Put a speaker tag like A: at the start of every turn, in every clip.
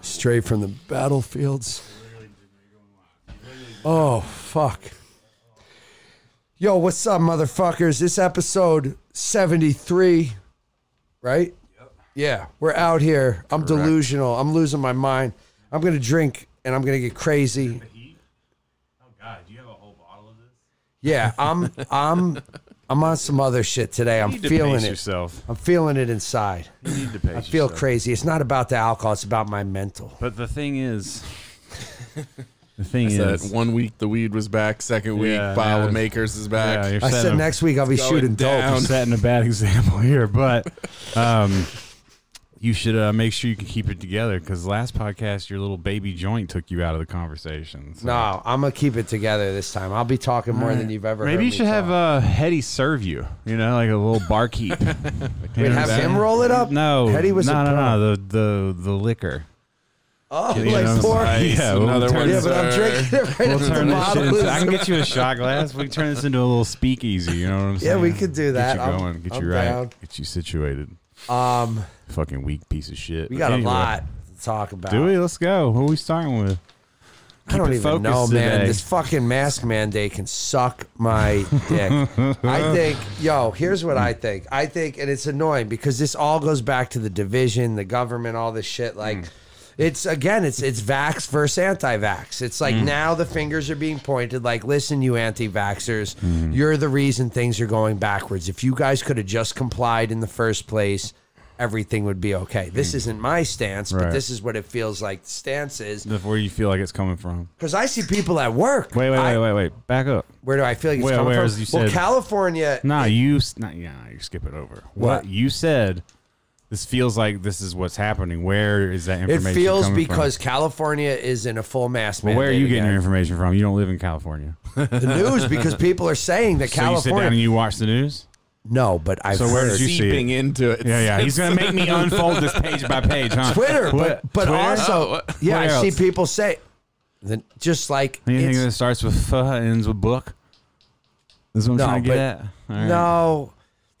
A: stray from the battlefields. Oh, fuck. Yo, what's up, motherfuckers? This episode 73, right? Yeah, we're out here. I'm delusional. I'm losing my mind. I'm going to drink and I'm going to get crazy.
B: Oh God, do you have a whole bottle of this?
A: Yeah, I'm I'm I'm on some other shit today. I'm
B: You need to
A: feeling
B: pace
A: it.
B: yourself.
A: I'm feeling it inside.
B: You need to pace
A: I feel
B: yourself.
A: crazy. It's not about the alcohol, it's about my mental.
B: But the thing is, the thing
C: That
B: is,
C: one week the weed was back, second week
B: Yeah,
C: Bile
B: now
C: of
B: it's-
C: Makers is
B: yeah,
C: back.
B: you're
A: I
B: setting
A: said
B: a-
A: next week I'll be
C: going
A: shooting dope.
C: down.
B: you're setting a bad example here, but um, you should uh, make sure you can keep it together because last podcast your little baby joint took you out of the conversation. so-
A: No, I'm gonna keep it together this time. I'll be talking more than you've ever. heard
B: Maybe you
A: me
B: should have
A: talk.
B: uh, Hetty serve you. You know, like a little barkeep.
A: Wait, have him roll it up.
B: uh, No,
A: Hetty was
B: no,
A: a
B: no,
A: pro.
B: no. The the the liquor.
A: Oh,
B: You know,
A: like pour.
B: nice. Yeah, we'll
C: another
B: turn-
C: one.
A: Yeah, but I'm
C: sir.
A: drinking it right
B: We'll
A: out the
B: turn this shit
A: bottle.
B: into. I can get you a shot glass. We can turn this into a little speakeasy. You know what I'm
A: Yeah,
B: saying?
A: we could do that.
B: Get you
A: I'm-
B: going. get
A: I'm
B: you right.
A: down.
B: Get you situated.
A: Um,
B: Fucking weak piece of shit.
A: we got
B: Anyway,
A: a lot to talk about.
B: Do we? Let's go. Who are we starting with?
A: I don't
B: it
A: even know,
B: focused
A: man.
B: today.
A: This fucking mask mandate can suck my dick. I think, yo, here's what I think. I think, and it's annoying because this all goes back to the division, the government, all this shit. Like,
B: Hmm.
A: it's again, it's it's vax versus anti-vax. It's
B: Hmm.
A: like now the fingers are being pointed. Like, listen, you anti-vaxxers,
B: Hmm.
A: you're the reason things are going backwards. If you guys could have just complied in the first place. Everything would be okay. This isn't my stance, but
B: Hmm. Right.
A: this is what it feels like the stance is.
B: Where you feel like it's coming from?
A: Because I see people at work.
B: Wait, wait,
A: I-
B: wait, wait, wait. Back up.
A: Where do I feel like it's
B: Where-
A: coming
B: where
A: from?
B: is you
A: well,
B: said-
A: California.
B: Nah, you. s- Nah, yeah, nah, you skip it over.
A: What?
B: What you said? This feels like this is what's happening. Where is that
A: It
B: information?
A: feels
B: coming from?
A: because California is in a full mass
B: Well,
A: mandate.
B: where are you getting your
A: again.
B: information from? You don't live in California.
A: the news? Because people are saying that
B: So you sit down
A: California.
B: and you watch the news.
A: no, but I've
B: So where
A: heard
B: did you see it?
C: Seeping into it.
B: Yeah, yeah. He's gonna make me unfold this page by page, huh?
A: Twitter,
B: What?
A: but but
B: Twitter?
A: also
C: what-
A: yeah,
B: Where
A: I see
B: else?
A: people say then just like
B: Anything
A: it's-
B: that starts with "f" ends with "book." This is what I'm
A: No,
B: trying to
A: but-
B: get at. All right.
A: no.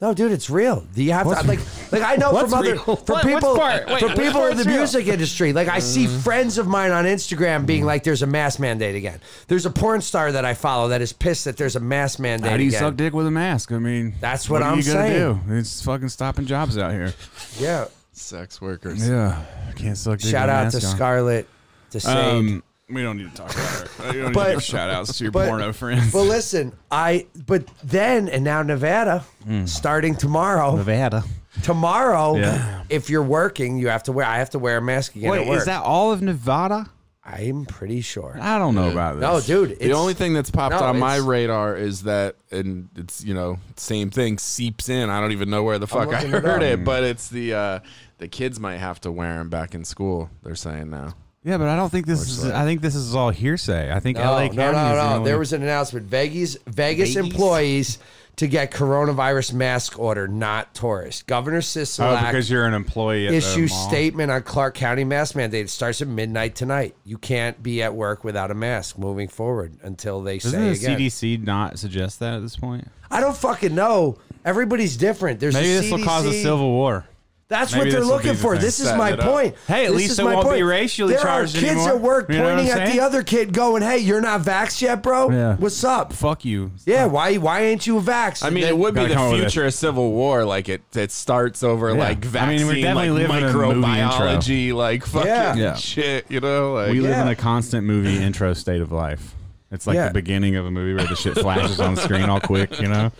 A: No, dude, it's real. Do you have to like, like I know from other for
B: real? What-
A: people
B: what's part? Wait,
A: for
B: which
A: people in
B: part's
A: the
B: real? Mm.
A: music industry. Like I see friends of mine on Instagram being like, "There's a mass mandate again." There's a porn star that I follow that is pissed that there's a mass mandate.
B: How do you
A: again.
B: suck dick with a mask? I mean,
A: That's what
B: are
A: I'm
B: you gonna
A: saying.
B: Do? It's fucking stopping jobs out here.
A: Yeah.
C: Sex workers.
B: Yeah, can't suck. Dick
A: Shout
B: with a
A: out
B: mask
A: to
B: on.
A: Scarlett to say.
B: Um, we don't need to talk about her. You don't
A: But-
B: need to give shout outs to your
A: but-
B: porno friends.
A: well, listen, I but then and now Nevada, starting tomorrow.
B: Mm. Nevada.
A: Tomorrow,
B: Yeah.
A: if you're working, you have to wear. I have to wear a mask again at
B: Wait,
A: work.
B: is that all of Nevada?
A: I'm pretty sure.
B: I don't know about this.
A: No, dude. It's,
C: The only thing that's popped
A: no,
C: on my
A: it's-
C: radar is that, and it's you know same thing seeps in. I don't even know where the fuck I
A: looking it up.
C: heard it, but it's the uh, the kids might have to wear them back in school. They're saying now.
B: Yeah, but I don't think this is. I think this is all hearsay. I think
A: No,
B: LA
A: Oh, no,
B: County
A: no,
B: is the
A: no.
B: only-
A: There was an announcement: Vegas, Vegas employees to get coronavirus mask order, not tourists. Governor
B: Oh,
A: Sisolak
B: because you're an employee. At
A: issue
B: the mall.
A: statement on Clark County mask mandate. It starts at midnight tonight. You can't be at work without a mask moving forward until they
B: Doesn't
A: say
B: the
A: again.
B: CDC not suggest that at this point?
A: I don't fucking know. Everybody's different. There's
B: Maybe
A: a
B: this will
A: CDC.
B: cause a civil war.
A: That's
B: maybe
A: what they're
B: this will
A: looking
B: be the
A: for.
B: thing.
A: This is
C: Setting
A: my
C: it up.
A: point.
B: Hey, at
A: This
B: least
A: is
B: it
A: my
B: won't be
A: point.
B: racially
A: there
B: charged
A: are kids
B: anymore.
A: at work
B: You know what I'm
A: pointing at the
B: saying?
A: other kid, going, "Hey, you're not vaxxed yet, bro.
B: Yeah.
A: What's up?
B: Fuck you.
A: Yeah, why why ain't you vaxxed?"
C: I mean,
A: And
C: it would be
B: Gotta come
C: the
B: up with
C: future of civil war. Like it, it starts over like
B: I mean,
C: vaccine,
B: we're definitely
C: like
B: living in a movie
C: microbiology, like fucking
A: Yeah.
B: Yeah.
C: shit. You know, like
B: We live
A: Yeah.
B: in a constant movie intro state of life. It's like
A: Yeah.
B: the beginning of a movie where the shit flashes on the screen all quick, you know?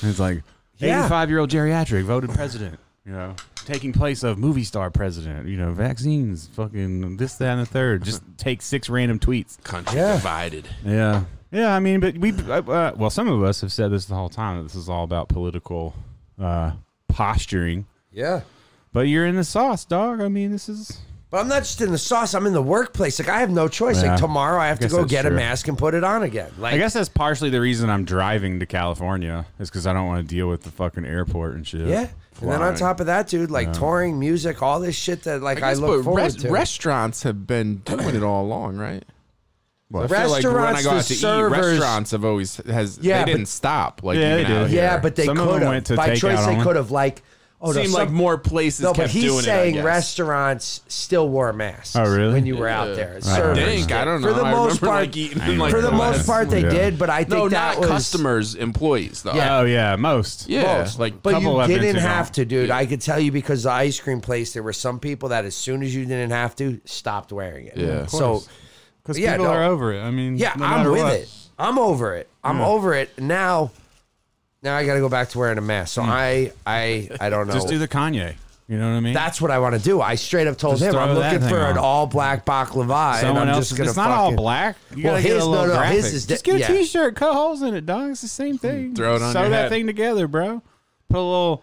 B: And it's like
A: Yeah.
B: 85 year old geriatric voted president, you know, taking place of movie star president, you know, vaccines, fucking this, that, and the third. Just take six random tweets.
C: country
A: Yeah.
C: divided.
B: Yeah. Yeah, I mean, but we, uh, uh, well, some of us have said this the whole time that this is all about political uh, posturing.
A: yeah.
B: But you're in the sauce, dog. I mean, this is.
A: But I'm not just in the sauce. I'm in the workplace. Like I have no choice.
B: Yeah.
A: Like tomorrow, I have to
B: guess
A: go
B: that's
A: get a
B: true.
A: mask and put it on again. Like
B: I guess that's partially the reason I'm driving to California is because I don't want to deal with the fucking airport and shit.
A: yeah. And then on
C: Flying.
A: top of that, dude, like touring, music, all this shit that like I,
C: guess,
A: look
C: but
A: forward
C: res-
A: to.
C: Restaurants have been doing it all along, right?
B: What?
C: I feel like when I
A: Restaurants,
C: go out
A: the
C: to eat,
A: servers-
C: restaurants have always has
A: Yeah,
C: they
A: but-
C: didn't stop. Like
B: Yeah,
C: even
B: they
C: out
B: did.
C: here.
A: yeah, but they
B: Some of them
A: could have
B: went to
A: by
B: takeout
A: choice. They
B: only.
A: could have like Oh, no,
C: Seemed
A: some-
C: like more places
A: No, but
C: kept
A: he's
C: doing
A: saying
C: it. I guess.
A: restaurants still wore masks.
B: Oh, really?
A: When you were
C: Yeah.
A: out there,
B: I
A: Servers
C: Dang,
A: did.
C: I don't know.
A: For the
C: I
A: most
C: remember,
A: part,
C: like, eating,
B: I
C: like,
B: remember
A: for the
B: that.
A: most part, they
B: Yeah.
A: did. But I think
C: No,
A: that
C: not
A: was
C: customers, employees though.
A: Yeah.
B: Oh yeah, most.
C: yeah,
A: Most.
C: like
A: But
B: couple
A: you
B: I've been
A: didn't
B: to
A: have
B: now.
A: to, dude. I could tell you because the ice cream place, there were some people that as soon as you didn't have to, stopped wearing it.
C: Yeah. Of
A: So,
B: Because
A: Yeah,
B: people
A: no.
B: are over it. I mean,
A: yeah,
B: no
A: I'm
B: matter
A: with
B: what.
A: it. I'm over it. I'm over it now. Now I got to go back to wearing a mask. So I, I, I don't know.
B: Hmm. Just do the Kanye. You know what I mean?
A: That's what I want to do. I straight up told
B: Just
A: him
B: throw
A: I'm
B: that
A: looking
B: thing
A: for an
B: on.
A: all black baklava,
B: Someone
A: and I'm
B: else.
A: just gonna.
B: it's not all
A: fucking-
B: black. You
A: Well,
B: gotta get
A: his-
B: a little
A: no, no, his
B: graphic.
A: is
B: just
A: di-
B: get a
A: yeah. Hmm.
B: t-shirt, cut holes in it, dog. It's the same thing.
C: Throw it on
B: Sew
C: your
B: that
C: head.
B: thing together, bro. Put a little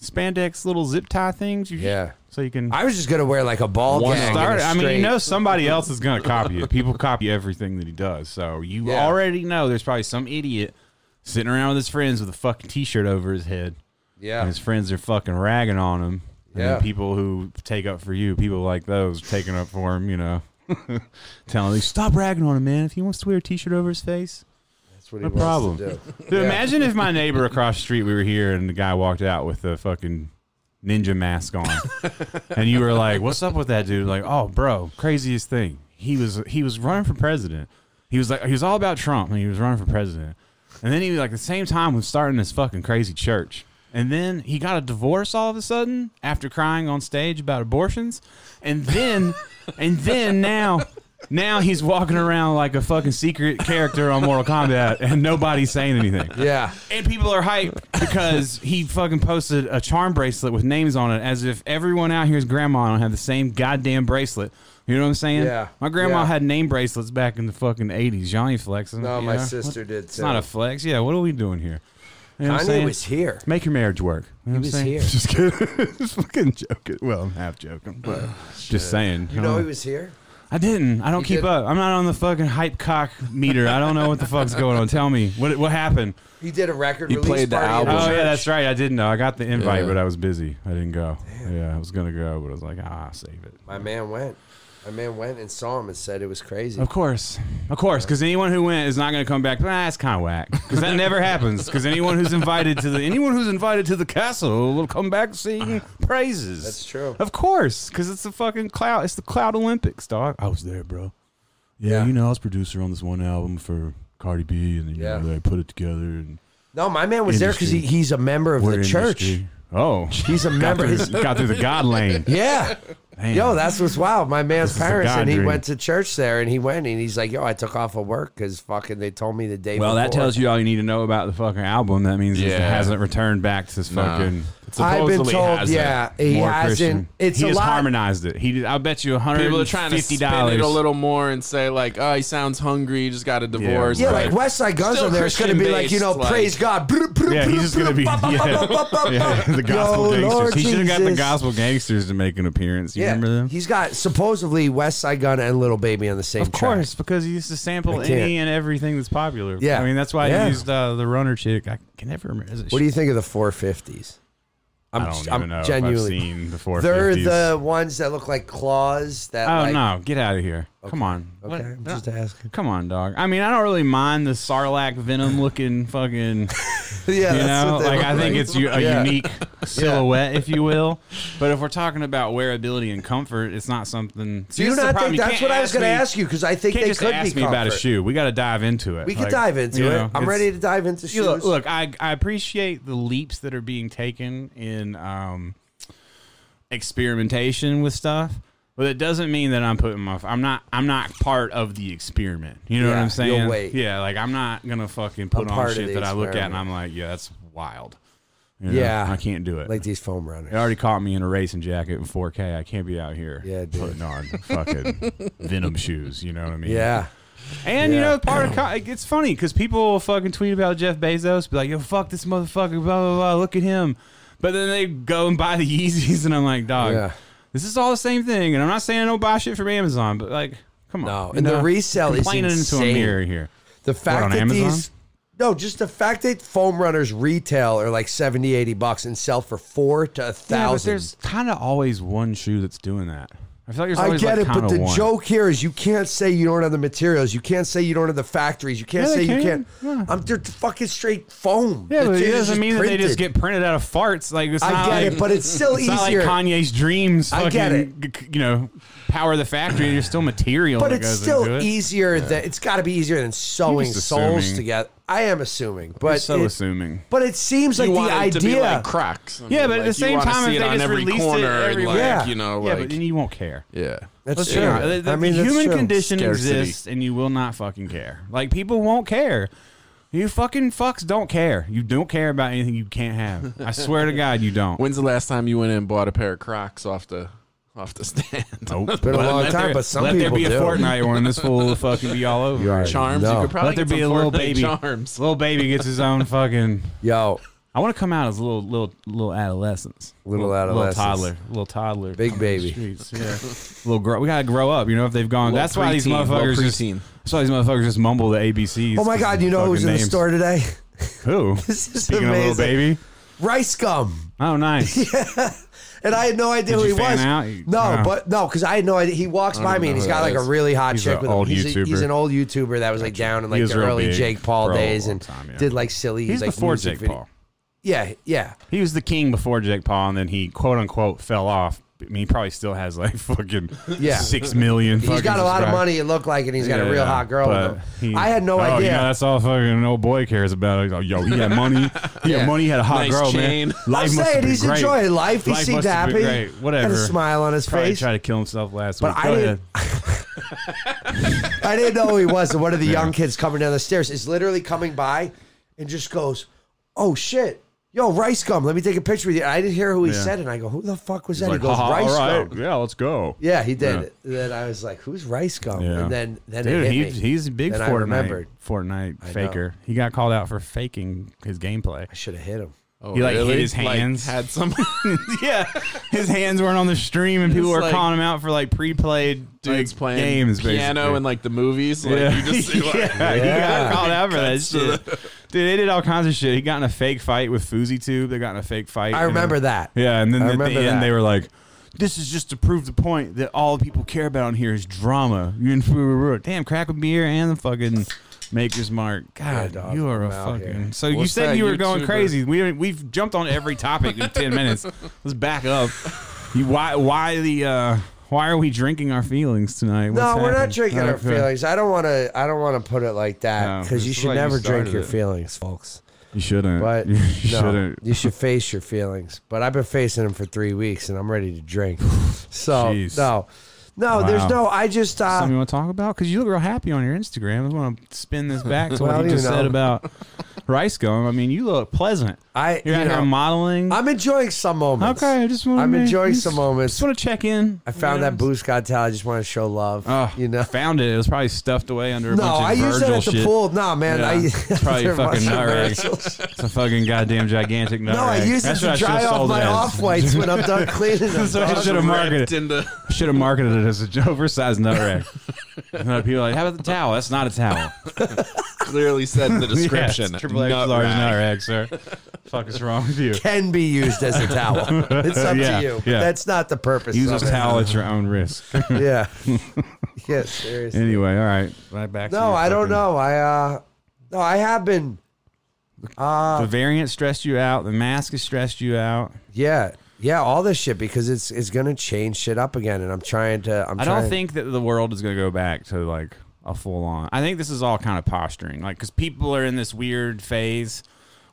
B: spandex, little zip tie things. You
A: Yeah.
B: So you can.
A: I was just gonna wear like a ball
C: One
A: gag. and
B: start.
A: a
B: I mean, you
A: straight-
B: know, somebody else is going to copy it. People copy everything that he does. So you
A: Yeah.
B: already know there's probably some idiot sitting around with his friends with a fucking t-shirt over his head.
A: yeah,
B: And his friends are fucking ragging on him. And
A: Yeah.
B: then people who take up for you, people like those taking up for him, you know, telling him, stop ragging on him, man. If he wants to wear a t shirt over his face,
A: that's what
B: no
A: wants to
B: problem.
A: do.
B: Dude, imagine if my neighbor across the street, we were here, and the guy walked out with a fucking ninja mask on. and you were like, what's up with that dude? Like, oh, bro, craziest thing. He was he was running for president. He was like he was all about Trump and he was running for president. And then he like the same time was starting this fucking crazy church. And then he got a divorce all of a sudden after crying on stage about abortions. And then and then now now he's walking around like a fucking secret character on Mortal Kombat and nobody's saying anything.
A: Yeah,
B: And people are hyped because he fucking posted a charm bracelet with names on it as if everyone out here's grandma don't have the same goddamn bracelet. You know what I'm saying?
A: Yeah.
B: My grandma
A: Yeah.
B: had name bracelets back in the fucking 80s. Johnny flexing.
A: no,
B: you
A: my
B: know?
A: sister did.
B: It's not a flex. Yeah, what are we doing here? You know what I'm
A: Kanye
B: saying?
A: was here.
B: Make your marriage work. You know
A: He
B: what I'm
A: was
B: saying? Just kidding. just fucking joking. Well, I'm half joking, but just saying.
A: Oh, You know he was here.
B: I didn't. I don't
A: You
B: keep
A: didn't?
B: up. I'm not on the fucking hype cock meter. I don't know what the fuck's going on. Tell me. What what happened?
A: He did a record
C: He
A: release
C: played the
A: party. at
C: album.
B: Oh
A: church.
B: yeah, that's right. I didn't know. I got the invite,
C: Yeah.
B: but I was busy. I didn't go. Yeah, I was gonna go, but I was like, ah, I'll save it.
A: My man went. My man went and saw him and said it was crazy.
B: Of course, of course, because anyone who went is not gonna come back. Ah, it's kind of whack. Because that never happens. Because anyone who's invited to the anyone who's invited to the castle will come back singing praises.
A: That's true.
B: Of course, because it's the fucking cloud. It's the cloud Olympics, dog. I was there, bro. Yeah,
A: Yeah.
B: you know, I was producer on this one album for Cardi B, and you
A: Yeah.
B: know, they put it together. And
A: No, my man was there because he, he's a member of
B: we're
A: the church.
B: industry. Oh,
A: He's a
B: got
A: member.
B: through,
A: His,
B: got through the God lane.
A: yeah.
B: Damn.
A: Yo, that's what's wild. My man's
B: is a
A: parents,
B: God
A: and he
B: dream.
A: went to church there, and he went, and he's like, "Yo, I took off of work because fucking they told me the day."
B: Well, that
A: before.
B: tells you all you need to know about the fucking album. That means it
C: Yeah.
B: hasn't returned back to this
C: Nah.
B: fucking.
A: I've been
C: Supposedly
A: told,
C: hasn't.
A: yeah, he
B: more
A: hasn't.
B: Christian.
A: It's
B: he
A: a
B: just
A: lot.
B: harmonized it. He, did- I'll bet you, hundred
C: People are trying to
B: fifty
C: spin it a
B: dollars.
C: little more and say like, oh, he sounds hungry. He just got a divorce.
A: Yeah,
C: but-
A: like Westside Guns
C: Still
A: on there, it's going to be like, you know,
C: Christian-based, like-
A: praise God.
B: Yeah, he's just gonna be yeah, yeah, the gospel
A: Yo,
B: gangsters.
A: Lord
B: he should have got the
A: Jesus.
B: gospel gangsters to make an appearance. You
A: Yeah,
B: remember them?
A: He's got supposedly Westside Gun and Little Baby on the same
B: Of course, because he used to sample
A: I can't.
B: any and everything that's popular.
A: Yeah.
B: I mean that's why
A: Yeah.
B: he used uh, the runner chick. I can never remember. Is it
A: What do you think of the 450s? I'm,
B: I don't even
A: I'm
B: know. if
A: genuinely.
B: I've seen the four.
A: They're the ones that look like claws that,
B: Oh
A: like.
B: no! Get out of here! Come on! What-
A: Okay, I'm just asking.
B: Come on, dog. I mean, I don't really mind the sarlacc venom looking fucking.
A: yeah,
B: you
A: that's
B: know,
A: what they
B: like
A: look
B: I think it's u- a
A: Yeah.
B: unique silhouette, if you will. But if we're talking about wearability and comfort, it's not something.
A: Do you not think that's what I was going to ask you? Because I think
B: You can't
A: they
B: just
A: could
B: ask
A: be
B: me about a
A: comfort.
B: shoe. We got to dive into it.
A: We could
B: Like,
A: dive into
B: you
A: it.
B: know,
A: I'm
B: it's-
A: ready to dive into shoes.
B: you look, look, I I appreciate the leaps that are being taken in um, experimentation with stuff, but it doesn't mean that I'm putting my I'm not I'm not part of the experiment. You know what
A: Yeah,
B: I'm saying?
A: you'll wait.
B: Yeah, like I'm not gonna fucking put
A: part
B: on
A: of the
B: shit that I look at and
A: experiment.
B: I'm like, yeah, that's wild. You know,
A: Yeah.
B: I can't do it.
A: like these foam runners.
B: They already caught me in a racing jacket in 4K. I can't be out here
A: Yeah, dude.
B: putting on fucking venom shoes. You know what I mean?
A: Yeah.
B: And you
A: Yeah.
B: know, part of co- like, it's funny because people will fucking tweet about Jeff Bezos, be like, "Yo, fuck this motherfucker," blah blah blah. Look at him. But then they go and buy the Yeezys, and I'm like, dog,
A: Yeah.
B: this is all the same thing. And I'm not saying don't buy shit from Amazon, but like, come on.
A: No,
B: you
A: and the
B: know?
A: resale is
B: complaining into a
A: insane.
B: mirror here.
A: The fact
B: on
A: that
B: Amazon?
A: these no, just the fact that foam runners retail are like 70, 80 bucks and sell for four to a
B: Yeah, but
A: thousand.
B: there's kind of always one shoe that's doing that. I feel like there's
A: I
B: always
A: get
B: like
A: it, but
B: kinda
A: the
B: one.
A: joke here is you can't say you don't have the materials. You can't say you don't have the factories. You can't
B: Yeah,
A: say
B: they
A: you
B: can.
A: can't. I'm they're fucking straight foam.
B: Yeah,
A: The
B: but
A: shit
B: it
A: is
B: doesn't
A: just
B: mean that they just
A: printed.
B: get printed out of farts. Like it's
A: I
B: not
A: get
B: like,
A: it, but it's still
B: it's not like
A: easier.
B: Kanye's dreams. Fucking,
A: I get
B: g- You know, power the factory. There's still material.
A: but
B: that
A: it's
B: goes into
A: still e-
B: it.
A: easier than it's got to be easier than sewing
B: just
A: souls
B: assuming.
A: together. I am assuming,
B: You're
A: but
B: so
A: it,
B: assuming.
A: but it seems like
C: you
A: the
C: want it
A: idea.
C: to be like cracks. I
B: Yeah,
C: mean,
B: but at
C: like,
B: the
C: you
B: same
C: wanna
B: time,
C: see
B: if
C: it
B: they
C: on
B: just
C: every
B: released it
C: corner and like
B: everywhere-
A: Yeah.
C: you know,
B: yeah,
C: like
B: but then you won't care.
C: yeah.
A: That's
B: Let's
A: true.
B: be honest. The, the
A: I mean, that's
B: human
A: true.
B: condition
C: Scarcity.
B: exists, and you will not fucking care. Like people won't care. You fucking fucks don't care. You don't care about anything you can't have. I swear to God, you don't.
C: When's the last time you went in and bought a pair of Crocs off the off the stand?
B: Nope.
A: been a long
B: let
A: time,
B: there,
A: but some
B: let there
A: people
B: be a
A: do.
B: Fortnite one. This fool will fucking be all over.
A: You
B: it.
A: are-
C: Charms.
A: No.
C: You could probably
B: Let there
C: get some
B: be a little
C: Fortnite
B: baby.
C: charms.
B: Little baby gets his own fucking.
A: Yo,
B: I want to come out as little, little, little adolescents.
A: Little adolescents.
B: little toddler, little toddler,
A: Big
B: on the
A: baby.
B: streets, yeah. little grow. We gotta grow up. You know, if they've gone,
C: Little
B: that's why these
C: preteen, little
B: motherfuckers just.
C: preteen.
B: That's why these motherfuckers just mumble the ABCs.
A: oh my God! You know who was in
B: fucking
A: the
B: names.
A: store today?
B: Who?
A: This is
B: Speaking of little
A: amazing.
B: baby.
A: Rice gum.
B: Oh, nice.
A: And I had no idea
B: Did
A: who
B: you
A: he
B: fan
A: was.
B: out? You-
A: no,
B: no.
A: but no, because I had no idea. He walks by
C: don't
A: me and
C: know
A: he's
C: who
A: got
C: that
A: like
C: is.
A: a really hot
B: He's
A: chick
B: a
A: with
B: old
A: him. He's, A, he's
B: YouTuber.
A: an old YouTuber that was like down in like
B: was
A: the
B: real
A: early
B: big
A: Jake Paul
B: for a
A: days
B: long
A: and
B: time, yeah.
A: did like silly.
B: He's
A: like
B: before
A: music
B: Jake
A: video-
B: Paul.
A: Yeah, yeah.
B: He was the king before Jake Paul, and then he quote unquote fell off. I mean, he probably still has like fucking
A: Yeah.
B: six million.
A: He's got a lot of money. It looked like, and he's got a real hot girl. with him. I had no idea.
B: Yeah, Oh, that's all fucking an old boy cares about. He's like, yo, he had money. He
A: Yeah.
B: had money. He had a hot
C: Nice
B: girl,
C: chain.
B: man. Life
A: I'm
B: must have
A: saying
B: been
A: he's
B: great.
A: enjoying life. He
B: Life
A: seemed
B: must have been
A: happy.
B: great. Whatever.
A: Had a smile on his
B: Probably
A: face.
B: tried to kill himself last
A: But
B: week.
A: I
B: Go
A: didn't-
B: ahead.
A: I didn't know who he was. And one of the young kids coming down the stairs is literally coming by and just goes, Oh shit. Yo, rice gum. Let me take a picture with you. I didn't hear who he
B: Yeah.
A: said, and I go, "Who the fuck was that?"
B: Like,
A: he goes,
B: "Ha, ha,
A: "Rice
B: all right.
A: gum."
B: Yeah, let's go.
A: Yeah, he did. And then I was like, "Who's rice gum?"
B: Yeah.
A: And then, then
B: Dude,
A: it hit
B: he,
A: me.
B: he's a big
A: Then I
B: Fortnite,
A: remembered.
B: Fortnite
A: know.
B: faker. He got called out for faking his gameplay.
A: I should have hit him.
C: Oh,
B: He, like, hit
C: really?
B: his hands.
C: Like, had some.
B: yeah, his hands weren't on the stream, and people
C: It's
B: were
C: like-
B: calling him out for like pre-played
C: dudes
B: like,
C: playing
B: games,
C: piano
B: basically.
C: in like the movies. Like,
B: yeah.
C: you just see like,
B: yeah, he
A: Yeah.
B: got called out for that shit. Dude, they did all kinds of shit. He got in a fake fight with Foozy Tube. They got in a fake fight.
A: I
B: you know.
A: remember that.
B: Yeah, and then
A: I
B: at the
A: remember
B: end
A: that.
B: they were like, "This is just to prove the point that all the people care about on here is drama." You and damn crack with beer and the fucking maker's mark. God,
A: dog,
B: you are a
A: I'm out
B: fucking.
A: here.
B: So you
C: What's
B: said
C: that
B: you were going
C: YouTuber?
B: crazy. We we've jumped on every topic in ten minutes. Let's back up. You, why why the uh, why are we drinking our feelings tonight?
A: No,
B: What's
A: we're not
B: happened? uh,
A: drinking our
B: Okay.
A: feelings. I don't want to. I don't want to put it like
B: No,
A: that because
B: this
A: you
B: is
A: should
B: like you
A: never drink
B: started
A: your
B: it.
A: feelings, folks.
B: You shouldn't.
A: But
B: you
A: no,
B: shouldn't.
A: you should face your feelings. But I've been facing them for three weeks, and I'm ready to drink. So
B: Jeez.
A: no, no, there's
B: Wow.
A: no. I just uh,
B: Something you want to talk about? Because you look real happy on your Instagram. I want to spin this back to
A: Well,
B: what you
A: you
B: just said
A: know.
B: about rice gum. I mean, you look pleasant.
A: I you
B: You're out
A: know,
B: here modeling.
A: I'm enjoying some moments.
B: okay, I just want.
A: I'm enjoying
B: just,
A: some moments.
B: Just want to check in.
A: I found that Boost Got Talent. I just want to show love.
B: Oh,
A: you know.
B: found it. It was probably stuffed away under a
A: No,
B: bunch of
A: I used that
B: Virgil
A: at the
B: shit.
A: pool. No, man.
B: Yeah.
A: I,
B: It's probably
A: They're
B: fucking
A: much
B: nut rag.
A: commercials.
B: It's a fucking goddamn gigantic nut.
A: No, I
B: rag.
A: use it
B: That's what
A: to
B: I should've
A: dry off
B: sold it
A: my
B: as.
A: off whites when I'm done cleaning them.
B: That's what I
A: dog.
B: should have marketed.
C: ripped into.
B: Should have marketed it as a oversized nut rag. and then people are like, how about the towel? That's not a towel.
C: Clearly said in the description.
B: Yeah, it's triple X
C: nut
B: large
C: rag.
B: nut rag, sir. Fuck is wrong with you?
A: Can be used as a towel. It's up
B: Yeah,
A: to you.
B: yeah.
A: That's not the purpose.
B: Use a
A: of it.
B: towel at your own risk.
A: Yeah. yeah. Seriously.
B: anyway, all right. Right back. to
A: No,
B: your
A: I don't
B: fucking-
A: know. I uh no, I have been
B: The variant stressed you out. The mask has stressed you out.
A: yeah. Yeah, all this shit because it's it's gonna change shit up again and I'm trying to I'm
B: I
A: trying
B: don't think that the world is going to go back to like a full on. I think this is all kind of posturing, like because people are in this weird phase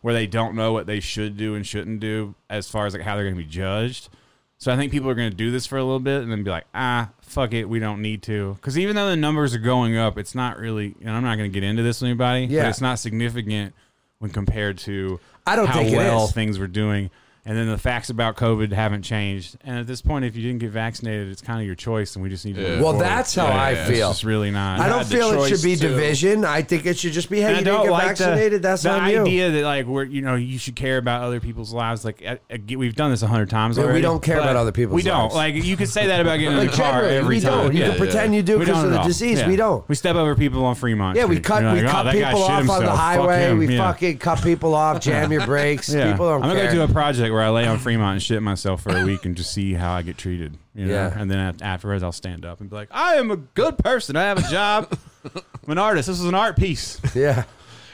B: where they don't know what they should do and shouldn't do as far as like how they're going to be judged. So I think people are going to do this for a little bit and then be like, ah, fuck it, we don't need to. Because even though the numbers are going up, it's not really, and I'm not going to get into this with anybody. but
A: Yeah.
B: it's not significant when compared to
A: I don't
B: how
A: think it
B: well
A: is.
B: things were doing. And then the facts about COVID haven't changed. And at this point, if you didn't get vaccinated, it's kind of your choice, and we just need to.
C: Yeah.
B: move
A: Well
B: forward.
A: that's how I
C: yeah,
B: It's
A: feel.
B: just really not.
A: I don't
C: had the
A: feel it should be
C: choice to-
A: division. I think it should just be hey,
B: And
A: you didn't get
B: the-
A: vaccinated, that's
B: the
A: on you.
B: idea that like we're you know you should care about other people's lives. Like I, I get- we've done this a hundred times.
A: Yeah, we
B: already,
A: don't care
B: but
A: about other people's
B: We don't.
A: lives.
B: Like you could say that about getting in
A: Like
B: the car
A: generally,
B: every
A: we
B: time.
A: don't. You
B: Yeah.
A: can pretend you do
B: We
A: because
B: don't
A: of the
B: at all.
A: disease.
B: Yeah.
A: We don't.
B: We step over people on Fremont.
A: Yeah, we
B: Street.
A: cut
B: You're
A: we
B: like, "Oh,
A: cut
B: that guy
A: people
B: shit
A: off on
B: himself.
A: the
B: Fuck
A: highway.
B: him."
A: We
B: Yeah.
A: fucking cut people off, jam your brakes.
B: Yeah.
A: People don't
B: I'm
A: care.
B: gonna go do a project like where I lay on Fremont and shit myself for a week and just see how I get treated. You know?
A: Yeah.
B: And then af- afterwards, I'll stand up and be like, I am a good person. I have a job. I'm an artist. This is an art piece.
A: Yeah.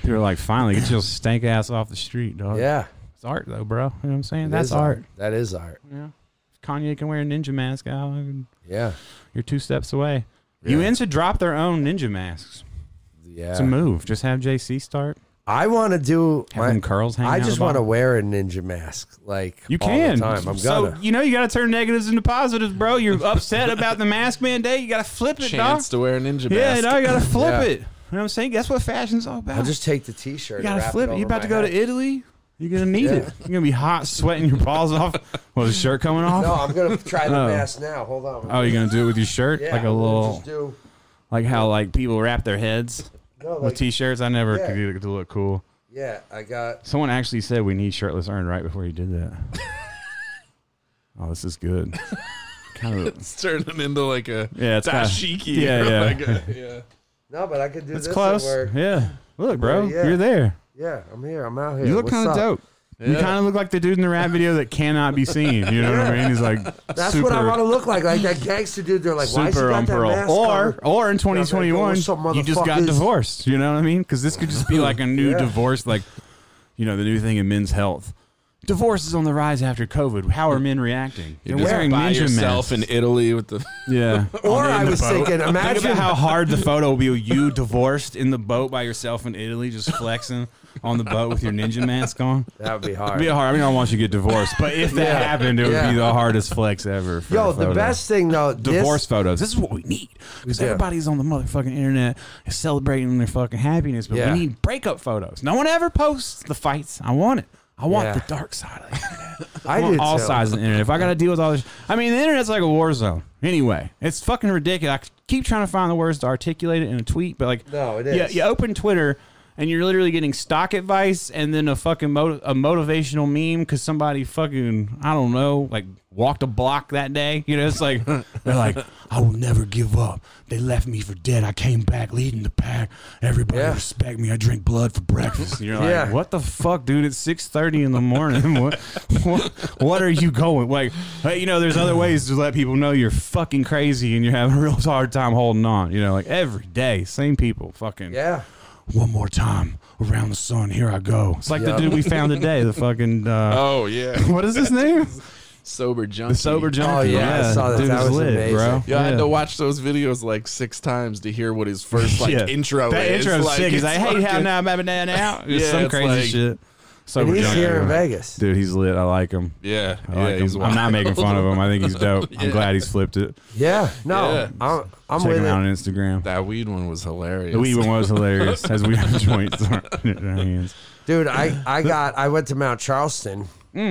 B: People are like, finally, get your stank ass off the street, dog.
A: Yeah.
B: It's art, though, bro. You know what I'm saying?
A: It
B: That's
A: is
B: art.
A: That is art.
B: Yeah. Kanye can wear a ninja mask out. and
A: Yeah.
B: You're two steps away.
A: Yeah.
B: UN should drop their own ninja masks. It's a
A: Yeah.
B: move. Just have JC start.
A: I want to do.
B: Have them curls hang
A: I
B: out
A: just
B: the
A: want to
B: bottom.
A: wear a ninja mask. Like
B: You
A: all
B: can.
A: The time. I'm
B: so
A: gonna.
B: you know you got to turn negatives into positives, bro. You're upset about the mask mandate. You got to flip it, dog.
C: Chance to wear a ninja
B: Yeah,
C: mask.
B: no, you got to flip
A: Yeah.
B: it. You know what I'm saying? That's what fashion's all about.
A: I'll just take the T-shirt.
B: you
A: got to
B: flip it. You're about to go to Italy. You're gonna need
A: Yeah.
B: it. You're gonna be hot, sweating your balls off. Was the shirt coming off?
A: No, I'm gonna try the
B: Oh.
A: mask now. Hold on.
B: Oh, you're gonna do it with your shirt,
A: yeah,
B: like a
A: I'm gonna
B: little,
A: Just do,
B: like how like people wrap their heads
A: no, like,
B: with t-shirts. I never
A: Yeah.
B: could do it to look cool.
A: yeah, I got.
B: Someone actually said we need shirtless Earn right before he did that. oh, this is good. Kind of.
C: It's turning into like a
B: Yeah, it's kinda-
C: dashiki.
B: yeah,
C: or
B: yeah.
C: Like a, yeah.
A: No, but I could do this.
B: It's
A: at
B: close.
A: work.
B: Yeah. Look, bro,
A: Yeah, yeah.
B: you're there.
A: Yeah, I'm here. I'm out here.
B: You look
A: What's
B: kind of
A: up?
B: dope. You
C: Yeah.
B: kind of look like the dude in the rap video that cannot be seen. You know what I mean? He's like
A: That's
B: super,
A: what I want to look like. Like that gangster dude. They're like, why is he
B: super
A: got that
B: unpearl.
A: mask
B: Or,
A: on?
B: or in 2021,
A: what's up,
B: you just got
A: motherfuckers?
B: divorced. You know what I mean? Because this could just be like a new
A: Yeah.
B: divorce, like you know the new thing in men's health. Divorce is on the rise after COVID. How are men reacting? They're
C: Just
B: wearing
C: by
B: ninja
C: yourself
B: masks.
C: in Italy with the
B: yeah.
A: Or
B: On the-
A: I
B: in the
A: was
B: boat.
A: thinking,
B: Think
A: imagine
B: about how hard the photo will be. with You divorced in the boat by yourself in Italy, just flexing on the boat with your ninja mask on.
A: that would be
B: It'd be
A: hard.
B: hard. I mean, I don't want you to get divorced, but if that
A: Yeah.
B: happened, it would
A: Yeah.
B: be the hardest flex ever. For
A: Yo,
B: a
A: the
B: photo.
A: best thing though, this-
B: divorce photos. This is what we need because
A: do.
B: everybody's on the motherfucking internet celebrating their fucking happiness, but
A: Yeah.
B: we need breakup photos. No one ever posts the fights. I want it. I want
A: Yeah.
B: the dark side of the internet.
A: I
B: want
A: do
B: all
A: too.
B: sides of the internet. If I got to deal with all this, I mean, the internet's like a war zone. Anyway, it's fucking ridiculous. I keep trying to find the words to articulate it in a tweet, but like,
A: No, it
B: you-
A: is.
B: You, open Twitter. And you're literally getting stock advice and then a fucking mot- a motivational meme because somebody fucking I don't know like walked a block that day. You know, it's like they're like I will never give up. They left me for dead. I came back leading the pack. Everybody
A: Yeah.
B: respect me. I drink blood for breakfast. You're like,
A: Yeah.
B: what the fuck, dude? It's six thirty in the morning. what, what, what are you going? Like, hey, you know, there's other ways to let people know you're fucking crazy and you're having a real hard time holding on. You know, like every day, same people, fucking
A: Yeah.
B: one more time around the sun. Here I go. It's like
A: Yeah.
B: the dude we found today. The fucking uh,
C: oh yeah,
B: what is his name?
C: sober junkie.
B: The sober junkie.
A: Oh, yeah, I saw that.
B: dude
A: That
B: is
A: was
B: lit,
A: amazing.
B: bro.
C: Yeah, I had to watch those videos like six times to hear what his first like
B: Yeah.
C: intro
B: That
C: is.
B: intro's
C: like,
B: sick. He's
C: it's
B: like, hey, how
C: fucking-
B: now, baby, now, now. It's
C: Yeah,
B: some
C: it's
B: crazy
C: like-
B: shit.
A: And
B: Sober
A: he's
B: junkie,
A: here in
B: bro.
A: Vegas.
B: Dude, he's lit. I like him.
C: Yeah,
B: I
C: yeah,
B: like
C: he's
B: him.
C: wild.
B: I'm not making fun of him. I think he's dope. I'm
C: Yeah.
B: glad he's flipped it.
A: Yeah. No,
C: Yeah.
A: I'm, I'm
B: Check
A: with
B: him
A: it.
B: out on Instagram.
C: That weed one was hilarious.
B: the weed one was hilarious as we have joints in our hands.
A: Dude, I, I got I went to Mount Charleston and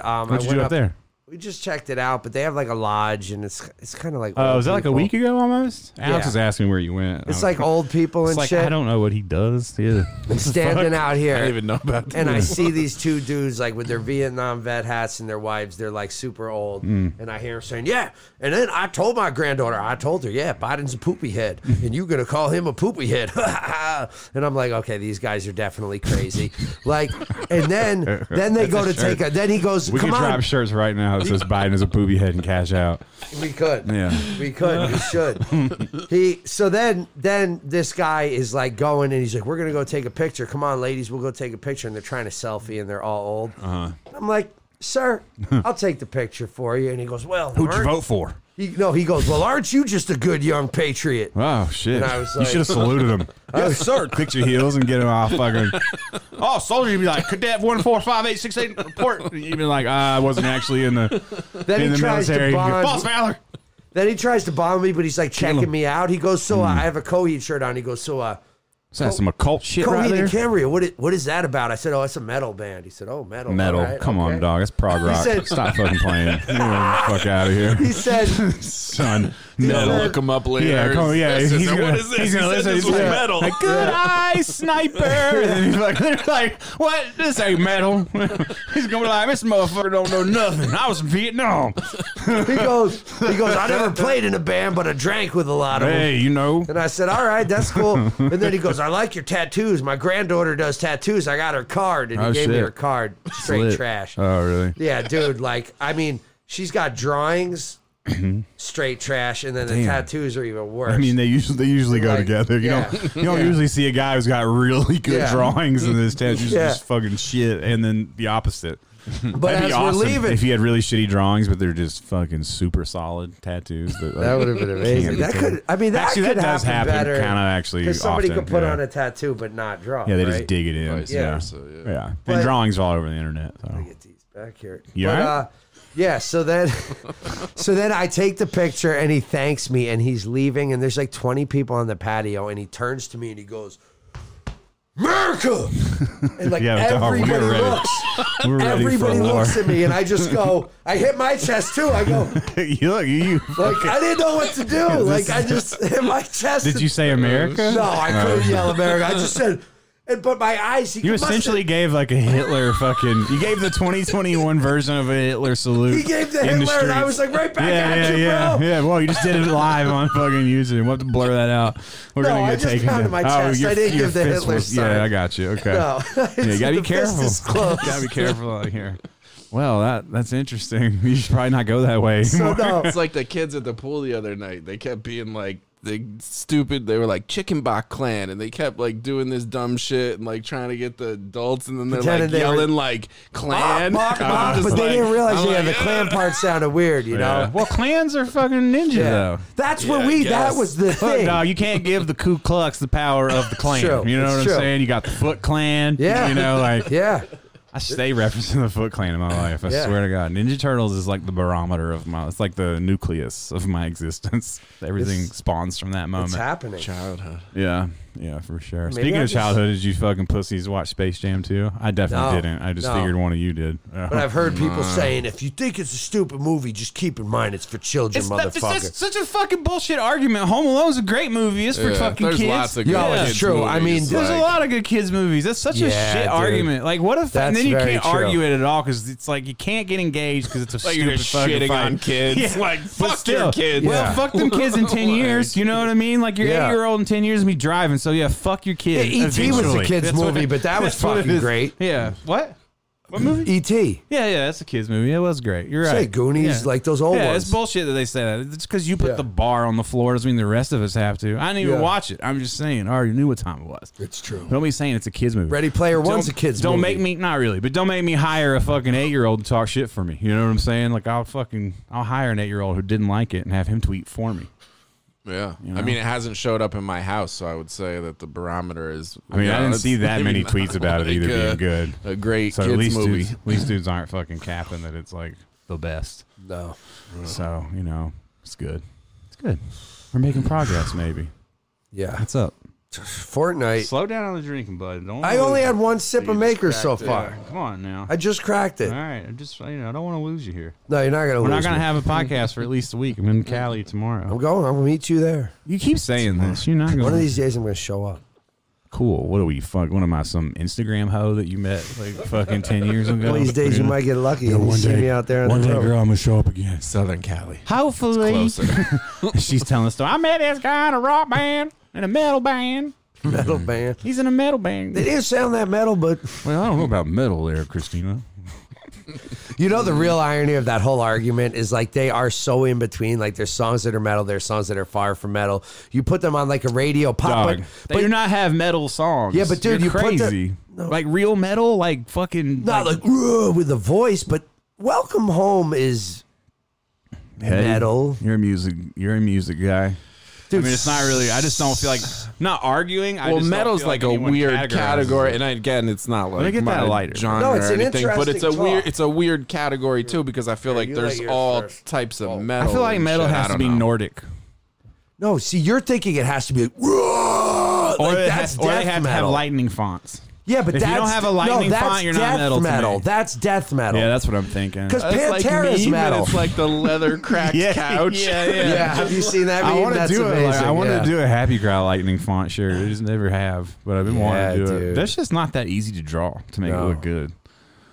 A: um
B: Mm. What'd
A: I
B: you
A: went
B: do up there?
A: We just checked it out, but they have like a lodge and it's it's kinda like
B: Oh,
A: old
B: was that like a
A: people.
B: week ago almost? Alex
A: Yeah.
B: is asking where you went.
A: It's
B: I-
A: like old people
B: it's
A: and
B: like
A: shit.
B: I don't know what he does. Yeah.
A: I'm standing out
C: I didn't
A: here
C: even know about that.
A: and I see these two dudes like with their Vietnam vet hats and their wives, they're like super old. And I hear them saying, Yeah. And then I told my granddaughter, I told her, Yeah, Biden's a poopy head. And you're gonna call him a poopy head. and I'm like, Okay, these guys are definitely crazy. like and then then they go to take a then he goes,
B: We
A: Come
B: can
A: on.
B: drop shirts right now that says Biden is a booby head and cash out.
A: We could.
B: Yeah.
A: We could. We should. he so then then this guy is like going and he's like, We're gonna go take a picture. Come on, ladies, we'll go take a picture. And they're trying to selfie and they're all old. Uh-huh. I'm like, Sir, I'll take the picture for you. And he goes, Well,
B: Who'd you
A: aren't-
B: vote for?
A: He, no, he goes, Well, aren't you just a good young patriot?
B: Oh shit!
A: And I was
B: you
A: like-
B: should have saluted him. yes, sir. Click your heels and get him off fucking. oh, soldier, you'd be like cadet one four five eight six eight report. And You'd be like, "Ah, I wasn't actually in the
A: Then
B: in
A: he
B: the
A: tries
B: military.
A: to
B: You'd be like,
A: bond.
B: False valor.
A: Then he tries to bond me, but he's like checking me out. He goes, So uh,
B: Hmm.
A: I have a Coheed shirt on. He goes, So uh
B: Is that some occult shit
A: Coheed
B: right there?
A: and Cambria, what is, what is that about? I said, Oh, it's a metal band. He said, Oh, metal.
B: Metal.
A: all right,
B: Come
A: okay."
B: on, dog. It's prog rock.
A: said-
B: Stop fucking playing. Get the fuck out of here,
A: He said
B: son.
C: No,
B: No.
C: look him up later.
B: Yeah, come on, yeah.
C: This is-
B: He's gonna,
C: what is this?
B: He's gonna
C: He said
B: listen.
C: This
B: He's
C: was
B: like,
C: metal.
B: Like, good eye, sniper. And then he's like, they're like, what? This ain't metal. he's gonna be like, this motherfucker don't know nothing. I was in Vietnam.
A: He goes, he goes. I never played in a band, but I drank with a lot of them.
B: hey, you know.
A: And I said, "All right, that's cool." and then he goes, "I like your tattoos. My granddaughter does tattoos. I got her card, and he
B: Oh,
A: gave me
B: shit.
A: her card. Straight
B: Lit.
A: trash.
B: Oh, really?
A: yeah, dude. Like, I mean, she's got drawings, straight trash, and then the
B: Damn.
A: tattoos are even worse.
B: I mean, they usually they usually go
A: Like,
B: together. You
A: yeah.
B: don't you don't
A: Yeah.
B: usually see a guy who's got really good
A: Yeah.
B: drawings and his tattoos
A: Yeah.
B: are just fucking shit, and then the opposite.
A: but
B: That'd
A: as
B: be awesome
A: we're leaving,
B: if he had really shitty drawings, but they're just fucking super solid tattoos. That,
A: that would have been amazing.
B: be
A: That
B: told.
A: could, I mean, that
B: Actually,
A: could
B: that does
A: happen,
B: happen
A: better.
B: kinda actually
A: because somebody
B: often,
A: could put
B: yeah.
A: on a tattoo but not draw.
B: yeah, they
A: right?
B: just dig it in.
C: Vice
B: yeah,
C: versa,
B: yeah.
C: yeah.
A: But-
B: and drawings all over the internet. So.
A: get these back here.
B: You
A: But,
B: all right?
A: uh, yeah, so then so then I take the picture and he thanks me and he's leaving and there's like 20 people on the patio and he turns to me and he goes, America! And like
B: Yeah, dog, we were
A: everybody
B: ready.
A: looks.
B: We're ready
A: Everybody
B: for war.
A: looks at me and I just go, I hit my chest too. I go,
B: you look, you.
A: like I didn't know what to do. Like I just hit my chest.
B: Did you say America?
A: No, I couldn't yell America. I just said and but my eyes he
B: You
A: must have-
B: essentially gave like a Hitler fucking. You gave the 2021 version of a Hitler salute.
A: he gave the
B: in
A: Hitler and I
B: streets.
A: was like right back
B: yeah,
A: at
B: yeah,
A: you,
B: yeah,
A: bro.
B: yeah. Well, you just did it live on fucking YouTube. We'll have to blur that out. We're
A: No,
B: gonna
A: I
B: get
A: just
B: taken.
A: pounded
B: down.
A: my
B: Oh,
A: chest.
B: your-
A: I didn't
B: your
A: give the
B: fist
A: Hitler
B: was-
A: sign.
B: Yeah, I got you. Okay.
A: No,
B: Yeah,
A: It's-
B: you gotta
A: the
B: be careful.
A: Fist is closed.
B: gotta be careful out here. Well, that that's interesting. You should probably not go that way.
A: so
B: anymore.
A: no,
C: It's like the kids at the pool the other night. They kept being like they stupid. They were like chicken bok clan, and they kept like doing this dumb shit and like trying to get the adults, and then they're
A: Pretending
C: like
A: they were-
C: yelling like clan.
A: Bok,
C: I'm
A: bok,
B: Uh,
C: just
A: but they
C: like-
A: didn't realize
C: I'm
A: yeah,
C: like,
A: the clan
C: "Ugh."
A: part sounded weird, you
B: Yeah.
A: know.
B: Well, clans are fucking ninja though.
A: That's
C: Yeah,
A: what
C: I
A: we. That
C: guess.
A: was the
B: Look,
A: thing.
B: dog, you can't give the Ku Klux the power of the clan.
A: true.
B: You know
A: It's
B: what
A: true.
B: I'm saying? You got the Foot Clan.
A: Yeah.
B: You know, like
A: yeah,
B: I stay referencing the Foot Clan in my life. I
A: Yeah.
B: swear to God, Ninja Turtles is like the barometer of my. It's like the nucleus of my existence. Everything
A: It's-
B: spawns from that
A: it's
B: moment.
A: happening.
C: Childhood.
B: yeah, yeah, for sure.
A: Maybe
B: Speaking
A: I
B: of
A: just-
B: childhood, did you fucking pussies watch Space Jam too? I definitely
A: No,
B: didn't. I just
A: no.
B: figured one of you did. Yeah.
A: But I've heard people
B: uh,
A: saying, if you think it's a stupid movie, just keep in mind it's for children,
B: It's not- it's
A: motherfucker.
B: just such a fucking bullshit argument. Home Alone's a great movie. It's for
C: Yeah,
B: fucking
C: there's
B: kids.
C: lots of good
A: Yo, it's
C: kids
A: true. I
C: movies,
A: mean,
B: There's
C: like-
B: a lot of good kids movies. That's such
A: Yeah,
B: a shit
A: dude.
B: argument. Like, what if?
A: That's
B: and then you
A: very
B: can't
A: true.
B: argue it at all because it's like you can't get engaged because it's a
C: Like,
B: stupid
C: you're
B: fucking
C: shitting
B: fight.
C: on kids. Like,
B: but
C: fuck your kids.
B: Well,
A: Yeah.
B: fuck them kids in ten years. You know what I mean? Like your
A: Yeah.
B: eight year old in ten years will be driving. So yeah, fuck your kid.
A: Yeah, E.T. was a
B: eventually.
A: kid's
B: That's what
A: movie,
B: it-
A: but that was
B: that's what it
A: fucking
B: is.
A: great.
B: Yeah. What? What movie?
A: E.T.
B: Yeah, yeah, that's a kids movie. It was great. You're right.
A: Say Goonies,
B: Yeah.
A: like those old
B: yeah,
A: ones.
B: it's bullshit that they say that. It's because you put
A: Yeah.
B: the bar on the floor doesn't mean the rest of us have to. I didn't even
A: Yeah.
B: watch it. I'm just saying. I already knew what time it was.
A: It's true.
B: Don't be saying it's a kids movie.
A: Ready Player One's a
B: Don't-
A: kids.
B: Don't
A: movie.
B: make me not really, but don't make me hire a fucking eight year old to talk shit for me. You know what I'm saying? Like I'll fucking I'll hire an eight year old who didn't like it and have him tweet for me.
C: Yeah, I mean, it hasn't showed up in my house, so I would say that the barometer is.
B: I mean,
C: you know,
B: I didn't
C: it's-
B: see that
C: I
B: many
C: mean,
B: tweets about it
C: like,
B: either
C: uh,
B: being good.
C: A great
B: So
C: kids
B: at least
C: movie.
B: dudes, at least dudes aren't fucking capping that it's like the best.
A: No.
B: So you know, it's good. It's good. We're making progress. Maybe.
A: Yeah,
B: What's up?
A: Fortnite.
B: Slow down on the drinking, bud. Don't
A: I
B: lose-
A: only had one sip of Maker so far.
B: Come on now.
A: I just cracked it.
B: All right, I'm just you know, I don't want to lose you here.
A: No, you're not gonna.
B: We're
A: lose
B: not gonna
A: me.
B: have a podcast for at least a week. I'm in Cali
A: I'm
B: tomorrow.
A: going. I'm gonna meet you there.
B: You keep saying this. You're not
A: One of
B: going.
A: these days, I'm gonna show up.
B: Cool. What are we? Fuck. What am I? Some Instagram hoe that you met like fucking ten years ago.
A: One of these days, you might get lucky and you see me out there. On the road.
B: I'm gonna show up again.
C: Southern Cali.
B: Hopefully,
C: Closer.
B: she's telling us. I met this guy in a rock band, in a metal band.
A: metal band.
B: He's in a metal band.
A: They didn't sound that metal, but
B: Well, I don't know about metal there, Christina.
A: you know the real irony of that whole argument is like they are so in between. Like there's songs that are metal, there's songs that are far from metal. You put them on like a radio pop,
B: Dog.
A: but,
B: they do
A: but
B: not have metal songs.
A: Yeah, but dude, you
B: You're
A: put the-
B: crazy.
A: No.
B: Like real metal, like fucking
A: not like "Whoa," with the voice. But "Welcome Home" is
B: Hey,
A: metal.
B: You're a music. You're a music guy.
A: Dude,
B: I mean, it's not really. I just don't feel like not arguing. I
C: well,
B: just don't
C: metal's
B: feel
C: like, a
B: anyone
C: weird
B: categorizes
C: category,
B: it.
C: and again, it's not like
B: me get
C: my
B: that lighter.
C: genre
A: No, it's
C: or
A: an
C: anything, but it's a
A: interesting
C: weird,
A: talk.
C: it's a weird category too because I feel like
A: you
C: there's
A: let yours
C: all
A: first.
C: types of
B: I
C: metal.
B: feel like
C: and
B: metal
C: shit. I
B: has to
C: don't
B: be
C: know.
B: Nordic,
A: No, see, you're thinking it has to be like, "Whoa,"
B: or
A: like
B: it
A: that's
B: has, or they
A: death
B: have to have
A: metal.
B: lightning fonts.
A: Yeah, but
B: If you
A: that's
B: don't have a
A: no,
B: lightning
A: that's
B: font, you're not
A: death
B: metal to me.
A: That's death metal.
B: Yeah, that's what I'm thinking.
A: because
C: That's
A: Pantera's
C: like me, but
A: metal.
C: It's like the leather cracked
B: Yeah,
C: couch.
B: yeah, yeah.
A: yeah, have you seen that?
B: I
A: meme?
B: want to
A: That's
B: do it.
A: amazing.
B: Like, I want
A: yeah.
B: to do a Happy Cry lightning font shirt. I just never have, but I've been
A: Yeah,
B: wanting to do it.
A: dude.
B: That's just not that easy to draw to make
A: No.
B: it look good.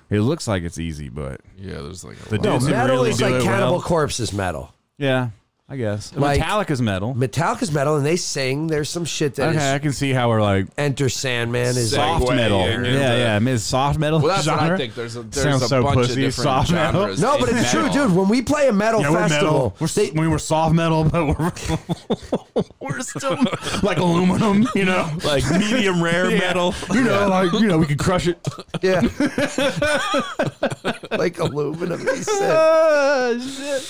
B: It looks like it's easy, but
C: Yeah, there's like a
B: The
C: lot.
B: dude-
A: No,
B: Dudes who
A: metal
B: really
A: is
B: do
A: like
B: it
A: Cannibal
B: well.
A: Corpse is metal.
B: yeah, I guess
A: Like-
B: Metallica's metal.
A: Metallica's metal, and they sing. There's some shit that is.
B: okay, I can see how we're like
A: Enter Sandman is
C: Sing.
A: like.
B: soft
C: Segue
B: metal. Yeah,
C: into-
B: yeah, I mean, it's soft metal.
C: Well, that's
B: genre.
C: what I think. There's a there's
B: Sounds
C: a
B: so
C: bunch
B: pussy,
C: of different
B: soft metal.
C: genres.
A: No, but it's true, dude. When we play a metal
B: Yeah, we're
A: festival,
B: metal. We're,
A: they-
B: s we were soft metal, but we're, we're still like aluminum, you know, like medium rare metal. You know, like you know, we could crush it.
A: yeah, like aluminum. He said.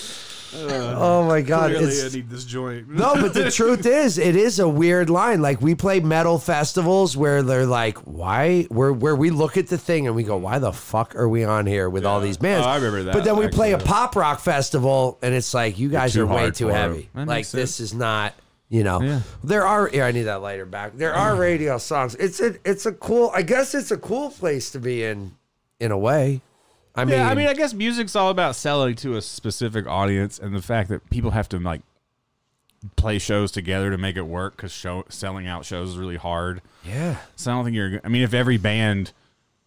B: Ah, shit.
A: Oh my god, it's
B: need this joint.
A: No, but the truth is, it is a weird line. Like we play metal festivals where they're like, "Why?" Where where we look at the thing and we go, "Why the fuck are we on here with all these bands?"
B: Oh, I remember that,
A: But then we play a
B: actually.
A: pop rock festival and it's like, "You guys
B: too
A: are way
B: hard
A: too
B: for 'em.
A: heavy. Like
B: That makes
A: this is not." You know,
B: Yeah.
A: there are. Here, I need that lighter back. There are radio songs. It's a it's a cool. I guess it's a cool place to be in, in a way. I mean,
B: Yeah, I mean, I guess music's all about selling to a specific audience, and the fact that people have to like play shows together to make it work because show selling out shows is really hard.
A: yeah.
B: So I don't think you're. I mean, if every band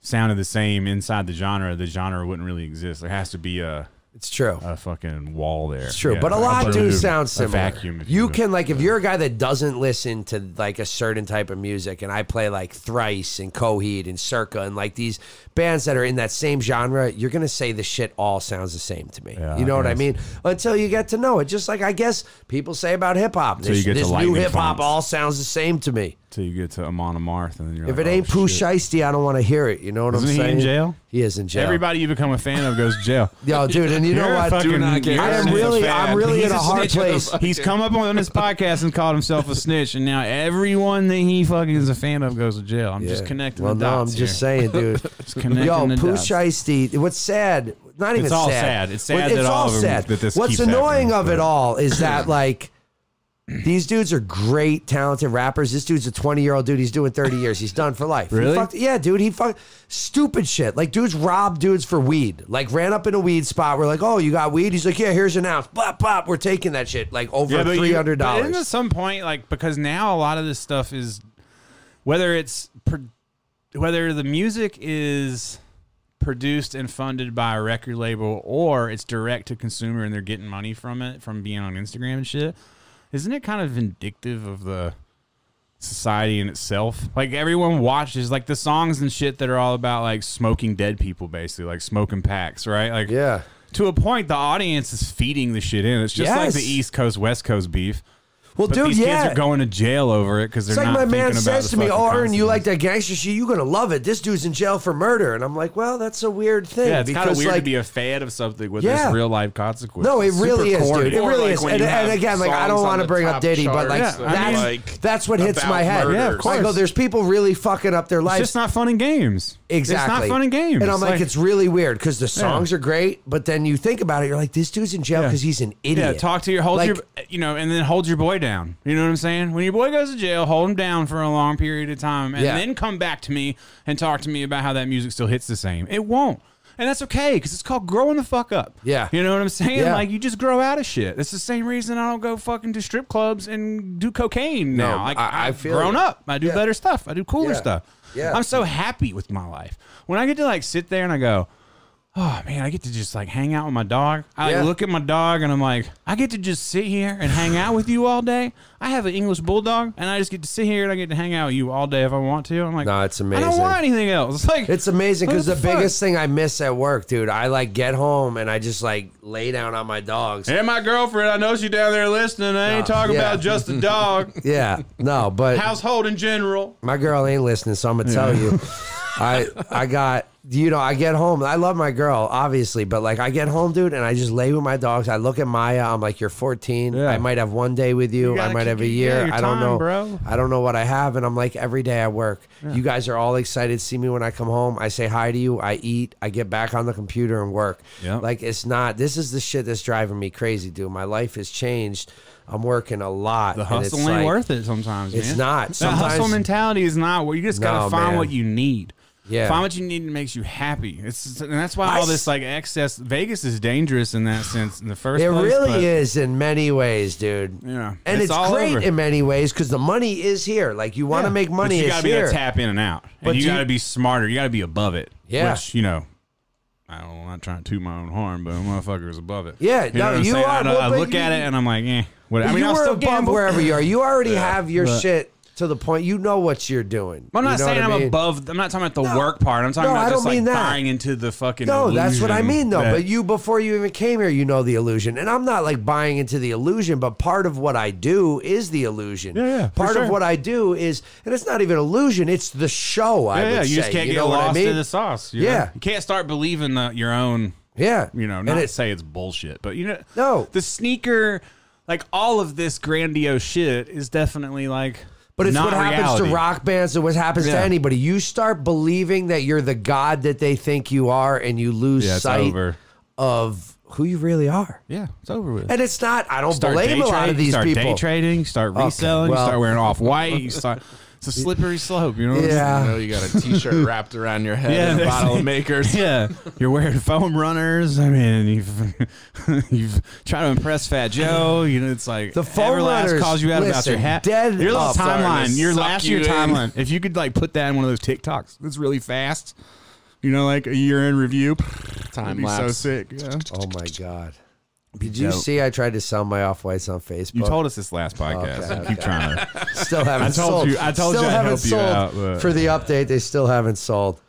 B: sounded the same inside the genre, the genre wouldn't really exist. There has to be a
A: it's true.
B: a fucking wall there.
A: It's true,
B: Yeah,
A: but a
B: like
A: lot do
B: boom,
A: sound
B: a
A: similar.
B: vacuum. if
A: you
B: will.
A: can like if you're a guy that doesn't listen to like a certain type of music, and I play like Thrice and Coheed and Circa and like these bands that are in that same genre, you're gonna say the shit all sounds the same to me.
B: Yeah,
A: you know
B: I
A: what I
B: guess.
A: mean? Until you get to know it, just like I guess people say about hip hop.
B: you
A: This,
B: get to
A: this new
B: lightning
A: hip hop
B: fonts.
A: all sounds the same to me.
B: till you get to Amon Amarth, and then you're
A: If
B: like,
A: it ain't
B: oh,
A: Pooh
B: shit.
A: Shiesty, I don't want to hear it. You know what
B: Isn't
A: I'm
B: he in
A: saying?
B: jail?
A: He is in jail.
B: everybody you become a fan of goes to jail.
A: yo, dude, and you know
B: You're a
A: what?
B: fucking-
A: Dude,
C: not get
B: you're
A: I
B: a
A: am
B: snitch
A: really-
B: fan.
A: I'm really
B: He's
A: in a hard
B: snitch.
A: place.
B: He's come up on his podcast and called himself a snitch, and now everyone that he fucking is a fan of goes to jail. I'm just
A: Yeah.
B: connecting
A: Well,
B: the
A: no,
B: dots.
A: I'm
B: here.
A: just saying, dude.
B: connecting
A: Yo,
B: the
A: Pooh
B: dots.
A: Shiesty. What's sad? Not even
B: all
A: sad.
B: sad. It's sad
A: It's
B: that all
A: all
B: of 'em-
A: sad.
B: that this
A: What's
B: keeps
A: annoying
B: happening,
A: of it
B: but-
A: all is that like. These dudes are great, talented rappers. This dude's a 20 year old dude. He's doing 30 years. He's done for life. He
B: Really?
A: fucked- yeah, dude. He fucked stupid shit. Like, dudes robbed dudes for weed. Like, ran up in a weed spot. We're like, oh, you got weed? He's like, yeah, here's an ounce. Bop, bop. We're taking that shit. Like, over
B: but you-
A: $300.
B: but Isn't at some point like because now a lot of this stuff is whether it's pro- whether the music is produced and funded by a record label or it's direct to consumer and they're getting money from it from being on Instagram and shit. Isn't it kind of vindictive of the society in itself? Like everyone watches like the songs and shit that are all about like smoking dead people basically, like smoking packs, right? Like
A: yeah.
B: to a point, the audience is feeding the shit in. It's just like
A: Yes.
B: the East Coast, West Coast beef.
A: Well,
B: But
A: dude,
B: these
A: yeah.
B: kids are going to jail over it because they're
A: It's like
B: not
A: my
B: thinking
A: man
B: about
A: says
B: the
A: to me,
B: fucking
A: "Oh, Aaron, you
B: consequences."
A: like that gangster shit? You're gonna love it. This dude's in jail for murder." And I'm like, "Well, that's a weird thing."
B: Yeah, it's kind of
A: because,
B: weird
A: like,
B: to be a fan of something with
A: Yeah.
B: this real life consequence.
A: no, it
B: It's super
A: really is,
B: corny.
A: dude. It
C: Or,
A: really
C: like,
A: is.
C: when
A: And,
C: you
A: and
C: have
A: again, like I
C: songs
A: don't
C: on
A: want to
C: the
A: bring up
C: top
A: Diddy, but
C: charts
A: like
B: that are,
A: that's
C: like,
A: that's what hits
C: about
A: my head.
C: murders.
B: Yeah, of
A: I go,
B: course.
A: there's people really fucking up their
B: It's
A: lives.
B: just not fun and games.
A: Exactly.
B: It's not fun and games.
A: And I'm like, it's really weird because the songs
B: Yeah.
A: are great, but then you think about it, you're like, this dude's in jail
B: Yeah.
A: because he's an
B: yeah,
A: idiot.
B: talk to your hold
A: Like-
B: your you know, and then hold your boy down. You know what I'm saying? When your boy goes to jail, hold him down for a long period of time, and
A: Yeah.
B: then come back to me and talk to me about how that music still hits the same. It won't, and that's okay because it's called growing the fuck up.
A: Yeah.
B: you know what I'm saying?
A: Yeah.
B: Like you just grow out of shit. It's the same reason I don't go fucking to strip clubs and do cocaine
A: No,
B: now. Like
A: I- I
B: I've
A: feel
B: grown
A: you.
B: up. I do
A: Yeah.
B: better stuff. I do cooler
A: Yeah.
B: stuff.
A: Yeah.
B: I'm so happy with my life when I get to like sit there and I go. Oh man, I get to just like hang out with my dog. I like,
A: Yeah.
B: look at my dog and I'm like, I get to just sit here and hang out with you all day. I have an English bulldog and I just get to sit here and I get to hang out with you all day if I want to. I'm like,
A: No, it's
B: I
A: amazing.
B: don't want anything else. Like
A: It's amazing
B: what
A: because the,
B: fuck?
A: biggest thing I miss at work, dude, I like get home and I just like lay down on my dogs
B: And my girlfriend, I know she down there listening. I ain't
A: No,
B: talking
A: yeah.
B: about just the dog,
A: Yeah, no, but
B: household in general.
A: my girl ain't listening, so I'm gonna tell you. I I got you know, I get home. I love my girl, obviously, but like I get home, dude, and I just lay with my dogs. I look at Maya. I'm like, you're 14.
B: Yeah.
A: I might have one day with you. I
B: gotta
A: might have a
B: keep-
A: year.
B: yeah, your
A: I don't
B: time,
A: know,
B: bro.
A: I don't know what I have, and I'm like, every day I work. You guys are all excited to see me when I come home. I say hi to you. I eat. I get back on the computer and work.
B: Yeah.
A: Like it's not. This is the shit that's driving me crazy, dude. My life has changed. I'm working a lot.
B: The
A: and it's
B: hustle ain't
A: like-
B: worth it sometimes.
A: It's
B: man.
A: not.
B: The hustle
A: Sometimes-
B: mentality is not. What you just gotta
A: No,
B: find
A: man.
B: what you need.
A: Yeah.
B: Find what you need that makes you happy. It's and that's why
A: I
B: all
A: s-
B: this like excess Vegas is dangerous in that sense in the first
A: It
B: place.
A: really
B: but-
A: is in many ways, dude.
B: Yeah.
A: and
B: It's
A: it's,
B: all
A: great
B: over.
A: in many ways because the money is here. Like you want to
B: Yeah.
A: make money,
B: But you
A: it's
B: gotta be
A: here.
B: able to tap in and out.
A: But
B: and you
A: you-
B: gotta be smarter. You gotta be above it.
A: Yeah.
B: Which, you know, I don't, I'm not trying to toot my own horn, but a motherfucker is above it.
A: Yeah,
B: know
A: no,
B: what I'm
A: you
B: saying? I,
A: are,
B: know- I
A: well, but
B: look at
A: you-
B: it and I'm like, eh. What, I mean,
A: you
B: I'll
A: were
B: still
A: above
B: gamble.
A: wherever you are. You already have your
B: but-
A: shit to the point. You know what you're doing. You
B: I'm not
A: know what
B: saying
A: I
B: I'm
A: mean?
B: above. I'm not talking about the work part. I'm talking
A: No,
B: about
A: I don't
B: just like
A: mean that.
B: buying into the fucking.
A: No, that's what I
B: illusion
A: mean, though.
B: that-
A: But you, before you even came here, you know the illusion. And I'm not like buying into the illusion, but part of what I do is the illusion.
B: Yeah, yeah, for
A: part
B: sure.
A: of what I do is, and it's not even illusion, it's the show. I
B: yeah,
A: would
B: yeah, you
A: say.
B: just can't
A: you
B: get
A: know
B: lost
A: what I mean?
B: in the sauce. you
A: Yeah.
B: know? you can't start believing the, your own.
A: Yeah.
B: You know, not
A: and
B: to
A: it's
B: say it's bullshit, but you know,
A: No.
B: the sneaker, like all of this grandiose shit, is definitely like.
A: But it's
B: not
A: what happens
B: reality.
A: to rock bands and what happens
B: Yeah.
A: to anybody. You start believing that you're the god that they think you are, and you lose
B: Yeah, it's
A: sight
B: over.
A: of who you really are.
B: Yeah, it's over with.
A: And it's not. I don't
B: Start
A: blame
B: day
A: a lot
B: trading,
A: of these
B: start
A: people.
B: day trading, start reselling, you
A: well-
B: start wearing off white, you start. It's a slippery slope, you know. What I'm saying?
C: You
A: yeah.
C: know, you got a T-shirt wrapped around your head
B: Yeah,
C: and a
B: that's-
C: bottle of Makers.
B: Yeah, you're wearing foam runners. I mean, you've you've trying to impress Fat Joe. You know, it's like
A: The foam
B: Everlast
A: runners,
B: calls you out about
A: listen,
B: your hat.
A: dead
B: your little
A: up.
C: Starting
B: timeline,
C: to
B: your
C: suck
B: last
C: you
B: year
C: in.
B: timeline. If you could like put that in one of those TikToks, that's really fast. You know, like a year in review. That'd
C: Time
B: be so
C: lapse.
B: sick. yeah.
A: Oh my god. Did you
B: dope.
A: see? I tried to sell my off whites on Facebook.
B: You told us this last podcast.
A: Okay,
B: I keep trying to.
A: still haven't
B: told
A: sold.
B: you- I told
A: still
B: you I'd
A: haven't
B: help you
A: sold
B: out, but-
A: for the update. They still haven't sold.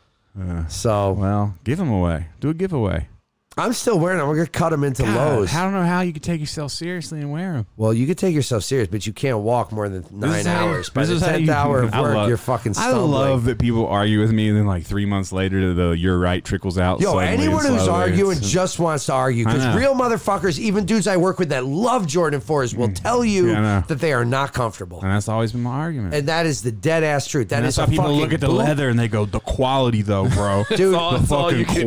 A: so
B: Well, give them away. Do a giveaway.
A: I'm still wearing them. We're gonna cut them into
B: God,
A: lows.
B: I don't know how you could take yourself seriously and wear them.
A: Well, you can take yourself serious, but you can't walk more than nine hours. By the tenth hour of work, you're fucking stumbling.
B: I love that people argue with me, and then like three months later, the "you're right" trickles out.
A: Yo,
B: slowly and
A: anyone who's
B: slowly.
A: arguing
B: It's-
A: just wants to argue because
B: I know.
A: real motherfuckers, even dudes I work with that love Jordan fours, will tell you
B: Hmm. Yeah, I know.
A: that they are not comfortable,
B: and that's always been my argument.
A: and that is the dead ass truth. That
B: And
A: is
B: that's
A: a
B: why people
A: fucking
B: look at the
A: bull-
B: leather and they go, "The quality, though, bro,
A: Dude,
B: the fucking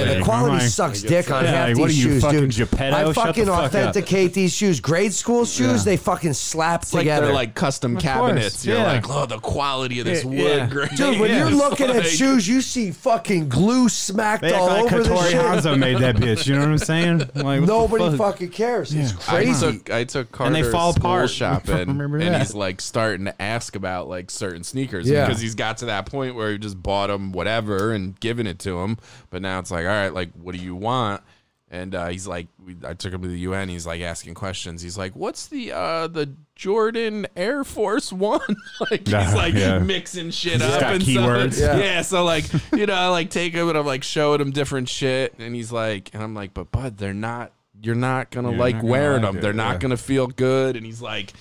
A: Yeah, the
B: I'm
A: quality
B: like,
A: sucks dick on
B: Yeah,
A: half
B: like,
A: these
B: what are you,
A: shoes,
B: fucking
A: dude.
B: Geppetto?
A: I
B: Shut the
A: fucking
B: fuck up.
A: authenticate these shoes. Grade school shoes, they fucking slap
C: It's like
A: together.
C: they're like custom
B: Of
C: cabinets.
B: course,
C: You're
B: yeah.
C: like, oh, the quality of this
B: Yeah,
C: wood,
B: yeah.
C: great.
A: Dude, when
B: Yeah,
A: you're
B: it's
A: looking at
C: like-
A: shoes, you see fucking glue smacked
B: They act
A: all
B: like
A: over the
B: Hattori
A: shit.
B: Hanzo made that bitch. You know what I'm saying? Like, what the
A: Nobody
B: fuck?
A: fucking cares. It's
C: I
A: crazy.
C: took I took Carter
B: And they fall
C: school
B: apart.
C: shopping,
B: Remember
C: and
B: that.
C: he's like starting to ask about like certain sneakers
A: Yeah.
C: because he's got to that point where he just bought them whatever and given it to him. But now it's like, all right, like what do you want? And uh, he's like, we, I took him to the UN. He's like asking questions. He's like, what's the uh, the Jordan Air Force One? like he's
B: Yeah,
C: like
B: yeah.
C: mixing shit
B: He's
C: up
B: got
C: and
B: keywords.
C: stuff.
A: Yeah.
C: Yeah. so like you know, I like take him and I'm like showing him different shit, and he's like, and I'm like, but bud, they're not. You're not gonna
B: You're
C: like
B: not gonna
C: wearing
B: like
C: them.
B: it,
C: They're
B: yeah.
C: not gonna feel good. And he's like,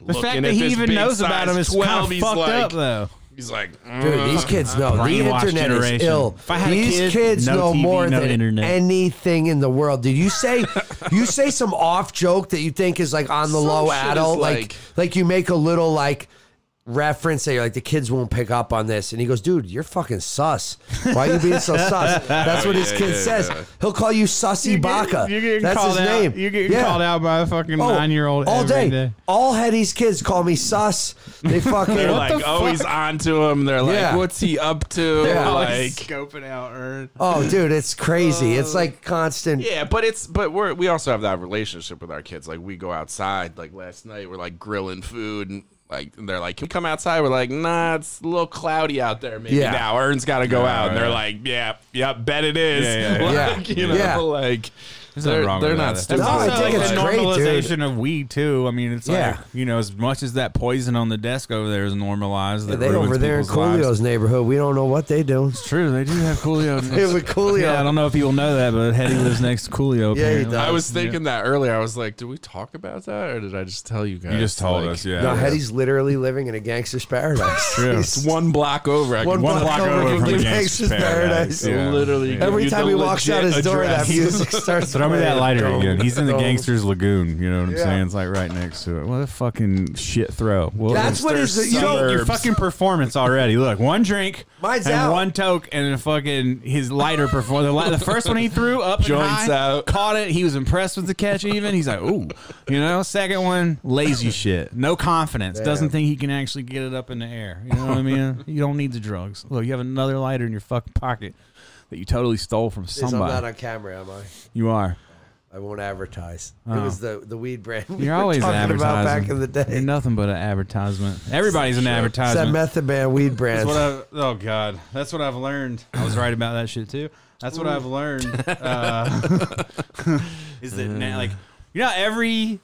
B: The fact that he even knows about him is kind of
C: he's
B: fucked
C: like,
B: up, though.
C: He's like, mm.
A: Dude,
C: "Ugh."
A: these kids know. The
B: Brainwashed
A: internet is
B: generation.
A: ill.
B: If I had a
A: these
B: kid,
A: kids
B: no
A: know
B: TV,
A: more
B: no
A: than
B: internet.
A: anything in the world. Did you say you say some off joke that you think is like on the
C: Some
A: low
C: shit is
A: adult? Like, like
C: like-
A: you make a little like reference that you're like the kids won't pick up on this and he goes dude you're fucking sus why are you being so sus that's what his
C: Yeah,
A: kid
C: yeah,
A: says
C: yeah.
A: he'll call you sussy baka
B: You're getting
A: that's
B: called
A: his
B: out.
A: name
B: You're getting
A: Yeah.
B: called out by a fucking
A: Oh,
B: nine-year-old
A: all
B: every
A: day. all had these kids call me sus they fucking
C: They're like oh,
B: the
C: always onto him. They're like,
A: Yeah.
C: what's he up to?
A: Yeah.
C: Like,
B: scoping out, or
A: oh dude it's crazy it's like constant
C: Uh, Yeah, but it's but we're we also have that relationship with our kids. Like we go outside. Like last night, we're like grilling food and. Like and they're like, can we come outside? We're like, nah, it's a little cloudy out there. Maybe
A: Yeah.
C: now Ern's got to go
B: Yeah,
C: out. And they're
B: yeah.
C: like, yeah, yeah, bet it is.
B: Yeah, yeah,
A: yeah.
C: like,
A: Yeah.
C: you know,
A: Yeah.
C: like
B: There's nothing
C: They're-
B: wrong
C: they're
B: with
C: not
B: that.
C: stupid.
B: That's
C: No, I
B: also
C: think
B: like
C: it's
B: the
A: great,
B: normalization
A: dude.
B: of weed too. I mean, it's
A: Yeah.
B: like you know, as much as that poison on the desk over there is normalized, that
A: They over
B: ruins
A: there in
B: people's lives.
A: Coolio's neighborhood. We don't know what they do.
B: It's true. They do have Coolio.
A: Yeah, with Coolio.
B: Yeah, I don't know if people know that, but Hetty lives next to
A: Yeah,
B: Coolio.
A: he
B: apparently.
A: does.
C: I was thinking that earlier. I was like, did we talk about that or did I just tell you guys?
B: You just told
C: Like,
B: us, yeah.
A: No, Hetty's literally living in a gangster's paradise.
B: True.
A: He's-
C: One block over. I
A: One
C: can-
B: One block over from the
A: Gangsta's
B: Gangsta's
A: Paradise.
B: Paradise. Yeah.
C: Literally.
B: Yeah.
A: Every
C: You
A: time
C: the
A: he walks out
C: legit
A: his door,
C: address.
A: that music starts.
B: Throw me that
A: playing.
B: lighter again. He's in the
A: Dome.
B: gangster's lagoon. You know what I'm
A: Yeah.
B: saying? It's like right next to it. What a fucking shit throw. What
A: That's
B: a-
A: what is the- you know-
B: Yo, your fucking performance already. Look, one drink,
A: Mine's
B: and
A: out.
B: one toke, and a fucking his lighter performance. The, li- the first one he threw up, and
C: Joints
B: high,
C: out.
B: caught it. He was impressed with the catch. Even he's like, ooh, you know. Second one, lazy shit, no confidence, doesn't think he can actually get it up in the air. You know what I mean? You don't need the drugs. Look, you have another lighter in your fucking pocket that you totally stole from
A: Jeez, I'm not
B: somebody.
A: on camera, am I?
B: you are.
A: I won't advertise. It
B: Oh.
A: was the the weed brand. we
B: You're
A: were
B: always an
A: talking about
B: advertisement.
A: back in the
B: You're
A: day.
B: nothing but an advertisement. Everybody's an
A: It's that
B: advertisement.
A: method man weed
B: That's
A: brand.
B: what I've, oh God, that's what I've learned. I was right about that shit too. That's what I've learned. Uh, is that now, like you know every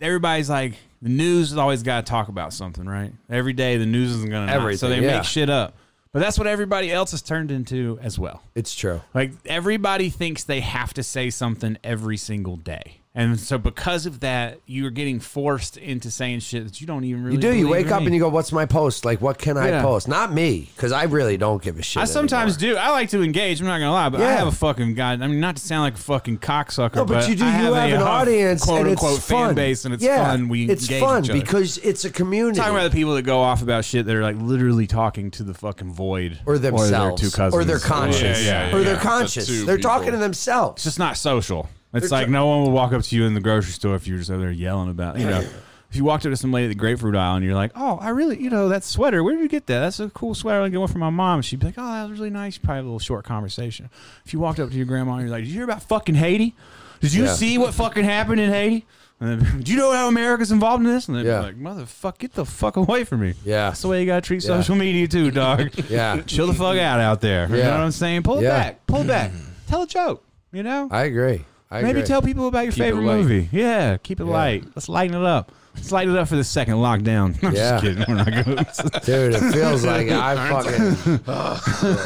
B: everybody's like the news has always got to talk about something, right? Every day the news isn't going to so they
A: Everything, yeah.
B: make shit up. But that's what everybody else has turned into as well.
A: It's true.
B: Like everybody thinks they have to say something every single day. And so because of that, you're getting forced into saying shit that you don't even really
A: You do. You
B: believe
A: wake
B: in.
A: up and you go, "What's my post? Like, what can I
B: Yeah.
A: post?" Not me, because I really don't give a shit.
B: I sometimes
A: anymore.
B: do. I like to engage. I'm not gonna lie, but I
A: Yeah.
B: have a fucking god. I mean, not to sound like a fucking cocksucker,
A: No, but, you do.
B: I
A: You have,
B: a
A: an
B: uh,
A: audience,
B: quote
A: and it's
B: unquote,
A: fun.
B: fan base, and it's
A: yeah,
B: fun. We
A: it's
B: engage
A: fun
B: each other.
A: because it's a community.
B: talking about the people that go off about shit that are like literally talking to the fucking void
A: or
B: their
A: themselves,
B: two cousins,
A: or their conscious,
B: Yeah, yeah, yeah,
A: or
B: yeah.
A: their
C: The
A: conscious.
C: two
A: They're
C: people.
A: talking to themselves.
B: It's just not social. It's
A: They're
B: like
A: tr-
B: no one will walk up to you in the grocery store if you're just over there yelling about you know. If you walked up to some lady at the grapefruit aisle and you're like, "Oh, I really, you know, that sweater. Where did you get that? That's a cool sweater. I got one from my mom." She'd be like, "Oh, that was really nice." You'd Probably have a little short conversation. If you walked up to your grandma and you're like, "Did you hear about fucking Haiti? Did you
A: Yeah.
B: see what fucking happened in Haiti?" And then, Do you know how America's involved in this? And they'd
A: Yeah.
B: be like, "Motherfuck, get the fuck away from me."
A: Yeah.
B: that's the way you gotta treat
A: Yeah.
B: social media too, dog.
A: Yeah.
B: chill the fuck out out there. You
A: Yeah.
B: know what I'm saying? Pull it
A: Yeah.
B: back. Pull back. Tell a joke. You know,
A: I agree. I
B: Maybe
A: agree.
B: tell people about your
C: Keep it
B: favorite
C: light.
B: movie. Yeah, keep it light. Let's lighten it up. Let's lighten it up for the second lockdown. I'm
A: Yeah.
B: just kidding. We're not gonna-
A: dude. It feels like I fucking.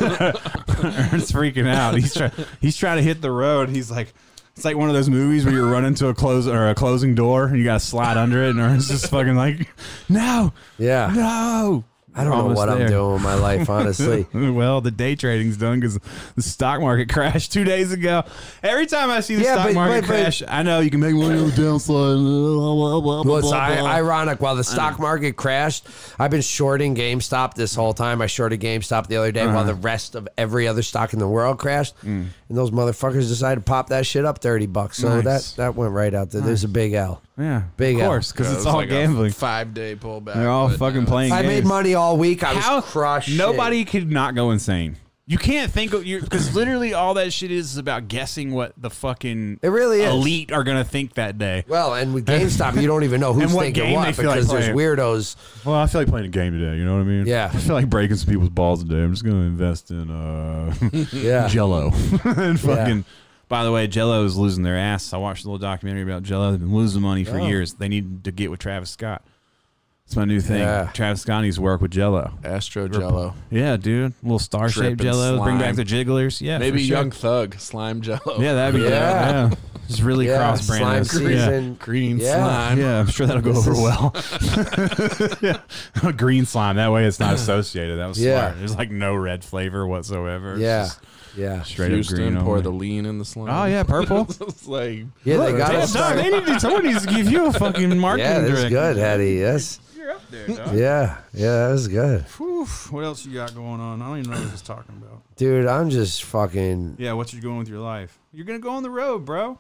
B: Ernst's freaking out. He's trying. He's trying to hit the road. He's like, it's like one of those movies where you're running to a close or a closing door and you got to slide under it, and Ernst's just fucking like, no,
A: Yeah.
B: no.
A: I don't know
B: Almost
A: what I'm
B: there.
A: doing with my life, honestly.
B: Well, the day trading's done because the stock market crashed two days ago. Every time I see the
A: Yeah,
B: stock
A: but-
B: market
A: but- but-
B: crash, I know you can make money on the downside. blah, blah, blah,
A: Well, it's
B: blah,
A: I-
B: blah.
A: ironic. While the stock market crashed, I've been shorting GameStop this whole time. I shorted GameStop the other day
B: Uh-huh.
A: while the rest of every other stock in the world crashed,
B: Mm.
A: and those motherfuckers decided to pop that shit up thirty bucks. So
B: Nice.
A: that that went right out there. There's a big L.
B: Yeah,
A: Big
B: of
A: L.
B: course, because
C: Yeah, it
B: it's
C: was
B: all
C: like a
B: gambling.
C: Five-day pullback.
B: They're all
C: but,
B: fucking
C: uh,
B: playing.
A: I made
B: games.
A: money all week. I was
B: How
A: crushed.
B: nobody could not go insane. You can't think of you because literally all that shit is is about guessing what the fucking
A: It really is.
B: elite are gonna think that day.
A: Well, and with GameStop, you don't even know who's
B: And what
A: thinking
B: game
A: what
B: they feel like
A: because there's
B: playing.
A: weirdos.
B: Well, I feel like playing a game today. You know what I mean?
A: Yeah.
B: I feel like breaking some people's balls today. I'm just gonna invest in uh
A: Yeah.
B: Jello and fucking. By the way, Jello is losing their ass. I watched a little documentary about Jello. They've been losing money for
A: Oh.
B: years. They need to get with Travis Scott. It's my new thing.
A: Yeah.
B: Travis Scott needs to work with Jello.
C: Astro Jello.
B: Yeah, dude. Little star
C: Drip
B: shaped
C: and
B: jello. Bring back the
C: slime.
B: jigglers. Yeah.
C: Maybe
B: for sure.
C: Young Thug. Slime Jello.
B: Yeah, that'd be
A: Yeah.
B: yeah. yeah. Just really
A: Yeah,
B: cross brand.
A: slime
B: Yeah.
A: season.
C: Green
A: Yeah.
C: slime.
B: yeah, I'm sure that'll go
A: This
B: over
A: is-
B: well. yeah. Green slime. That way it's not associated. That was
A: Yeah.
B: smart. There's like no red flavor whatsoever. It's
A: Yeah.
B: just
A: Yeah.
B: Straight
C: Houston,
B: up green.
C: pour
B: only.
C: the lean in the slime.
B: oh, yeah. Purple.
C: it's like
A: Yeah, they
B: Look,
A: got
B: damn,
A: us.
B: dog, they need to, someone needs to give you a fucking marketing
A: Yeah, that's
B: direction.
A: good, Hattie. Yes.
B: You're up there, dog.
A: Yeah. Yeah, that was good.
B: Whew, what else you got going on? I don't even know what I was talking about.
A: Dude, I'm just fucking
B: Yeah, what you going with your life? You're gonna go on the road, bro.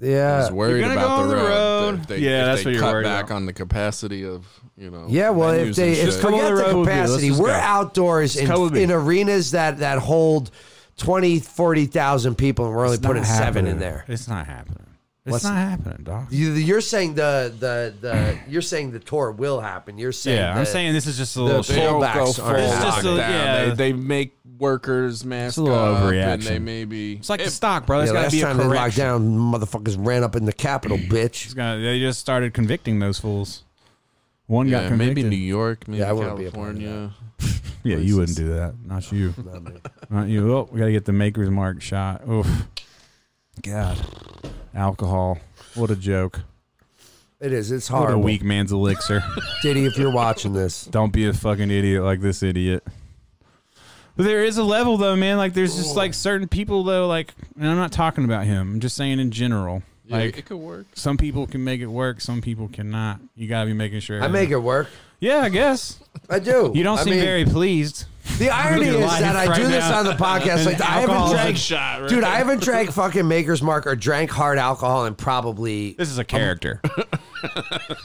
A: yeah.
C: I was worried
B: gonna
C: about
B: go on
C: the
B: the
C: road.
B: road.
C: If they,
B: Yeah,
C: if
B: that's
C: they
B: what you're
C: cut
B: worried
C: back
B: about.
C: on the capacity of you know.
A: Yeah, well, if
C: venues
A: they
C: and
A: if
C: shit.
B: come
A: forget
B: on the
A: the
B: road with me. Let's
A: capacity,
B: just
A: we're
B: go.
A: outdoors in,
B: come with me.
A: in arenas that that hold 20, 40,000 people, and we're only putting seven in there.
B: It's not happening. It's
A: What's-
B: not happening, doc.
A: You, you're saying the the the you're saying the tour will happen. You're saying
B: Yeah, I'm
A: the-
B: saying this is just a
A: the
B: little
A: big
B: shit.
A: old
C: They'll
A: Fullbacks
C: go
A: are
C: full
A: It's
B: just a-
C: lockdown.
B: yeah.
C: They, they make workers mask
B: a little
C: up, and
B: overreaction.
C: they maybe
B: It's like the
C: If-
B: stock, bro. That's
A: yeah,
B: got
A: last
B: to be a
A: time they locked
B: correction.
A: down, motherfuckers ran up in the Capitol, bitch.
B: It's gonna- they just started convicting those fools. One
C: Yeah,
B: got
C: maybe
B: convicted.
C: New York, maybe
A: Yeah, I wouldn't be a part of
C: California.
B: yeah, you wouldn't do that. Not you. Not you. Oh, we got to get the maker's mark shot. Oof. God. Alcohol. What a joke.
A: It is. It's
B: What a
A: hard.
B: weak man's elixir.
A: Diddy, if you're watching this,
B: Don't be a fucking idiot like this idiot. But there is a level though, man. Like there's just like certain people though, like and I'm not talking about him. I'm just saying in general.
C: Yeah,
B: like
C: it could work.
B: some people can make it work, some people cannot. You gotta be making sure.
A: I make it work.
B: Yeah, I guess.
A: I do.
B: You don't
A: I
B: seem
A: mean,
B: very pleased.
A: The irony
B: your
A: is
B: life
A: that I
B: right
A: do this
B: now.
A: on the podcast. Like
B: And
A: I haven't
B: alcohol is a
A: drank,
B: shot, right?
A: dude. I haven't drank fucking Maker's Mark or drank hard alcohol and probably.
B: This is a character.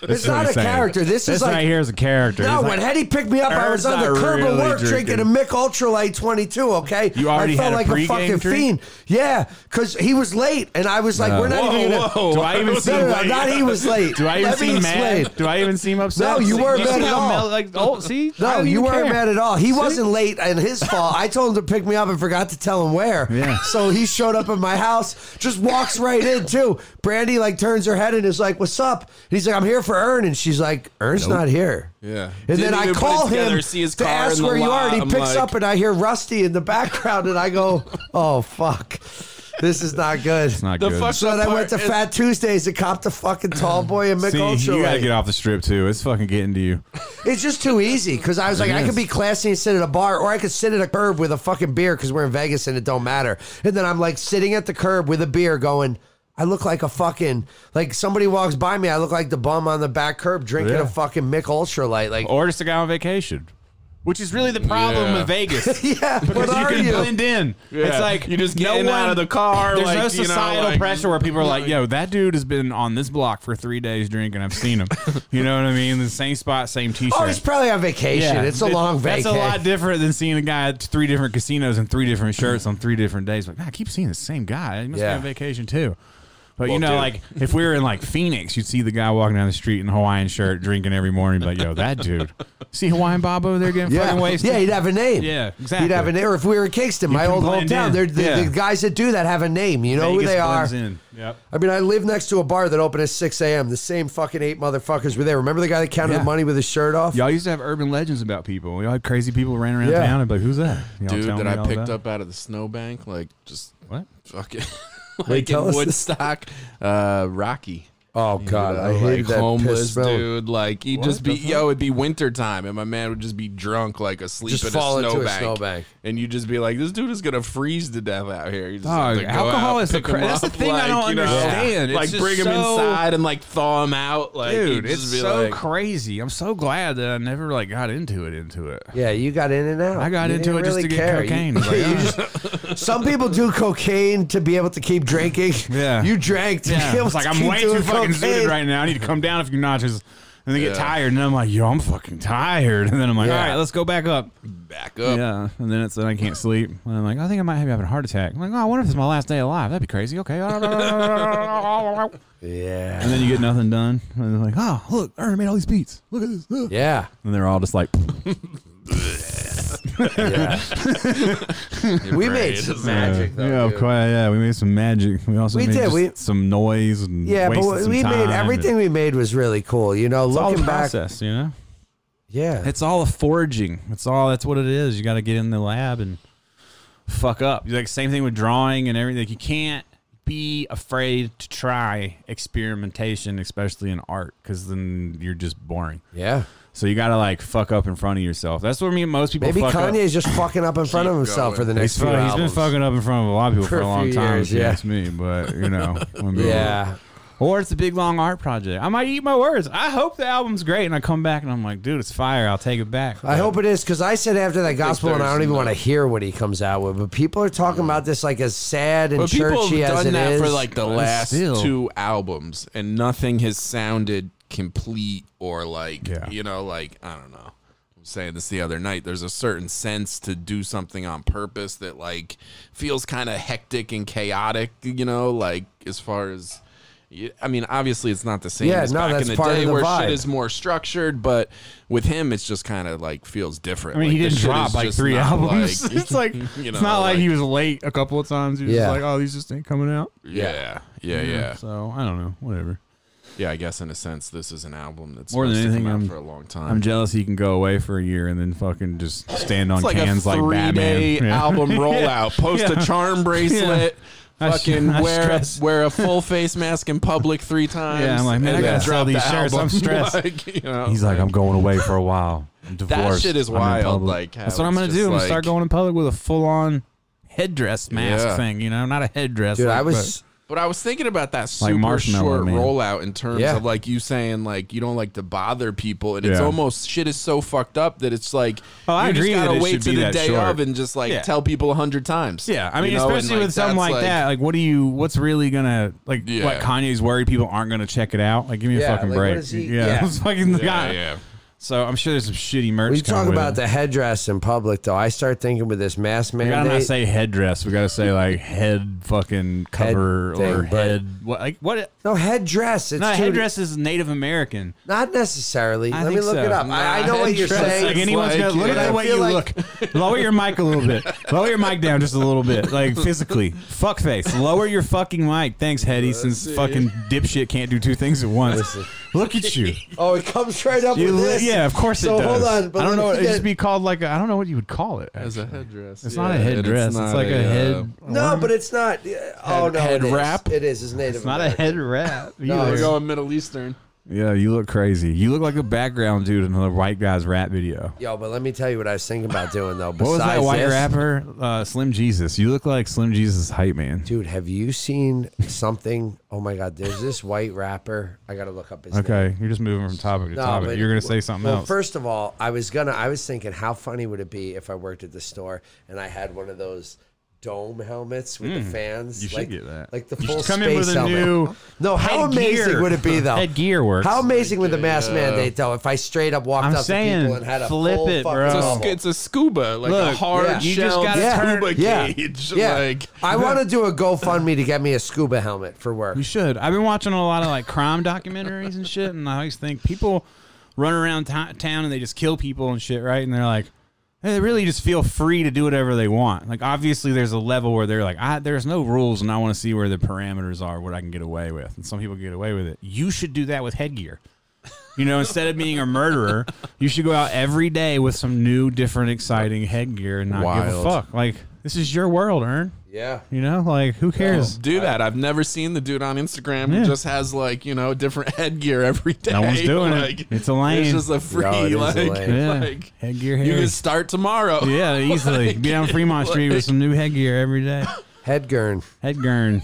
A: It's not a character. This,
B: This
A: is like
B: right here is a character.
A: No,
B: It's like-
A: when Hetty picked me up, I was
B: Herb's
A: on the
B: not
A: curb
B: really
A: at work
B: drinking.
A: drinking a Mick Ultralight 22. Okay,
B: You already
A: I felt
B: had a
A: like
B: pregame
A: fucking
B: drink?
A: fiend. Yeah, because he was late, and I was like,
B: No.
A: "We're not even gonna."
C: whoa.
B: do I even
A: No,
B: seem
A: no, no,
B: like-
A: not he was late.
B: uh, Do I even
A: Let me
B: seem
A: explain.
B: mad? Do I even seem upset?
A: No, you
B: See-
A: weren't
B: see
A: mad at
B: how
A: all.
B: mel- like, oh, see, I
A: No,
B: don't
A: you
B: even
A: weren't
B: care.
A: mad at all. He wasn't late and his fault. I told him to pick me up and forgot to tell him where.
B: Yeah.
A: So he showed up at my house, just walks right in too. Brandy like turns her head and is like, What's up? And he's like, I'm here for Ern. And she's like, Ern's not here.
C: Yeah.
A: And
C: Didn't
A: then I
C: even put it
A: call him
C: together, see his
A: to
C: car
A: ask
C: in the
A: where you are, and he
C: lot. I'm
A: picks
C: like-
A: up and I hear Rusty in the background and I go, Oh fuck. This is not good.
B: It's not
C: The
B: good.
C: fuck-
A: so then I went to
C: It's-
A: Fat Tuesdays and copped a fucking tall boy and Mick
B: See,
A: Ultra.
B: you gotta get off the strip too. It's fucking getting to you.
A: It's just too easy because I was like, I could
B: is.
A: be classy and sit at a bar, or I could sit at a curb with a fucking beer because we're in Vegas and it don't matter. And then I'm like sitting at the curb with a beer, going, I look like a fucking like somebody walks by me, I look like the bum on the back curb drinking
B: Yeah. Oh.
A: a fucking Mick Ultralight, like.
B: Or just a guy on vacation, which is really the problem
C: Yeah.
B: with Vegas.
A: Yeah, what
B: Because you
A: are
B: can
A: you?
B: blend in. It's
C: Yeah.
B: like
C: You just get
B: no
C: in and
B: one,
C: out of the car,
B: There's
C: like,
B: no
C: you know,
B: societal
C: like-
B: pressure where people are like, "Yo, that dude has been on this block for three days drinking. I've seen him. you know what I mean? The same spot, same T-shirt.
A: Oh, he's probably on vacation. It's a
B: It-
A: long vacation.
B: That's a lot different than seeing a guy at three different casinos in three different shirts on three different days. Like, nah, I keep seeing the same guy. He must
A: Yeah.
B: be on vacation too. But you
C: Well,
B: know,
C: dude.
B: like if we were in like Phoenix, you'd see the guy walking down the street in a Hawaiian shirt, drinking every morning. Like, yo, that dude. See Hawaiian Bob over there getting
A: Yeah,
B: fucking wasted.
A: yeah, he'd have a name.
B: Yeah, exactly.
A: He'd have a name. Or if we were in Kingston, my
B: can
A: old
B: blend
A: hometown,
B: in.
A: they're, the,
B: Yeah.
A: the guys that do that have a name. You know who
B: Vegas
A: they are.
B: blends In. Yep.
A: I mean, I live next to a bar that opened at 6 a.m. The same fucking eight motherfuckers were there. Remember the guy that counted
B: Yeah.
A: the money with his shirt off?
B: Y'all used to have urban legends about people. Y'all had crazy people ran around
A: Yeah.
B: town and be like, "Who's that?" Y'all
C: dude
B: tell
C: that
B: me
C: I
B: all
C: picked
B: that?
C: up out of the snowbank, like just
B: What?
C: fucking
A: Wait,
C: like
A: tell
C: in
A: us this.
C: Woodstock, uh, Rocky.
A: Oh, God.
B: uh,
C: You know,
A: I hated that
C: like
A: piss
C: homeless
A: smell.
C: dude. Like he'd just be yo, it'd be wintertime and my man would just be drunk like asleep
A: Just
C: in
A: fall
C: a
A: into a
C: snowbank.
A: snowbank.
C: And you'd just be like, This dude is gonna freeze to death out here. You just
B: Dog,
C: have to go
B: alcohol
C: out,
B: is the
C: pick him
B: cra- that's the
C: up,
B: thing I
C: like,
B: don't
C: you know,
B: understand. It's
C: Like
B: just
C: bring him
B: so-
C: inside and like thaw him out. Like
B: Dude,
C: he'd just
B: it's
C: be
B: so
C: like,
B: crazy. I'm so glad that I never like got into it. Into it.
A: Yeah, you got in and out.
B: I got
A: You
B: into
A: didn't
B: it just
A: really
B: to get
A: care.
B: cocaine.
A: You-
B: It's like,
A: you
B: ah.
A: just- some people do cocaine to be able to keep drinking.
B: Yeah.
A: You drank to be
B: Yeah,
A: able
B: it's like
A: to
B: I'm
A: keep
B: way
A: doing
B: too fucking
A: cocaine.
B: suited right now. I need to come down a few notches, and they get
C: Yeah.
B: tired, and then I'm like, "Yo, I'm fucking tired," and then I'm like,
A: Yeah.
B: "All right, let's go back up."
C: back up.
B: Yeah, and then it's then I can't sleep. And I'm like, I think I might have having a heart attack. I'm like, oh, I wonder if it's my last day alive. That'd be crazy. Okay, and
A: Yeah.
B: then you get nothing done, and they're like, oh, look, I made all these beats. Look at this. Ugh.
A: Yeah.
B: And they're all just like,
A: We
C: Right.
A: made some magic, though.
B: yeah,
A: dude.
B: quite, yeah, we made some magic. We also
A: We
B: made
A: did,
B: just
A: we-
B: some noise and
A: Yeah, but
B: wasted
A: we
B: some
A: we
B: time
A: made
B: and-
A: everything we made was really cool. You know,
B: It's all
A: looking
B: the
A: back,
B: process, you know.
A: yeah,
B: It's all the forging. It's all that's what it is. You got to get in the lab and fuck up. You Like same thing with drawing and everything. Like, you can't be afraid to try experimentation, especially in art, because then you're just boring.
A: yeah.
B: So you got to like fuck up in front of yourself. That's what I mean. Most people
A: Maybe
B: fuck up.
A: Kanye's just fucking up in front of
C: Keep
A: himself
C: going.
A: for the next
B: He's,
A: few
B: fu- he's been
A: albums.
B: fucking up in front of a lot of people
A: For
B: for,
A: a
B: a long
A: few
B: time.
A: years,
B: if you
A: yeah.
B: ask me, but you know, I mean,
A: Yeah.
B: Or it's a big long art project. I might eat my words. I hope the album's great, and I come back and I'm like, dude, it's fire. I'll take it back.
A: I hope it is because I said after that gospel, and I don't
C: there's
A: even want to
C: no-
A: hear what he comes out with. But people are talking about this like as sad and
C: But people
A: churchy
C: have
A: as it
C: done
A: is.
C: that for like the last
B: still-
C: two albums, and nothing has sounded complete or like
B: Yeah.
C: you know, like I don't know. I was saying this the other night. There's a certain sense to do something on purpose that like feels kind of hectic and chaotic. You know, like as far as you- I mean, obviously, it's not the same
A: Yeah,
C: as
A: no,
C: back
A: that's
C: in the
A: part of
C: day
A: the
C: where
A: vibe.
C: shit is more structured. But with him, it's just kind of like feels different.
B: I mean,
C: Like,
B: he
C: the
B: didn't
C: shit
B: drop
C: is
B: like
C: just
B: three
C: not
B: albums.
C: like-
B: it's like
C: you
B: it's
C: know,
B: not like, he was late a couple of times. He was
A: Yeah.
B: just like, oh, these just ain't coming out.
C: Yeah, yeah, yeah,
B: So I don't know. Whatever.
C: yeah. I guess in a sense, this is an album that's
B: More than
C: supposed to come
B: anything,
C: out
B: I'm-
C: for a long time.
B: I'm jealous he can go away for a year and then fucking just stand on
C: it's like
B: cans
C: a
B: like Batman.
C: three-day
B: Yeah.
C: album rollout. Post
B: Yeah.
C: a charm bracelet.
B: I s-
C: Fucking
B: I
C: wear
B: stress.
C: wear a full face mask in public three times.
B: Yeah, I'm like, man, I
C: and
B: gotta
C: then
B: sell
C: drop
B: these
C: the
B: shirts. I'm
C: album.
B: stressed.
C: Like, you know,
B: He's like, I'm going away for a while. I'm divorced.
C: shit is
B: I'm in
C: wild,
B: public."
C: like, how
B: that's what I'm
C: it's
B: gonna
C: just
B: do. I'm gonna
C: like-
B: start going in public with a full on headdress mask
C: Yeah.
B: thing. You know, not a headdress.
A: Dude,
B: like,
A: I
B: but-
A: was.
C: But I was thinking about that
B: Like
C: super
B: Marshmello,
C: short
B: man.
C: rollout in terms
A: Yeah.
C: of like you saying like you don't like to bother people, and it's
B: Yeah.
C: almost shit is so fucked up that it's like
B: Oh, I
C: you
B: agree
C: just
B: that
C: gotta
B: it
C: wait
B: should
C: to
B: be
C: the
B: that
C: day
B: short.
C: of and just like
B: Yeah.
C: tell people a hundred times.
B: Yeah, I
C: You
B: mean,
C: know? And,
B: especially
C: like,
B: with something
C: that's,
B: like, that. Like, what do you? What's really gonna like?
C: Yeah.
B: What Kanye's worried people aren't gonna check it out? Like, give me
A: Yeah,
B: a fucking
A: like, what
B: break.
A: is he-
B: yeah,
A: yeah.
B: it's fucking the
C: Yeah,
B: guy.
C: yeah.
B: So I'm sure there's some shitty merch.
A: We talk
B: coming with
A: about
B: it.
A: the headdress in public, though. I start thinking with this mask
B: We gotta not
A: mandate.
B: say headdress. We gotta say like head fucking cover
A: thing,
B: or
A: but-
B: head. What like what?
A: no headdress. It's
B: No,
A: too-
B: headdress is Native American.
A: Not necessarily.
B: I
A: Let me
B: think
A: look
B: so.
A: it up. I, I know what you're
C: Nah, headdress,
A: saying.
B: Like anyone's
C: like,
B: gonna look
A: yeah.
B: at the way
A: I feel
B: you
A: like-
B: look. Lower your mic a little bit. Lower your mic down just a little bit. Like physically, fuck face. Lower your fucking mic. Thanks, Hetty. Since fucking dipshit can't do two things at once. Look at you.
A: Oh, it comes right up
B: You
A: with
B: li-
A: this.
B: yeah, of course
A: So
B: it does.
A: hold on, but
B: I
A: let
B: don't know.
A: me
B: It'd
A: get-
B: just be called like a, I don't know what you would call it.
C: As a
B: actually.
C: headdress.
B: It's not a headdress. It's, like a
C: uh,
B: head.
A: uh, No,
B: ornament.
A: but it's not. yeah, Oh no,
C: head
A: it is.
C: wrap?
A: It is. It's Native.
B: it's not a
A: American.
B: head wrap.
A: No,
B: either.
A: it's-
C: Middle Eastern.
B: Yeah, you look crazy. You look like the background dude in the white guy's rap video.
A: Yo, but let me tell you what I was thinking about doing though.
B: What was that
A: besides
B: white
A: this-
B: rapper? Uh, Slim Jesus. You look like Slim Jesus hype man.
A: Dude, have you seen something? Oh my God, there's this white rapper. I gotta look up his name.
B: Okay, you're just moving from topic to
A: No,
B: topic.
A: but-
B: You're gonna say something
A: well,
B: else.
A: First of all, I was gonna. I was thinking, how funny would it be if I worked at the store and I had one of those dome helmets with the fans?
B: Hmm. you should
A: like,
B: get that.
A: Like the
B: You should
A: full
B: come
A: space
B: in with a
A: helmet.
B: new
A: no, how
B: headgear.
A: amazing would it be though?
B: Headgear works.
A: How amazing would the mask mandate though? If I straight up walked
B: I'm
A: up to
B: saying,
A: people and had a
B: flip
A: full
B: it,
A: fucking
B: bro.
C: It's,
A: helmet.
C: a, it's a scuba, like a
B: Look,
C: hard
A: yeah.
C: shell
A: You
B: just gotta turn-
C: scuba
A: Yeah.
C: cage.
A: Yeah.
C: Like
A: I want to do a GoFundMe to get me a scuba helmet for work.
B: You should. I've been watching a lot of like crime documentaries and shit, and I always think people run around to town and they just kill people and shit, right? And they're like, they really just feel free to do whatever they want. Like obviously, there's a level where they're like, I, there's no rules, and I want to see where the parameters are, what I can get away with. And some people get away with it. You should do that with headgear. You know, instead of being a murderer, you should go out every day with some new, different, exciting headgear and not give a
C: Wild.
B: fuck. Like this is your world, Ern.
A: Yeah.
B: You know, like who cares?
C: do that. I've never seen the dude on Instagram who
B: Yeah.
C: just has like you know different headgear every day.
B: No one's doing it.
C: like,
B: It's a lane.
C: It's just a free
A: No, it is a
C: like,
A: lane.
B: Yeah.
C: like,
B: headgear
C: you
B: Harry.
C: can start tomorrow.
B: Yeah, easily. Be on Fremont Street with some new headgear every day.
A: Headgurn.
B: Headgurn.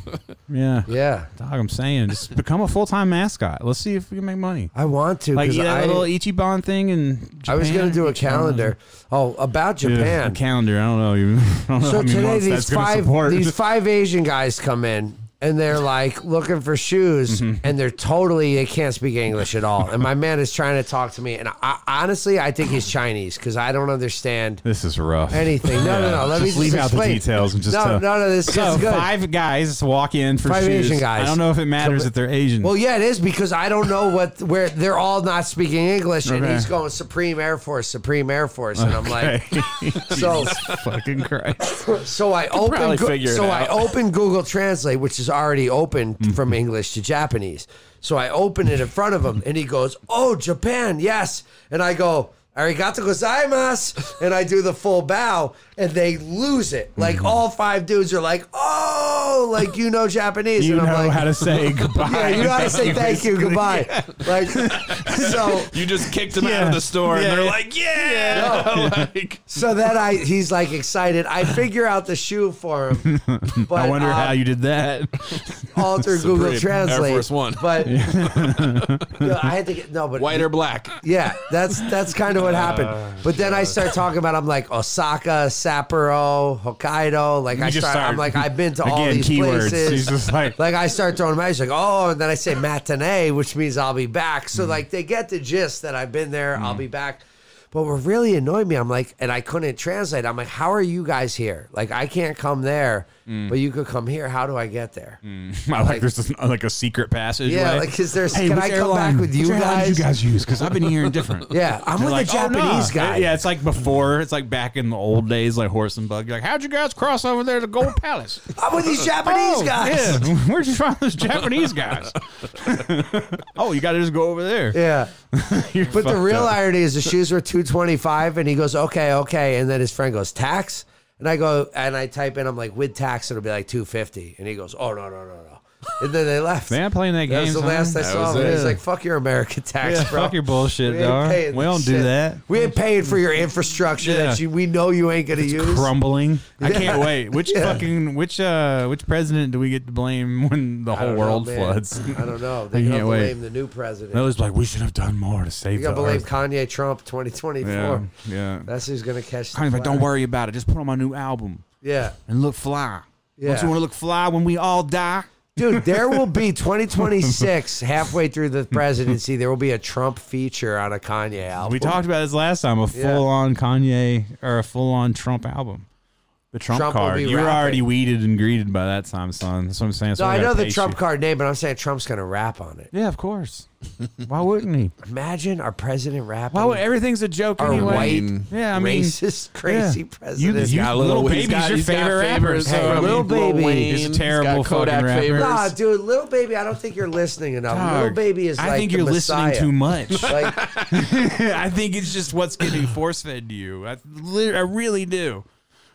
B: Yeah.
A: Yeah.
B: Dog, I'm saying, just become a full time mascot. Let's see if we can make money.
A: I want to
B: Like
A: because
B: yeah, that
A: I,
B: little Ichiban thing in Japan.
A: I was going to do a
B: Ichiban.
A: calendar. Oh, about
B: Yeah,
A: Japan.
B: a calendar. I don't know. You, I don't know
A: So
B: how many
A: today
B: months
A: these
B: that's gonna
A: five
B: support.
A: these five Asian guys come in and they're like looking for shoes
B: Mm-hmm.
A: and they're totally they can't speak English at all. And my man is trying to talk to me and I, honestly I think he's Chinese because I don't understand
B: this is rough.
A: anything. No, no, no. Let me
B: Just
A: just
B: leave out the
A: explain.
B: details and just
A: no,
B: tell-
A: no, no. This
B: So
A: is good.
B: five guys walk in for
A: Five
B: shoes.
A: Asian guys.
B: I don't know if it matters
A: Come-
B: if they're Asian.
A: Well, yeah, it is because I don't know what where they're all not speaking English, and
B: Okay.
A: he's going Supreme Air Force, Supreme Air Force, and I'm like, so
B: fucking Christ.
A: so I open
C: probably
A: Goo-
C: figure it
A: so I
C: out.
A: open Google Translate, which is already open
B: Mm-hmm.
A: from English to Japanese. So I open it in front of him, and he goes, "Oh, Japan, yes," and I go. Arigato gozaimasu, and I do the full bow, and they lose it. Like
B: Mm-hmm.
A: all five dudes are like, "Oh, like you know Japanese,"
B: You
A: and
B: know
A: I'm like,
B: how to say goodbye.
A: yeah, you gotta say thank you, goodbye. Like, so,
C: You just kicked him out
B: Yeah.
C: of the store,
B: Yeah,
C: and they're
B: yeah.
C: like, "Yeah!" Like,
A: so then I, he's like excited. I figure out the shoe for him, but
B: I wonder
A: um,
B: how you did that.
A: alter Google
C: Supreme,
A: Translate.
C: Air Force One.
A: but No, I had to get no, but
C: white or black.
A: yeah, that's that's kind of what happened.
B: Oh,
A: But then I start talking about I'm like Osaka, Sapporo, Hokkaido. Like I
B: You just
A: start, I'm like I've been to
B: again,
A: all these
B: keywords.
A: places.
B: He's just like,
A: Like I start throwing my, he's like, oh, and then I say matinee, which means I'll be back.
B: Hmm.
A: So like they get the gist that I've been there, I'll be back. But what really annoyed me, I'm like, and I couldn't translate. I'm like, how are you guys here? Like I can't come there
B: Hmm.
A: But you could come here. How do I get there?
B: I like, there's this, like a secret passage.
A: Yeah,
B: way.
A: like is there? can I come back with you guys?
B: you guys use? Because I've been hearing different.
A: Yeah, I'm
B: They're
A: with
B: like,
A: the
B: "Oh, no."
A: Japanese guy.
B: Yeah, it's like before. It's like back in the old days, like horse and buggy. Like, how'd you guys cross over there to Gold Palace?
A: I'm with these Japanese
B: Oh,
A: guys.
B: Yeah. Where'd you find those Japanese guys? oh, you got to just go over there.
A: Yeah.
B: You're
A: But the
B: fucked
A: real
B: up.
A: irony is the shoes were 225 and he goes, "Okay, okay." And then his friend goes, "Tax?" And I go and I type in I'm like, "With tax it'll be like 250." And he goes, "Oh, no, no, no, no." And then they left.
B: They ain't playing
A: that
B: that game.
A: was the
B: son.
A: last I saw
C: was
A: him. And
C: it.
A: He's like, "Fuck your American tax,
B: Yeah,
A: bro."
B: fuck your bullshit,
A: We ain't
B: dog.
A: paying
B: We
A: this
B: don't do
A: shit.
B: that.
A: We ain't paying for your infrastructure that
B: Yeah.
A: you, we know you ain't gonna use.
B: Crumbling. I can't
A: Yeah.
B: wait. Which fucking which uh which president do we get to blame when the
A: I
B: whole
A: don't know,
B: world
A: man.
B: floods?
A: I don't know. They
B: I
A: gotta
B: can't wait.
A: blame the new president.
B: That was like we should have done more to save
A: you gotta
B: the
A: blame
B: earth.
A: Kanye Trump 2024.
B: Yeah, yeah.
A: That's who's gonna catch. the
B: Kanye's like, don't
A: flag."
B: worry about it. Just put on my new album
A: Yeah.
B: and look fly. Don't
A: Yeah.
B: you want to look fly when we all die?
A: Dude, there will be 2026, halfway through the presidency, there will be a Trump feature on a Kanye album.
B: We talked about this last time. A
A: Yeah.
B: full on Kanye or a full on Trump album. The Trump,
A: Trump will
B: card.
A: be
B: You were
A: rapping.
B: already weeded and greeted by that time, son. That's what I'm saying. That's
A: No,
B: why we
A: I know
B: gotta
A: the
B: pace
A: Trump
B: you.
A: card name, but I'm saying Trump's going to rap on it.
B: Yeah, of course. Why wouldn't he?
A: Imagine our president rapping.
B: Why would everything's a joke
A: our
B: anyway?
A: white,
B: yeah, I mean,
A: racist, crazy
B: yeah.
A: president.
B: You-
C: Got a little,
B: Lil
C: he's
B: Baby's
C: got-
B: your
C: he's got
B: favorite rapper,
C: favors,
B: so-
C: though. I mean,
A: Lil Baby
C: Wayne,
A: is a
C: he's got
B: terrible fucking
C: Kodak
B: rapper.
C: favors.
A: nah, dude, little baby, I don't think you're listening enough. little
B: Dog,
A: baby is like
B: I think
A: the
B: you're
A: messiah.
B: listening too much.
A: Like,
B: I think it's just what's getting force fed to you. I, lit- I really do.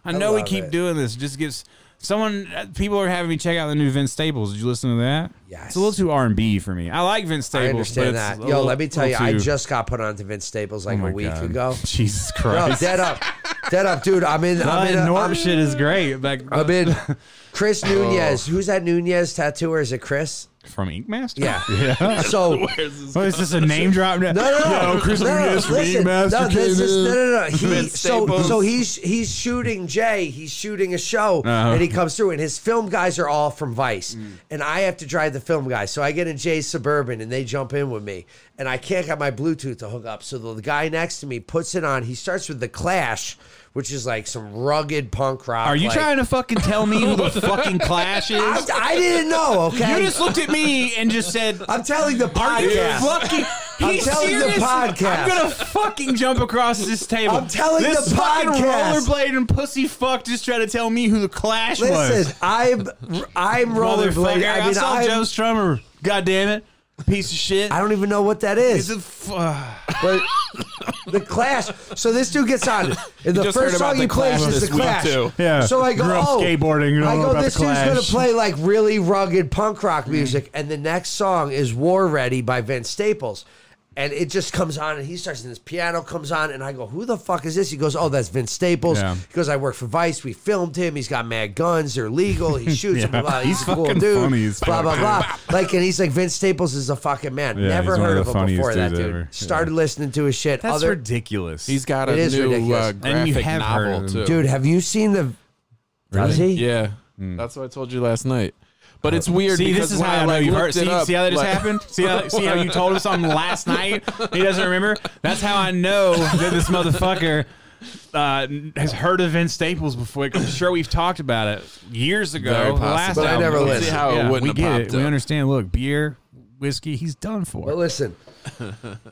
B: I know we
A: love
B: keep
A: it.
B: doing this. It just gives someone. uh, People are having me check out the new Vince Staples. Did you listen to that?
A: Yes.
B: It's a little too R and B for me. I like Vince Staples.
A: I
B: but
A: understand
B: it's
A: that.
B: a
A: Yo,
B: little-
A: let me tell you,
B: little
A: I
B: too-
A: just got put on to Vince Staples
B: Oh
A: like
B: my
A: a week
B: God.
A: ago.
B: Jesus
A: No,
B: Christ.
A: dead up. Dead up, dude. I'm in.
B: Uh,
A: I'm in. A,
B: Norm
A: I'm,
B: shit is great. Like
A: I'm in. Chris
B: Oh.
A: Nunez. Who's that Nunez tattooer? Is it Chris?
B: from Ink Master.
A: Yeah. So
B: What is this a name drop? No,
A: no, no, no.
B: Yo, Chris
A: no,
B: Nunez from
A: listen,
B: Ink Master.
A: No, this
B: came
A: is,
B: in.
A: no, no, no. He,
B: Vince
A: so,
B: Staples.
A: so he's he's shooting Jay. He's shooting a show,
B: Uh-huh.
A: and he comes through, and his film guys are all from Vice,
B: Mm.
A: and I have to drive the film guys. So I get in Jay's suburban, and they jump in with me, and I can't get my Bluetooth to hook up. So the guy next to me puts it on. He starts with the Clash, which is like some rugged punk rock.
B: Are you
A: like-
B: trying to fucking tell me who the fucking Clash is?
A: I, I didn't know. Okay,
B: You just looked at me and just said,
A: I'm telling the
B: "Are you
A: podcast.
B: fucking?"
A: I'm
B: He's
A: telling the
B: serious?
A: podcast.
B: I'm gonna fucking jump across this table.
A: I'm telling
B: this
A: the
B: fucking
A: podcast.
B: rollerblade and pussy fuck just trying to tell me who the Clash
A: Listen,
B: was.
A: I'm I'm rollerblading.
B: Motherfucker,
A: I
B: I,
A: mean,
B: saw
A: I'm-
B: Joe Strummer. God damn it, piece of shit.
A: I don't even know what that
B: It's
A: is.
B: a f- uh,
A: But the Clash. So this dude gets on, and the
C: just
A: first
C: heard about
A: song he
C: The
A: plays
C: Clash
A: is
C: this
A: the
C: week,
A: Clash.
C: too.
B: Yeah.
A: So I go,
B: Grew up
A: oh,
B: skateboarding, you don't
A: I
B: know
A: go,
B: about
A: this
B: The
A: dude's gonna
B: Clash."
A: play like really rugged punk rock music, and the next song is "War Ready" by Vince Staples. And it just comes on, and he starts, and this piano comes on, and I go, "Who the fuck is this?" He goes, "Oh, that's Vince Staples."
B: Yeah.
A: He goes, "I work for Vice. We filmed him. He's got mad guns. They're legal. He shoots.
B: Yeah.
A: blah, blah, blah. He's,
B: He's
A: a cool
B: fucking
A: dude.
B: funny as
A: blah
B: fuck,
A: blah
B: dude.
A: blah. Like, and he's like, Vince Staples is a fucking man.
B: Yeah,
A: Never
B: he's one
A: heard
B: of
A: of,
B: the
A: him
B: funniest
A: before that,
B: dudes
A: dude.
B: ever.
A: Started listening to his shit.
B: that's
A: Other
B: ridiculous.
C: He's got a
A: It is
C: new
A: ridiculous.
C: uh,
A: And
B: you
C: graphic
B: have heard
C: novel
B: of him.
C: too.
A: dude, have you seen the? Does he?
C: Yeah, that's what I told you last night. But it's weird.
B: Hmm. Uh, See,
C: because
B: this is
C: when
B: how I know
C: like,
B: you
C: looked
B: heard.
C: it
B: See,
C: up,
B: see how that just
C: like-
B: happened? See how, see how you told him something last night? He doesn't remember? That's how I know that this motherfucker uh, has heard of Vince Staples before. 'cause I'm sure we've talked about it years
C: Very
B: ago. The
C: possible.
B: last
A: But I
B: album.
A: never
B: Yeah,
A: listened.
C: See how it wouldn't
B: we
C: have
B: get it.
C: popped
B: We
C: up.
B: understand. Look, beer, whiskey, he's done for.
A: But listen,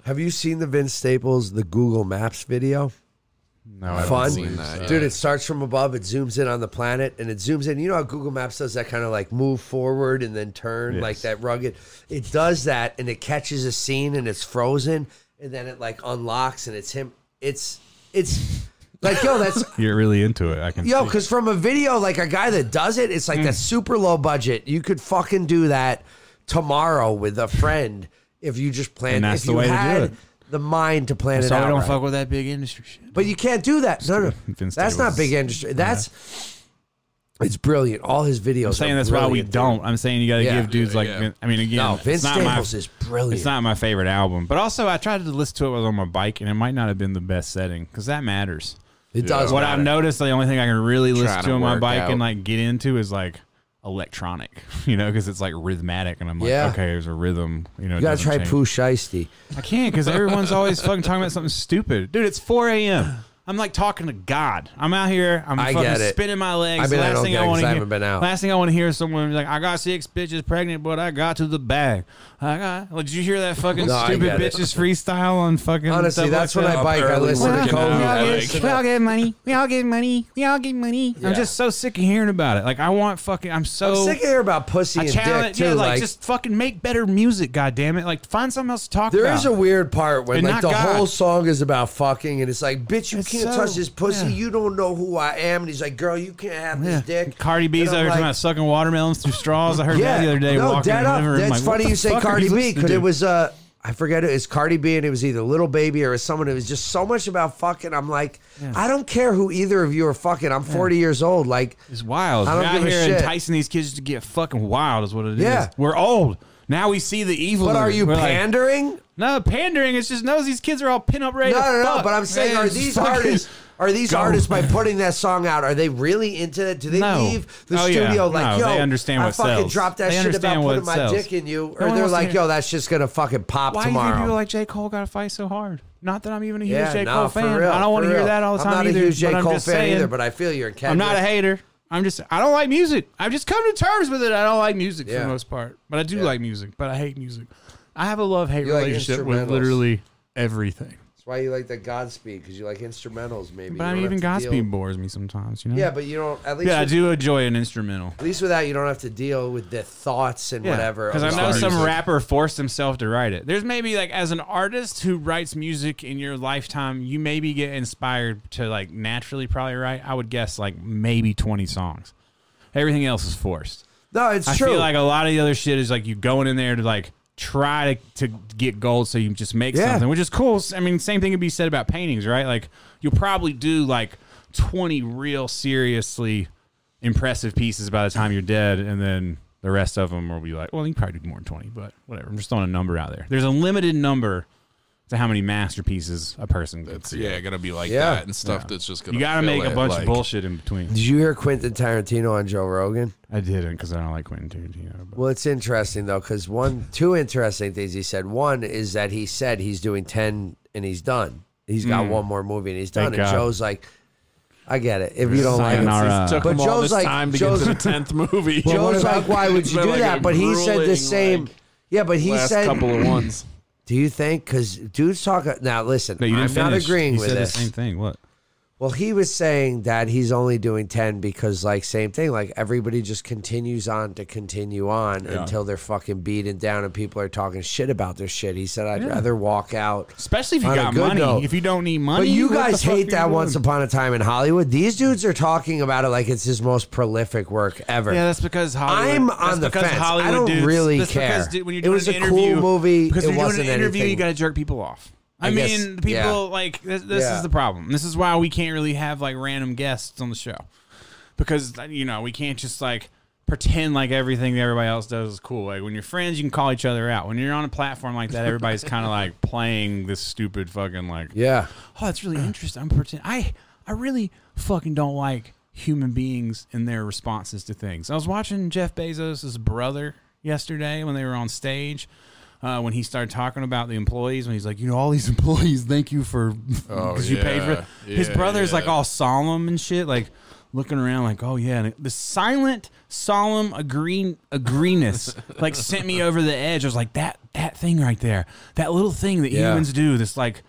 A: have you seen the Vince Staples the Google Maps video?
B: no, I
A: Fun,
C: seen that,
A: dude. It starts from above, it zooms in on the planet, and it zooms in. You know how Google Maps does that kind of like move forward and then turn, like that rugged. It does that, and it catches a scene, and it's frozen, and then it like unlocks, and it's him. It's it's like yo, that's
B: You're really into it. I can.
A: Yo, because from a video, like a guy that does it, it's like
B: Hmm.
A: that super low budget. You could fucking do that tomorrow with a friend if you just plan.
B: And that's
A: if
B: the
A: you
B: way to do
A: had
B: it.
A: the mind to plan it
B: so
A: out.
B: I don't
A: right.
B: fuck with that big industry shit.
A: but you can't do that. No, no,
B: Vince
A: that's
B: Staples
A: not
B: is-
A: big industry. That's it's brilliant. All his videos.
B: saying
A: are
B: that's why we
A: brilliant, dude.
B: don't. I'm saying you got to
A: Yeah.
B: give dudes like.
C: Yeah.
B: Vin- I mean, again,
A: No,
B: it's
A: Vince
B: not my-
A: Staples is brilliant.
B: It's not my favorite album, but also I tried to listen to it while I was on my bike, and it might not have been the best setting because that matters.
A: It does.
B: what
A: matter.
B: I've noticed, the only thing I can really listen
C: Trying
B: to,
C: to
B: on my
C: work
B: bike and
C: out.
B: like get into is like electronic, you know, because it's like rhythmatic, and I'm like,
A: Yeah.
B: okay, there's a rhythm, you know. it
A: You gotta
B: doesn't
A: try
B: change.
A: Pooh Shiesty.
B: I can't because everyone's always fucking talking about something stupid, dude. It's 4 a.m. I'm like talking to God. I'm out here. I'm
A: I
B: fucking
A: get it.
B: spinning my legs.
A: I mean, I
B: last
A: don't
B: thing
A: get it
B: I
A: 'cause
B: want
A: I
B: to hear.
A: haven't been out.
B: Last thing I want to hear is someone be like, "I got six bitches pregnant, but I got to the bag." I got. Like, did you hear that fucking
A: No, I
B: stupid
A: get it.
B: bitches freestyle on fucking?
A: Honestly,
B: stuff
A: that's
B: like
A: when
B: that?
A: I bike. I
C: early
A: listen to
C: working
A: Kobe.
C: out.
A: I
C: Yeah,
A: listen
C: like-
A: to-
B: we all get money. We all get money. We all get money.
A: Yeah.
B: I'm just so sick of hearing about it. Like I want fucking. I'm so
A: I'm sick of hearing about pussy
B: I
A: and dick
B: challenge.
A: too.
B: Yeah, like,
A: like
B: just fucking make better music. God damn it! Like find something else to talk
A: There
B: about.
A: is a weird part when
B: And
A: like
B: not
A: the
B: God.
A: whole song is about fucking, and it's like, bitch, you
B: It's
A: can't
B: so-
A: touch this pussy.
B: yeah.
A: You don't know who I am. And he's like, girl, you can't have
B: yeah.
A: this dick.
B: Cardi B's
A: And
B: over
A: I'm
B: here talking
A: like,
B: about sucking watermelons through straws. I heard
A: yeah,
B: that the other day.
A: no,
B: walking
A: dead
B: in the
A: up.
B: living room.
A: That's
B: like, what
A: funny
B: the
A: you say
B: fuck are
A: Cardi B
B: listening
A: because
B: to?
A: it was uh, I forget it. It's Cardi B, and it was either Little Baby or someone. It was just so much about fucking. I'm like, I don't care who either of you are fucking. I'm 40 years old. Like,
B: It's wild.
A: I don't
B: We're out
A: give a
B: here
A: shit.
B: enticing these kids to get fucking wild is what it is.
A: Yeah.
B: We're old. Now we see the evil.
A: but
B: in
A: are
B: it.
A: you
B: We're like,
A: pandering?
B: no, pandering. It's just no. These kids are all pin up ready.
A: no,
B: to
A: no, no.
B: fuck.
A: But I'm saying,
B: Man,
A: are
B: it's
A: these
B: fucking-
A: artists? Are these
B: Go.
A: artists by putting that song out? Are they really into it? Do they
B: No.
A: leave the
B: Oh, yeah.
A: studio like,
B: No,
A: yo,
B: they understand
A: I
B: what
A: fucking
B: sells.
A: dropped that
B: They
A: shit about
B: understand what
A: putting my
B: sells.
A: dick in you, or
B: one
A: they're
B: wants to
A: like,
B: hear-
A: yo, that's just gonna fucking pop
B: Why do you think
A: tomorrow.
B: people like J. Cole gotta fight so hard? Not that I'm even a huge
A: yeah,
B: J. Cole
A: no, for
B: fan.
A: real,
B: I don't want
A: for
B: to hear
A: real.
B: that all the time
A: I'm not
B: either.
A: a huge J.
B: but I'm
A: Cole fan
B: just saying,
A: either, but I feel you're.
B: I'm not a hater. I'm just I don't like music. I've just come to terms with it. I don't like music for
A: Yeah.
B: the most part. But I do
A: Yeah.
B: like music, but I hate music. I have a love hate
A: You like
B: relationship with
A: instrumentals.
B: literally everything.
A: That's why you like the Godspeed because you like instrumentals, maybe.
B: But
A: You
B: I
A: don't
B: mean
A: have
B: even
A: to
B: gospel
A: deal-
B: bores me sometimes, you know?
A: Yeah, but you don't. At least,
B: Yeah, I
A: with,
B: do enjoy an instrumental.
A: at least with that, you don't have to deal with the thoughts and whatever.
B: Because
A: of
B: I
A: the
B: know
A: artist.
B: some
C: music.
B: rapper forced himself to write it. There's maybe like as an artist who writes music in your lifetime, you maybe get inspired to like naturally probably write. I would guess like maybe 20 songs. Everything else is forced.
A: No, it's
B: I
A: true.
B: feel like a lot of the other shit is like you going in there to like try to, to get gold so you just make
A: Yeah.
B: something, which is cool. I mean, same thing could be said about paintings, right? Like you'll probably do like 20 real seriously impressive pieces by the time you're dead and then the rest of them will be like, well, you probably do more than 20, but whatever. I'm just throwing a number out there. There's a limited number to how many masterpieces a person could
C: It's,
B: create.
C: yeah, gonna be like
A: Yeah.
C: that and stuff that's just gonna.
B: You got to
C: fill
B: make a
C: it,
B: bunch
C: like-
B: of bullshit in between.
A: Did you hear Quentin Tarantino on Joe Rogan?
B: I didn't because I don't like Quentin Tarantino. But
A: Well, it's interesting though, because one, two interesting things he said. One is that he said he's doing ten and he's done. He's got one more movie and he's done.
B: Hmm. Thank
A: and
B: God.
A: Joe's like, I get it. If you don't like it,
B: Sayonara.
C: It took
A: But
C: him all
A: Joe's
C: this
A: like-
C: time to
A: Joe's-
C: get to the tenth movie.
A: Joe's like, why would you
C: It's
A: do
C: been like
A: that?
C: a
A: But he said the
C: grueling,
A: same.
C: like,
A: yeah, but he
C: last
A: said,
C: couple of ones.
A: do you think? Because dudes talk now. Listen,
B: no, you
A: I'm
B: didn't
A: not
B: finish.
A: agreeing
B: You
A: with
B: said
A: this.
B: the same thing. What?
A: Well, he was saying that he's only doing 10 because, like, same thing. Like, everybody just continues on to continue on until they're fucking beaten down and people are talking shit about their shit. He said, I'd rather walk out.
B: Especially if you
A: on a
B: got
A: good
B: money.
A: note.
B: If you don't need money,
A: But you
B: what the
A: guys
B: fuck
A: hate
B: are
A: that
B: you
A: once
B: doing?
A: upon a time in Hollywood. These dudes are talking about it like it's his most prolific work ever.
B: Yeah, that's because Hollywood.
A: I'm
B: that's
A: on the
B: because
A: fence. I
B: Hollywood
A: don't
B: dudes,
A: really
B: that's
A: care.
B: Because, dude, when you're
A: It
B: doing
A: was
B: an
A: a cool
B: interview,
A: movie.
B: Because
A: It
B: when you're doing
A: wasn't
B: an interview, you
A: anything-
B: got to jerk people off. I,
A: I
B: mean,
A: guess-
B: the people
A: yeah.
B: like this, this
A: Yeah.
B: is the problem. This is why we can't really have like random guests on the show because you know we can't just like pretend like everything that everybody else does is cool. Like when you're friends, you can call each other out. When you're on a platform like that, everybody's kind of like playing this stupid fucking like
A: Yeah.
B: oh, that's really interesting. I'm pretend- I I really fucking don't like human beings and their responses to things. I was watching Jeff Bezos' brother yesterday when they were on stage. Uh, when he started talking about the employees, when he's like, you know, all these employees, thank you for because you paid for it.
C: Oh, yeah,
B: His
C: yeah,
B: brother's like
C: yeah.
B: all solemn and shit, like looking around, like, oh yeah, and the silent, solemn agree agreeness, like sent me over the edge. I was like, that that thing right there, that little thing that
A: Yeah.
B: humans do, this like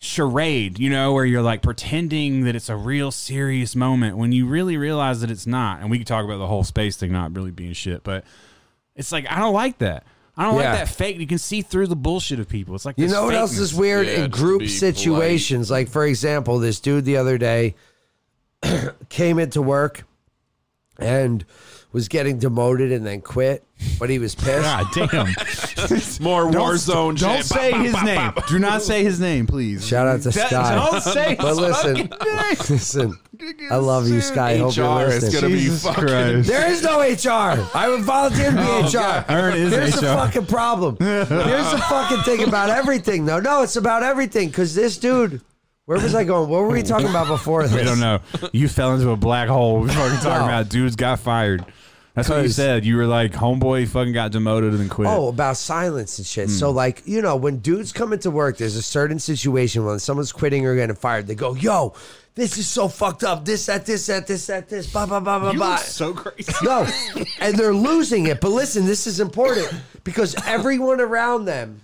B: charade, you know, where you're like pretending that it's a real serious moment when you really realize that it's not. And we could talk about the whole space thing not really being shit, but it's like I don't like that. I don't
A: Yeah.
B: like that fake. You can see through the bullshit of people. It's like
A: You
B: this
A: know what else
B: fakeness.
A: is weird
C: Yeah,
A: in
C: just
A: group
C: be
A: situations? Like for example, this dude the other day came into work and was getting demoted and then quit, but he was pissed.
B: God damn.
C: More war zone.
B: Don't
C: shit.
B: say
C: Bop, bop,
B: his
C: bop,
B: name.
C: bop.
B: Do not say his name, please.
A: Shout out to
B: That-
A: Sky.
B: Don't say
A: But
B: his
A: listen,
B: fucking name.
A: listen, I love you, Sky. Hope you're
C: HR is
A: listening.
C: gonna
B: Jesus
C: be fucking.
B: Christ.
A: There is no HR. I would volunteer to be HR.
B: Aaron is
A: Here's the
B: HR.
A: fucking problem. Here's the fucking thing about everything, though. No, it's about everything because this dude. Where was I going? What were we talking about before this?
B: I don't know. You fell into a black hole. We're fucking
A: No.
B: talking about dudes got fired. That's what you
A: 'Cause-
B: said. You were like, homeboy fucking got demoted and then quit.
A: Oh, about silence and shit.
B: Hmm.
A: So like, you know, when dudes come into work, there's a certain situation when someone's quitting or getting fired. They go, "Yo, this is so fucked up. This that this that this that this blah blah blah blah blah."
B: crazy.
A: no, and they're losing it. But listen, this is important because everyone around them,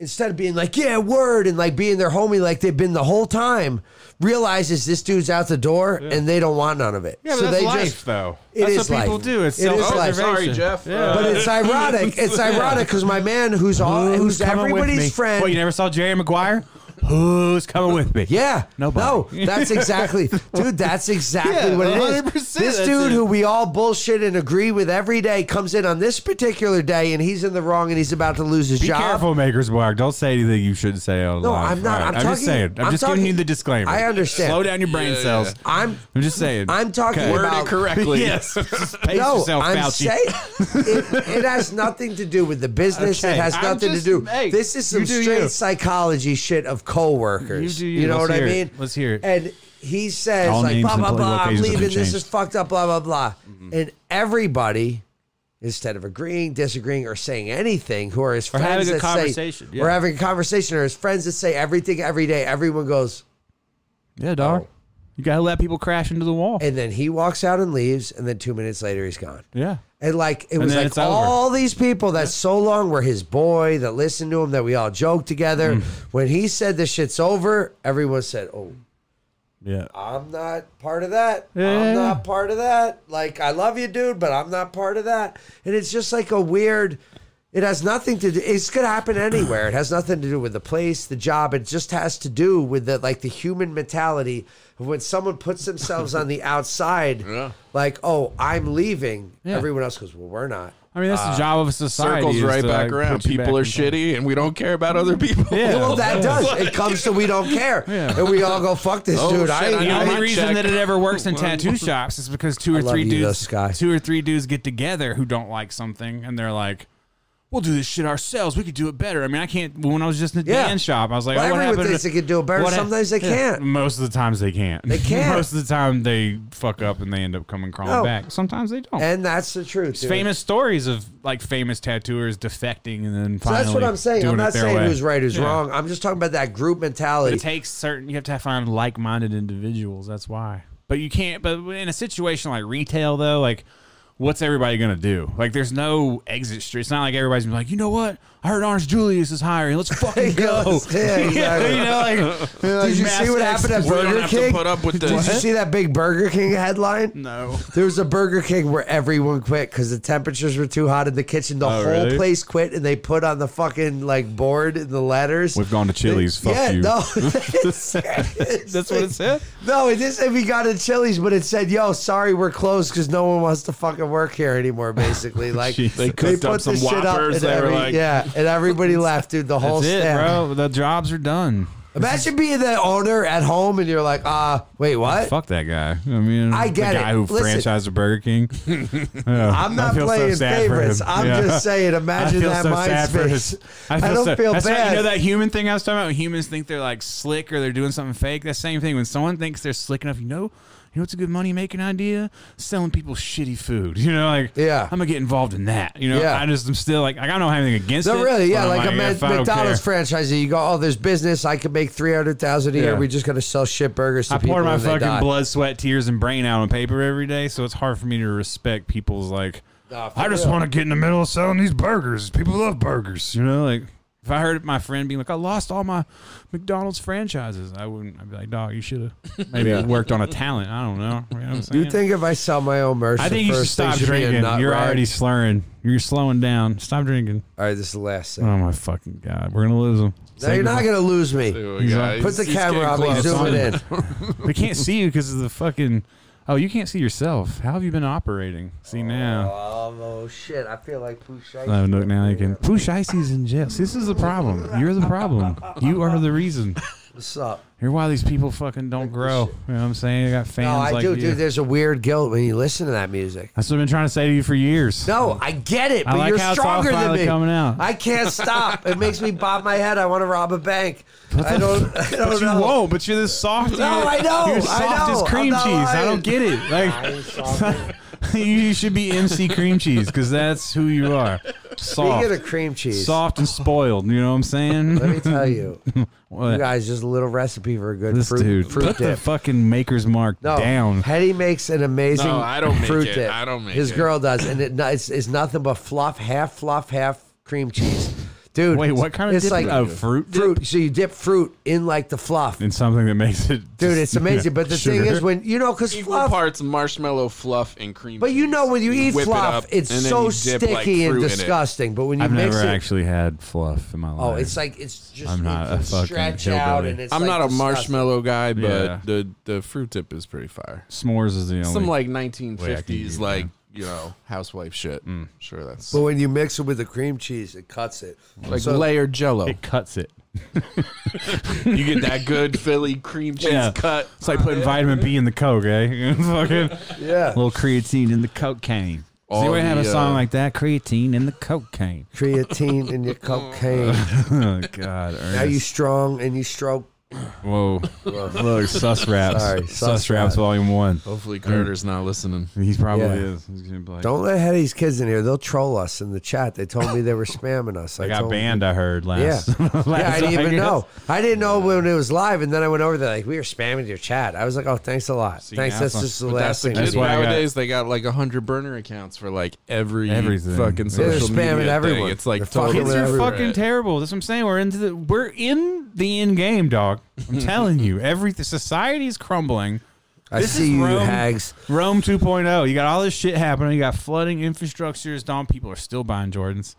A: instead of being like, "Yeah, word," and like being their homie like they've been the whole time, realizes this dude's out the door and they don't want none of it.
B: Yeah, but
A: so
B: that's
A: they
B: life,
A: just
B: though.
A: It
B: that's
A: is
B: what people
A: life.
B: do. It's
A: It is life.
B: self-preservation.
C: Sorry, Jeff.
B: Yeah.
A: But it's ironic. It's ironic because my man, who's all, who's,
B: coming with me?
A: everybody's friend,
B: What, you never saw Jerry Maguire? Who's coming with me?
A: Yeah.
B: Nobody.
A: No, that's exactly, dude, that's exactly
B: Yeah,
A: what it is.
B: 100%
A: This
B: that's
A: dude
B: it.
A: who we all bullshit and agree with every day comes in on this particular day and he's in the wrong and he's about to lose his
B: Be
A: job.
B: careful, Maker's Mark. Don't say anything you shouldn't say out
A: No,
B: loud.
A: I'm not.
B: All
A: I'm
B: just
A: talking-
B: saying. I'm,
A: I'm
B: just giving
A: talking-
B: you the disclaimer.
A: I understand.
B: Slow down your brain
C: Yeah, yeah,
B: cells.
C: yeah.
A: I'm
B: I'm just saying.
A: I'm talking
B: Okay.
C: Word
A: about
C: it correctly.
B: yes. Just pace
A: No,
B: yourself,
A: I'm
B: Fauci.
A: saying it, it has nothing to do with the business.
B: Okay,
A: It has
B: I'm
A: nothing
B: just-
A: to do.
B: hey,
A: this is some
B: you do
A: straight
B: you.
A: psychology shit of coworkers.
B: You do you.
A: know
B: Let's
A: what I
B: hear it.
A: mean?
B: Let's hear it.
A: And he says
B: All
A: like
B: names
A: blah
B: and
A: blah
B: political
A: blah. I'm
B: occasions have been
A: leaving. This is
B: changed. Mm-hmm.
A: fucked up. Blah blah blah. And everybody. Instead of agreeing, disagreeing, or saying anything, who are his
D: Or
A: friends
D: having a
A: that
D: conversation,
A: say,
D: yeah.
A: "We're having a conversation," or his friends that say everything every day. Everyone goes,
B: Yeah, dog. You gotta let people crash into the wall.
A: and then he walks out and leaves, and then two minutes later he's gone.
B: yeah.
A: And like it was
B: then
A: like
B: it's over.
A: all these people that so long were his boy that listened to him that we all joked together.
B: Mm.
A: When he said this shit's over, everyone said, "Oh,
B: Yeah.
A: I'm not part of that.
B: Yeah.
A: I'm not part of that. Like I love you, dude, but I'm not part of that." And it's just like a weird. It has nothing to do. It's gonna happen anywhere. It has nothing to do with the place, the job. It just has to do with the like the human mentality of when someone puts themselves on the outside,
C: Yeah.
A: like, "Oh, I'm leaving." Everyone else goes, "Well, we're not."
B: I mean, that's the job of society.
C: Circles
B: is
C: right
B: to,
C: back
B: like,
C: around.
B: put you
C: People
B: back
C: are
B: in-
C: shitty, and we don't care about other people.
B: Yeah.
A: Well, that
B: Yeah.
A: does. It comes to we don't care, and we all go fuck this
C: Oh,
A: dude.
C: shit,
A: I, ain't-
C: I
B: The
C: know.
A: I
B: only
A: ain't-
C: Mic
B: reason
C: check.
B: that it ever works in tattoo shops is because two or
A: love
B: three
A: you,
B: dudes,
A: this guy.
B: two or three dudes get together who don't like something, and they're like, "We'll do this shit ourselves. We could do it better." I mean, I can't. When I was just in the
A: Yeah.
B: Dan shop, I was like,
A: Well,
B: oh, "What
A: everyone
B: happened?"
A: thinks
B: to-
A: they can do it better.
B: what hap-
A: Sometimes they can't.
B: Most of the times they can't. They
A: can't.
B: most of the time they fuck up and they end up coming crawling
A: No.
B: back. Sometimes they don't.
A: and that's the truth. Dude.
B: famous stories of like famous tattooers defecting and then
A: So
B: finally
A: that's what I'm saying.
B: doing
A: I'm
B: it
A: not
B: their
A: saying
B: way.
A: who's right, who's
B: Yeah.
A: wrong. I'm just talking about that group
B: But
A: mentality.
B: it takes certain. You have to find like-minded individuals. That's why. But you can't. But in a situation like retail, though, like what's everybody gonna do? Like, there's no exit street. It's not like everybody's gonna be like, you know what? I heard Orange Julius is hiring. Let's fucking go.
A: Yes, yeah, exactly.
B: you know, like,
A: Did you see what happened at
C: We don't
A: Burger
C: have to
A: King?
C: put up with
A: Did you
C: this.
A: see that big Burger King headline?
B: No.
A: There was a Burger King where everyone quit because the temperatures were too hot in the kitchen. The whole
B: Oh, really?
A: place quit, and they put on the fucking like board in the letters.
B: We've gone to Chili's. Fuck
A: yeah,
B: you.
A: no, that's
B: That's what it said.
A: No, it didn't say we got to Chili's, but it said, "Yo, sorry, we're closed because no one wants to fucking work here anymore." Basically, like
B: Jesus. They
C: cooked up some Whoppers,
A: and
C: they were
A: every,
C: like-
A: yeah, and everybody left, dude. The whole
B: That's it,
A: staff.
B: bro. The jobs are done.
A: Imagine being the owner at home and you're like, "Ah, wait, what?"
B: Fuck that guy. I mean,
A: I get
B: the guy
A: it.
B: who
A: Listen.
B: franchised a Burger King. Yeah.
A: I'm not
B: I feel so
A: playing
B: sad for
A: favorites.
B: him.
A: I'm
B: Yeah.
A: just saying. Imagine
B: I feel
A: that
B: so sad
A: mind
B: for
A: space.
B: his.
A: I don't
B: so-
A: feel
B: that's right.
A: bad.
B: you know that human thing I was talking about? When humans think they're like slick or they're doing something fake. That same thing. When someone thinks they're slick enough, you know, you know, it's a good money making idea. Selling people shitty food. You know, like
A: Yeah.
B: I'm gonna get involved in that. You know,
A: Yeah.
B: I just am still like, I don't have anything against
A: No,
B: it.
A: really, yeah,
B: but I'm
A: like a Ma-
B: if I don't
A: McDonald's
B: care.
A: franchisee. You go, oh, there's business. I could make three hundred thousand a year.
B: Yeah.
A: We just gotta sell shit burgers to
B: I
A: people.
B: pour my
A: when they
B: fucking
A: die."
B: blood, sweat, tears, and brain out on paper every day, so it's hard for me to respect people's like.
A: Nah, for
B: I just
A: real.
B: want to get in the middle of selling these burgers. People love burgers, you know. Like if I heard my friend being like, "I lost all my McDonald's franchises," I wouldn't. I'd be like, "Dog, you should have maybe worked on a talent." I don't know. You know what I'm
A: You
B: saying?
A: think if I sell my own merch,
B: I
A: the
B: think you should
A: first thing
B: stop
A: be a
B: drinking.
A: nut
B: You're
A: rag?
B: already slurring. You're slowing down. Stop drinking.
A: All right, this is the last thing.
B: Oh my fucking god, we're gonna lose them.
A: now you're not gonna lose me.
C: Oh,
B: Put
C: yeah,
A: Put
C: he's-
A: the
C: he's
A: camera
C: getting
A: on me.
C: close.
A: Zoom it in.
B: We can't see you because of the fucking. Oh, you can't see yourself. How have you been operating? See now.
A: Oh shit! I feel like Pouchet.
B: I have a look now. You can. Pooh Icy's in jail. See, this is the problem. You're the problem. You are the reason.
A: What's up?
B: You're why these people fucking don't grow. You know what I'm saying? They got fans
A: No, I
B: like
A: do,
B: you.
A: dude. There's a weird guilt when you listen to that music.
B: That's what I've been trying to say to you for years.
A: No, I get it,
B: I
A: but you're
B: like how it's all
A: stronger than
B: finally
A: me.
B: coming out.
A: I can't stop. It makes me bob my head. I want to rob a bank. I
B: the
A: don't. I don't
B: but you
A: know.
B: won't. But you're this soft.
A: No, I know,
B: You're
A: I
B: soft as
A: know,
B: cream
A: I'm not
B: cheese. I
A: lying.
B: don't get it. Like,
A: I'm sorry.
B: you should be MC Cream Cheese because that's who you are.
A: Speaking
B: Soft,
A: of cream cheese,
B: soft and spoiled. You know what I'm saying?
A: let me tell you,
B: What?
A: you guys, just a little recipe for a good
B: this
A: fruit,
B: dude
A: fruit
B: put the
A: dip.
B: fucking Maker's Mark
A: No,
B: down.
A: Hetty makes an amazing
C: No, I don't make
A: fruit
C: it.
A: dip.
C: I don't make
A: His
C: it.
A: girl does, and it, it's, it's nothing but fluff, half fluff, half cream cheese. Dude,
B: Wait, what kind of
A: it's
B: dip?
A: Like
B: A fruit dip?
A: fruit. So you dip fruit in like the fluff,
B: And something that makes it,
A: dude.
B: just-
A: It's amazing. But the thing
B: Sure.
A: is, when you know, because
C: Equal
A: fluff,
C: parts marshmallow fluff and cream.
A: But you
C: cheese.
A: know when you eat
C: whip it
A: fluff,
C: up,
A: it's
C: and then
A: so
C: you dip,
A: sticky
C: like,
A: and
C: fruit in it.
A: disgusting. But when you
B: I've
A: mix
B: never
A: it,
B: actually had fluff in my life.
A: oh, it's like it's just
B: I'm
A: it
B: not a
A: can
B: fucking
A: stretch out
B: hillbilly.
A: and it's
C: I'm
A: like
C: not a
A: disgusting.
C: marshmallow guy, but
B: Yeah.
C: the the fruit dip is pretty fire.
B: s'mores is the only.
C: Some like
B: eat
C: 1950s,
B: that. Mm.
C: like you know, housewife shit. Sure, that's
A: But when you mix it with the cream cheese, it cuts it.
C: like
A: so-
C: layered Jello.
B: it cuts it.
C: you get that good Philly cream cheese
B: Yeah.
C: cut.
B: It's like putting vitamin B in the Coke, eh? Fucking
A: Yeah,
B: little creatine in the cocaine. Does
C: All
B: anyone have a
C: the,
B: song
C: uh,
B: like that? Creatine in the cocaine.
A: creatine in your cocaine.
B: oh God,
A: now you
B: Ernest.
A: strong and you stroke.
B: Whoa, look, sus raps.
A: Sorry,
B: sus,
A: Sus
B: raps,
A: Raps.
B: volume one.
C: Hopefully,
B: Mm.
C: Carter's not listening.
B: He probably
A: Yeah.
B: is. He's gonna be like,
A: Don't let Hetty's kids in here. They'll troll us in the chat. They told me they were spamming us. I,
B: I got
A: told them-
B: banned. I heard last. last
A: Yeah, I didn't even
B: guess.
A: know. I didn't know when it was live, and then I went over there like we were spamming your chat. I was like, "Oh, thanks a lot. thanks.
B: now
A: That's
B: it's-
A: just the
C: But that's
A: last
C: the
A: thing."
C: kids
B: That's why I got-
C: nowadays. they got like hundred burner accounts for like every
B: Everything.
C: fucking
B: They're
C: social
A: spamming
C: media
A: everyone.
C: thing. It's like
A: They're fucking
C: totally
B: Kids are
A: Everywhere.
B: fucking terrible. That's what I'm saying. We're into the we're in the end game, dog. I'm telling you, every the society's crumbling.
A: I
B: This is
A: see you,
B: Rome.
A: hags.
B: Rome 2.0. You got all this shit happening. You got flooding, infrastructures. Don, people are still buying Jordans.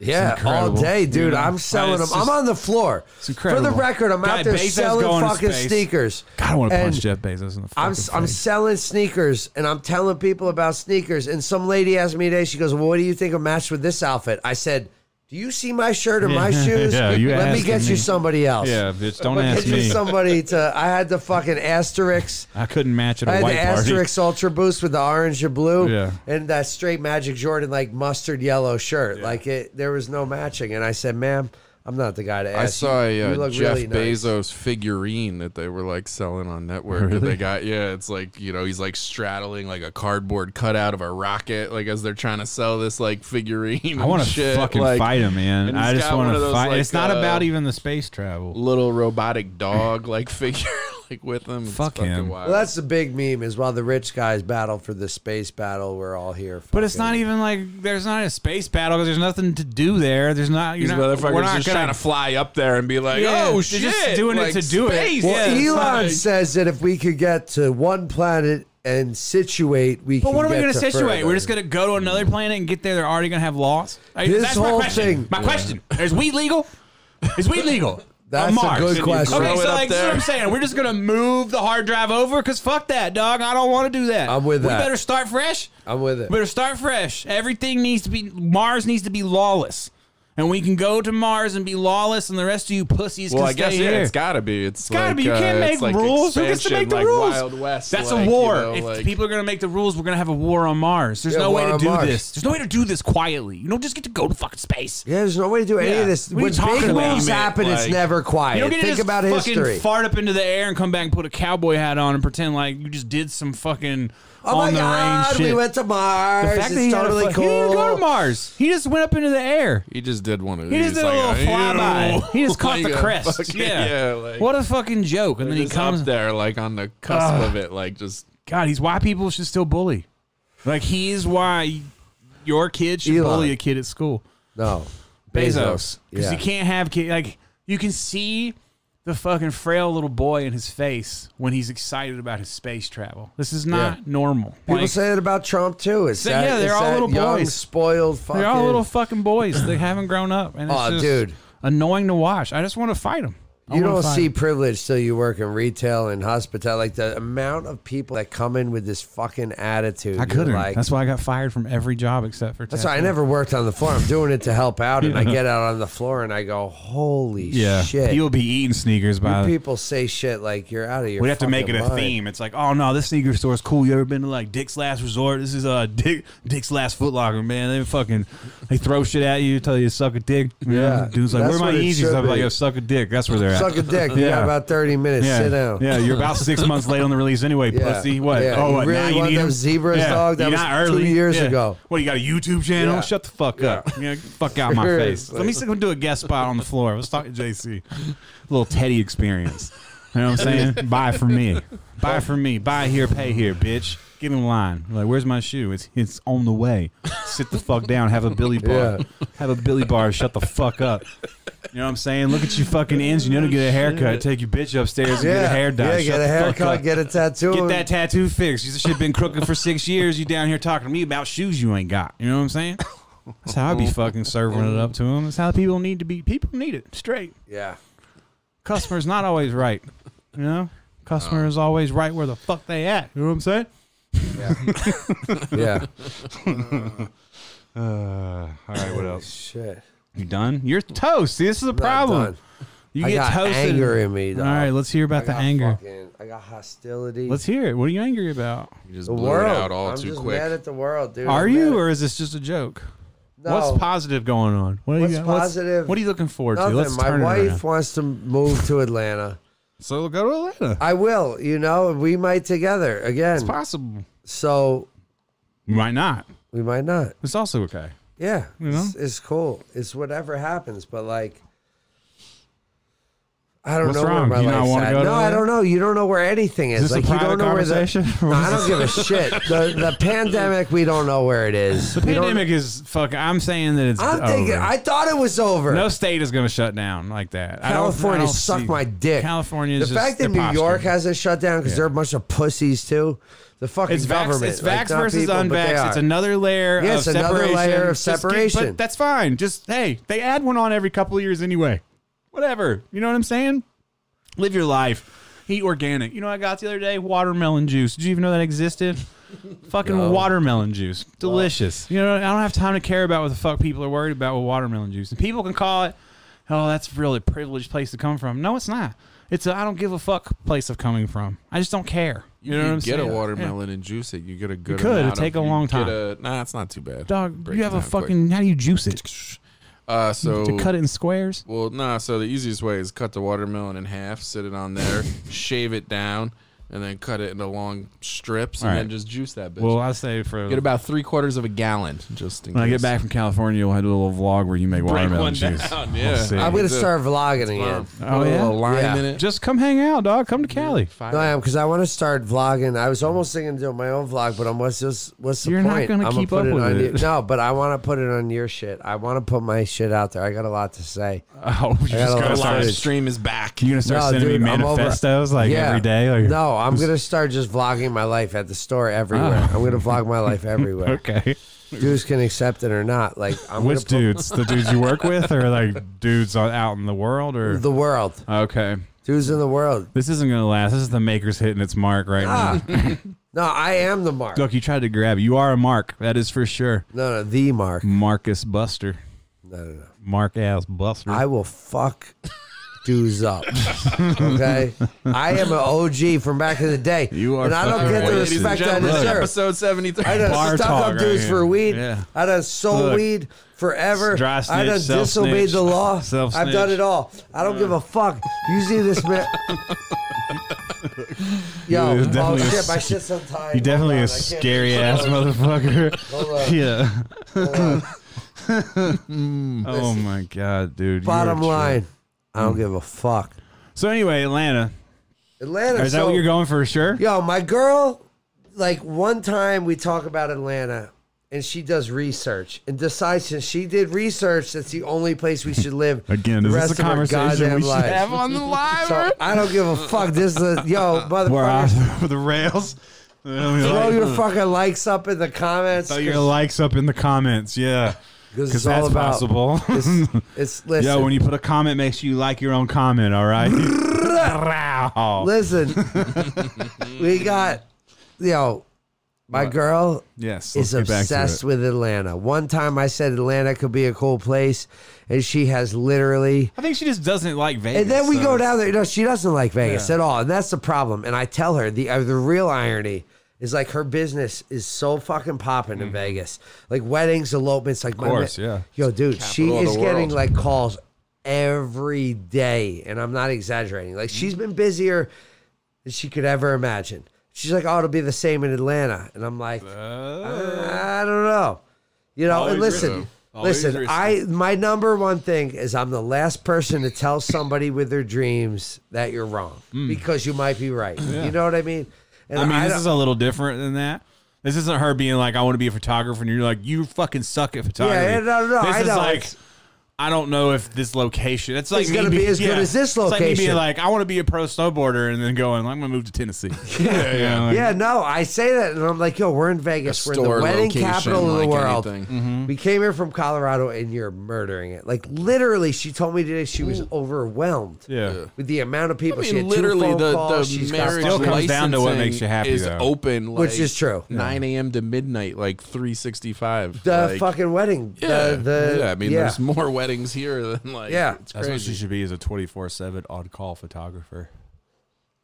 A: Yeah, all
B: incredible.
A: day, dude.
B: You know,
A: I'm selling
B: it's
A: them. I'm
B: just-
A: on the floor.
B: It's incredible.
A: For the record, I'm
B: God,
A: out there
B: Bezos
A: selling
B: going to
A: fucking
B: space.
A: sneakers.
B: God, I want to
A: And
B: punch Jeff Bezos in the fucking
A: I'm I'm
B: face.
A: selling sneakers and I'm telling people about sneakers. And some lady asked me today. She goes, "Well, what do you think of match with this outfit?" I said, "Do you see my shirt or my
B: Yeah,
A: shoes?
B: yeah, you
A: Let me
B: asking
A: get you
B: me.
A: somebody else.
B: Yeah, bitch, don't
A: Let me
B: ask
A: get you
B: me.
A: somebody to. I had the fucking asterisk."
B: I couldn't match at
A: I
B: a
A: had
B: white
A: the
B: party.
A: asterisk ultra boost with the orange and blue,
B: Yeah.
A: and that straight Magic Jordan like mustard yellow shirt. Like it, there was no matching. And I said, "Ma'am, I'm not the guy to ask."
C: I saw
A: you.
C: a
A: You
C: uh,
A: look
C: Jeff
A: really nice."
C: Bezos figurine that they were like selling on network. That they got yeah, it's like you know he's like straddling like a cardboard cutout of a rocket, like as they're trying to sell this like figurine.
B: I want to
C: shit,
B: fucking
C: like,
B: fight him, man.
C: and
B: I
C: he's
B: just
C: got one
B: want
C: of
B: to
C: those,
B: fight.
C: like,
B: it's not
C: uh,
B: about even the space travel.
C: Little robotic dog like figure like with him. It's
B: Fuck
C: fucking
B: him.
C: Wild.
A: Well, that's the big meme is while the rich guys battle for the space battle, we're all here.
B: But it's
A: fucking-
B: not even like there's not a space battle because there's nothing to do there. There's not. You're not
C: These motherfuckers
B: we're not
C: just
B: gonna,
C: trying to fly up there and be like,
B: Yeah,
C: "Oh
B: they're
C: shit!"
B: just doing it
C: like,
B: to do it.
C: space,
A: Well,
C: yeah,
A: Elon
C: like-
A: says that if we could get to one planet and situate, we.
B: But
A: can
B: what are we
A: get
B: going to situate?
A: further.
B: We're just going to go to another planet and get there. They're already going to have laws. I-
A: This
B: that's
A: whole
B: my question.
A: thing-
B: My question: Is weed legal? Is weed legal?
A: That's
B: On
A: a
B: Mars?
A: good
B: Okay,
A: question.
B: so
C: Throw it up
B: like this is what I'm
C: there.
B: saying. We're just going to move the hard drive over because fuck that, dog. I don't want to do that.
A: I'm with
B: we
A: that.
B: better start fresh.
A: I'm with it.
B: Better start fresh. Everything needs to be Mars needs to be lawless, and we can go to Mars and be lawless, and the rest of you pussies
C: Well,
B: can
C: I
B: stay
C: guess yeah,
B: here.
C: it's gotta be. It's,
B: gotta
C: like,
B: be. You
C: uh,
B: can't
C: it's
B: make
C: like
B: rules. Who gets to
C: expansion,
B: make the
C: like
B: rules?
C: Wild West,
B: That's
C: like,
B: a
C: you
B: war.
C: know,
B: if
C: like-
B: people are gonna make the rules, we're gonna have a war on Mars. There's
A: Yeah,
B: no
A: war
B: way to
A: on
B: do
A: Mars.
B: this. There's no way to do this quietly. You don't just get to go to fucking space.
A: yeah, there's no way to do any
B: Yeah.
A: of this.
B: What are you
A: When
B: talking
A: big
B: about,
A: moves
B: man?
A: happen, it's
C: Like,
A: never quiet.
B: You don't get to
A: Think
B: just
A: about
B: fucking
A: history.
B: fart up into the air and come back and put a cowboy hat on and pretend like you just did some fucking
A: Oh
B: on
A: my
B: the
A: God,
B: range shit.
A: we went to Mars.
B: the fact
A: it's
B: that he had a
A: totally
B: fu-
A: cool.
B: he didn't go to Mars. He just went up into the air.
C: He just did one of
B: He
C: these.
B: just did
C: like,
B: a little
C: "Ew."
B: flyby. He just caught
C: Like
B: the
C: a
B: crest.
C: fucking-
B: yeah.
C: yeah, like-
B: what a fucking joke! And then he
C: Just
B: comes
C: up there, like on the cusp of it, like just
B: God, he's why people should still bully. Like he's why your kid should
A: Elon.
B: bully a kid at school.
A: No,
B: Bezos, because
A: Yeah.
B: you can't have kid like you can see the fucking frail little boy in his face when he's excited about his space travel. This is not normal.
A: People
B: Like,
A: say that about Trump too. It's
B: Say-
A: that,
B: yeah, they're
A: it's
B: all
A: that
B: little
A: young,
B: boys.
A: spoiled. Fucking,
B: they're all little fucking boys. They haven't grown up, and it's
A: Aw,
B: just
A: dude.
B: annoying to watch. I just want to fight them.
A: You don't see privilege till you work in retail and hospitality. Like the amount of people that come in with this fucking attitude.
B: I couldn't.
A: Like,
B: That's why I got fired from every job except for.
A: That's
B: tattoo.
A: why I never worked on the floor. I'm doing it to help out, and I get out on the floor and I go, "Holy
B: Yeah,
A: shit!"
B: you'll be eating sneakers by the
A: people say shit like you're out of your.
B: We'd have to make it
A: fucking
B: a
A: mind.
B: theme. It's like, oh no, this sneaker store is cool. You ever been to like Dick's Last Resort? This is uh Dick Dick's Last Foot Locker, man. They fucking they throw shit at you, tell you to suck a dick. You know,
A: Yeah.
B: dude's like,
A: That's
B: where are my
A: what it
B: Yeezys?
A: should
B: I'm like,
A: be.
B: yo, suck a dick. That's where they're Yeah.
A: Suck a dick. We got
B: Yeah.
A: about 30 minutes.
B: Yeah.
A: Sit down.
B: Yeah, you're about six months late on the release anyway,
A: Yeah.
B: pussy. What?
A: Yeah.
B: Oh,
A: You
B: what,
A: really
B: now you
A: want
B: need
A: them
B: 'em?
A: zebras, dog? That
B: You're
A: was
B: not
A: two
B: early.
A: years
B: Yeah.
A: ago.
B: What? You got a YouTube channel?
A: Yeah.
B: Shut the fuck up. Yeah, get the fuck out of my face. Let me sit and do a guest spot on the floor. Let's talk to JC. little Teddy experience. You know what I'm saying? Buy from me. Buy from me. Buy here, pay here, bitch. Get in line. Like, where's my shoe? It's it's on the way. Sit the fuck down. Have a Billy bar.
A: Yeah.
B: Have a Billy bar. Shut the fuck up. You know what I'm saying? Look at you fucking ends. You know to get a haircut. Take your bitch upstairs and
A: Yeah.
B: get a hair dye.
A: Yeah,
B: Shut
A: get
B: the
A: a
B: fuck
A: haircut,
B: up.
A: get a tattoo.
B: Get that tattoo fixed. You should have been crooked for six years. You down here talking to me about shoes you ain't got. You know what I'm saying? That's how I be fucking serving it up to them. That's how people need to be. People need it straight.
A: yeah.
B: Customer's not always right. You know, customer is always right where the fuck they at. You know what I'm saying?
A: Yeah.
B: Uh, all right. What else?
A: Shit.
B: You done? You're toast. See, this is a problem.
A: done.
B: You
A: I
B: get
A: got
B: toasted.
A: anger in me,
B: All
A: dog.
B: right. Let's
A: I
B: hear about the
A: got
B: anger.
A: fucking- I got hostility.
B: Let's hear it. What are you angry about?
C: You just
A: the
C: blew
A: world.
C: it out all
A: I'm
C: too
A: just
C: quick.
A: mad at the world, dude.
B: Are
A: I'm mad
B: you,
A: at-
B: or is this just a joke?
A: no,
B: What's positive going on? What are
A: What's
B: you,
A: positive?
B: what are you looking forward
A: Nothing.
B: to? Let's
A: My
B: turn it
A: wife
B: around.
A: wants to move to Atlanta.
B: So we'll go to Atlanta.
A: I will. You know, we might together again.
B: It's possible.
A: so
B: Might not.
A: we might not.
B: It's also okay.
A: Yeah,
B: know?
A: it's, it's cool. It's whatever happens, but like, I don't
B: What's
A: know
B: wrong?
A: where
B: You
A: my
B: not
A: life's
B: wanna
A: at.
B: go to
A: No, I
B: that?
A: don't know. You don't know where anything is.
B: Is this
A: like
B: a
A: you don't
B: private
A: know where
B: conversation?
A: the. No, I don't give a shit. The the pandemic, we don't know where it is.
B: The
A: We don't-
B: pandemic is fuck. I'm saying that it's.
A: I'm thinking.
B: over.
A: I thought it was over.
B: no state is going to shut down like that. I don't- I
A: California
B: don't
A: sucked
B: see-
A: my dick.
B: California
A: The
B: is just-
A: fact that
B: they're
A: New York
B: posturing.
A: hasn't shut down because they're a bunch of pussies too. The fucking
B: It's vax,
A: government.
B: it's
A: like,
B: vax
A: not
B: versus
A: people, but they
B: unvax.
A: are.
B: It's another layer
A: Yeah,
B: of
A: it's another
B: separation.
A: layer of
B: Just keep-
A: separation.
B: but that's fine. Just hey, they add one on every couple of years anyway. Whatever. You know what I'm saying? Live your life. Eat organic. You know what I got the other day? Watermelon juice. Did you even know that existed? Fucking watermelon juice. Delicious. You know, I don't have time to care about what the fuck people are worried about with watermelon juice. And people can call it, oh, that's really a privileged place to come from. No, it's not. It's a I don't give a fuck place of coming from. I just don't care. You, know
C: You
B: what I'm
C: get
B: saying?
C: a
B: Yeah.
C: watermelon and juice it. You get a good.
B: could. It'd
C: amount
B: take a
C: of, you
B: long
C: get
B: time.
C: A, nah, it's not too bad.
B: Dog,
C: Break
B: you
C: it
B: have a
C: down quick.
B: fucking. How do you juice it?
C: Uh,
A: Oh.
C: so
B: to cut it in squares?
C: Well, nah. So the easiest way is cut the watermelon in half, sit it on there, shave it down, and then cut it into long strips, and
B: All
C: then
B: right.
C: just juice that bitch.
B: Well, I say for
C: get about three quarters of a gallon. Just in
B: when I
C: case.
B: get back from California, we'll do a little vlog where you make watermelon juice.
C: down,
B: We'll
C: yeah.
B: see.
A: I'm gonna
C: It's a-
A: start vlogging again.
B: Oh,
C: Put a
B: yeah?
C: little lime
A: Yeah.
C: in it.
B: Just come hang out, dog. Come to Cali.
C: Fire.
A: No, I am because I want to start vlogging. I was almost thinking of doing my own vlog, but I'm what's this, what's the
B: You're not
A: point?
B: gonna
A: I'm
B: keep
A: put
B: up
A: it
B: with
A: on
B: it.
A: You. No, but I want to put it on your shit. I want to put my shit out there. I got a lot to say.
B: Oh, you
A: a
B: just
A: lot
B: gotta
A: of
B: start.
A: footage.
C: Live stream is back.
B: You gonna start
A: No,
B: sending
A: dude,
B: me
A: I'm over-
B: manifestos like
A: Yeah.
B: every day? Like,
A: no, I'm gonna start just vlogging my life at the store everywhere. I'm gonna vlog my life everywhere.
B: Ah. Okay.
A: Dudes can accept it or not. Like I'm
B: Which
A: gonna
B: dudes? the dudes you work with, or like dudes on- out in the world, or
A: put the world.
B: okay.
A: Dudes in the world.
B: This isn't gonna last. This is the maker's hitting its mark right now.
A: Ah. no, I am the mark.
B: Look, you tried to grab. it. You are a mark. That is for sure.
A: No, no, the mark.
B: Marcus Buster.
A: No, no, no.
B: Mark ass Buster.
A: I will fuck dudes up. Okay? I am an OG from back in the day.
B: You are
A: And I don't
B: fucking
A: get the
B: racist.
A: respect I
C: Gentlemen,
A: deserve.
C: episode seventy three.
A: I done
B: Bar
A: stuck
B: talk
A: up
B: right
A: dudes
B: here.
A: for weed.
B: Yeah.
A: I done sold
B: Look.
A: weed forever.
B: Dry snitch,
A: I done
B: self
A: disobeyed
B: snitch.
A: the law.
B: Self
A: I've done
B: snitch.
A: it all. I don't give a fuck. You see this man. Yo,
B: It was
A: oh
B: definitely a
A: shit, my
B: sc-
A: shit's untied.
B: you definitely
A: Hold on,
B: a
A: I can't-
B: scary ass motherfucker.
A: Hold on.
B: yeah.
A: Hold on.
B: Oh my god, dude. You're a
A: Bottom
B: trip.
A: line, I
B: Hmm.
A: don't give a fuck.
B: So anyway, Atlanta.
A: Atlanta.
B: Is that
A: so-
B: what you're going for? Sure.
A: Yo, my girl, like one time we talk about Atlanta and she does research and decides since she did research, that's the only place we should live.
B: Again,
A: the
B: is
A: rest
B: this a
A: of our
B: conversation
A: goddamn
B: we should
A: lives.
B: have
C: on the live.
A: So I don't give a fuck. This is a, yo,
B: We're
A: motherfucker.
B: off the rails.
A: Throw
B: Throw
A: your fucking likes up in the comments.
B: Throw your likes up in the comments. Yeah.
A: 'Cause
B: Because
A: it's
B: that's
A: all about-
B: possible.
A: It's, it's listen.
B: Yo, when you put a comment, make sure you like your own comment, all right? Wow.
A: listen, we got yo, my girl
B: yes.
A: is
B: let's get back to it.
A: obsessed with Atlanta. One time I said Atlanta could be a cool place, and she has literally.
B: I think she just doesn't like Vegas.
A: And then we
B: so-
A: go down there. No, she doesn't like Vegas at all, and that's the problem. And I tell her the uh, the real irony is like her business is so fucking popping in Vegas, like weddings, elopements, like Mm-hmm. of
B: course, yeah.
A: Yo, dude, she
C: Capital of
A: is
C: the
A: getting
C: world.
A: like calls every day. And I'm not exaggerating. Like she's been busier than she could ever imagine. She's like, oh, it'll be the same in Atlanta. And I'm like, I don't know. You know, and
B: Oh. Always
A: listen,
B: risky. Always
A: listen,
B: risky.
A: I my number one thing is I'm the last person to tell somebody with their dreams that you're wrong because you might be right. You know what I mean? And
B: Hmm. I mean, this
A: don't-
B: is a little different than that. This isn't her being like, I want to be a photographer, and you're like, you fucking suck at photography.
A: yeah, no, no,
B: This
A: I
B: is
A: know.
B: like,
A: It's-
B: I don't know if this location. It's like
A: It's
B: me
A: gonna be as good as this
B: It's like me
A: location.
B: being like, I want to be a pro snowboarder, and then going, I'm gonna move to Tennessee. yeah, yeah, like,
A: yeah, no, I say that, and I'm like, yo, we're in Vegas. We're in the
C: store
A: wedding
C: location,
A: capital of the
C: like
A: world.
C: anything.
B: Mm-hmm.
A: We came here from Colorado, and you're murdering it. Like literally, she told me today she was overwhelmed
B: yeah.
A: with the amount of people.
C: I
A: she had
C: mean, literally,
A: Oh, two phone
C: the, the
A: calls. She's got
C: marriage
B: Still
A: fucking-
B: comes down to what
C: licensing
B: makes you happy,
C: Is
B: though.
C: open,
A: Which
C: like,
A: is true. Yeah.
C: 9 a.m. to midnight, like 365.
A: the
C: like,
A: fucking wedding.
C: Yeah,
A: the, the,
C: yeah. I mean,
A: yeah.
C: there's more weddings here than like.
A: Yeah.
C: it's
B: That's what she
C: crazy.
B: should be is a 24 7 on call photographer.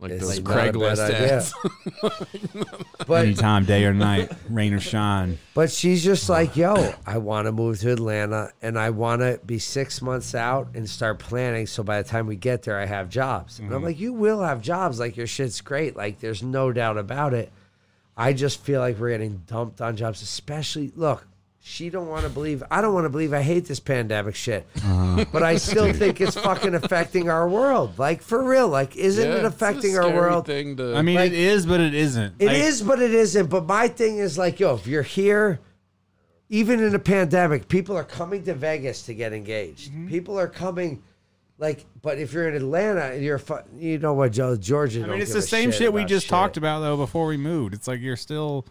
C: Like
A: It's
C: those
A: like not a bad
C: Craigslist
A: idea.
C: ads.
A: but
B: Anytime, day or night, rain or shine.
A: but she's just like, yo, I want to move to Atlanta, and I want to be six months out and start planning. So by the time we get there, I have jobs. And I'm
C: Mm-hmm.
A: like, you will have jobs. Like your shit's great. Like there's no doubt about it. I just feel like we're getting dumped on jobs, especially look. She don't want to believe. I don't want to believe. I hate this pandemic shit,
C: Uh-huh.
A: but I still think it's fucking affecting our world. Like for real. Like isn't
C: Yeah,
A: it
C: it's a
A: affecting our
C: scary
A: world?
C: Thing to,
B: I mean,
A: Like-
B: it is, but it isn't.
A: It
B: Like,
A: is, but it isn't. But my thing is like, yo, if you're here, even in a pandemic, people are coming to Vegas to get engaged.
B: Mm-hmm.
A: People are coming, like, but if you're in Atlanta and you're, fu- you know what, Joe, Georgia.
B: I mean, it's the same shit, we just talked about though before we moved. It's like you're still,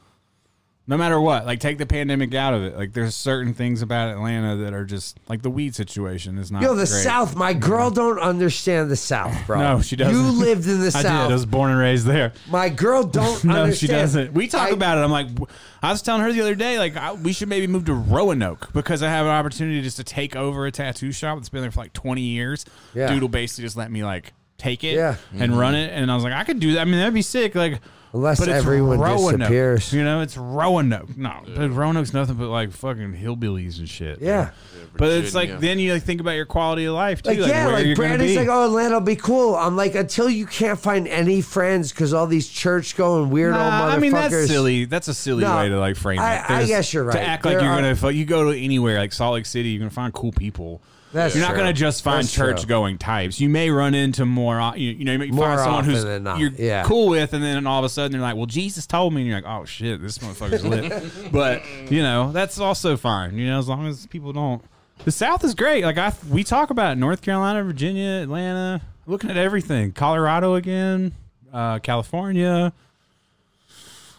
B: no matter what, like take the pandemic out of it. Like there's certain things about Atlanta that are just like the weed situation is not.
A: Yo, the
B: great.
A: South. My girl don't understand the South, bro.
B: No, she doesn't.
A: You lived in the
B: I
A: South.
B: did. I was born and raised there.
A: My girl don't
B: No,
A: understand.
B: she doesn't. We talk
A: I-
B: about it. I'm like, w- I was telling her the other day, like, I, we should maybe move to Roanoke because I have an opportunity just to take over a tattoo shop that's been there for like 20 years.
A: Yeah.
B: Dude will basically just let me like take it
A: Yeah.
B: and run it, and I was like, I could do that. I mean, that'd be sick. Like,
A: Unless everyone disappears.
B: you know, it's Roanoke. No, but Roanoke's nothing but like fucking hillbillies and shit.
A: Yeah.
B: But it's like
C: Virginia.
B: then you like, think about your quality of life too.
A: Like, yeah,
B: where
A: like
B: you're gonna
A: Brandon's
B: be.
A: like, oh, Atlanta'll be cool. I'm like, until you can't find any friends because all these church going weird old
B: Nah,
A: motherfuckers.
B: I mean that's silly. That's a silly
A: No,
B: way to like frame
A: I-
B: it.
A: I
B: There's-
A: guess you're right.
B: To act like
A: There
B: you're
A: are-
B: gonna, fu- you go to anywhere like Salt Lake City, you're gonna find cool people.
A: That's
B: you're not
A: true.
B: gonna just find
A: That's true.
B: church going types. You may run into more, o- you, you know, you may
A: More
B: find someone
A: often
B: who's
A: than not,
B: you're
A: yeah.
B: cool with, and then all of a sudden they're like, "Well, Jesus told me," and you're like, "Oh shit, this motherfucker's lit." But you know, that's also fine. You know, as long as people don't. The South is great. Like I, we talk about it. North Carolina, Virginia, Atlanta. Looking at everything, Colorado again, uh, California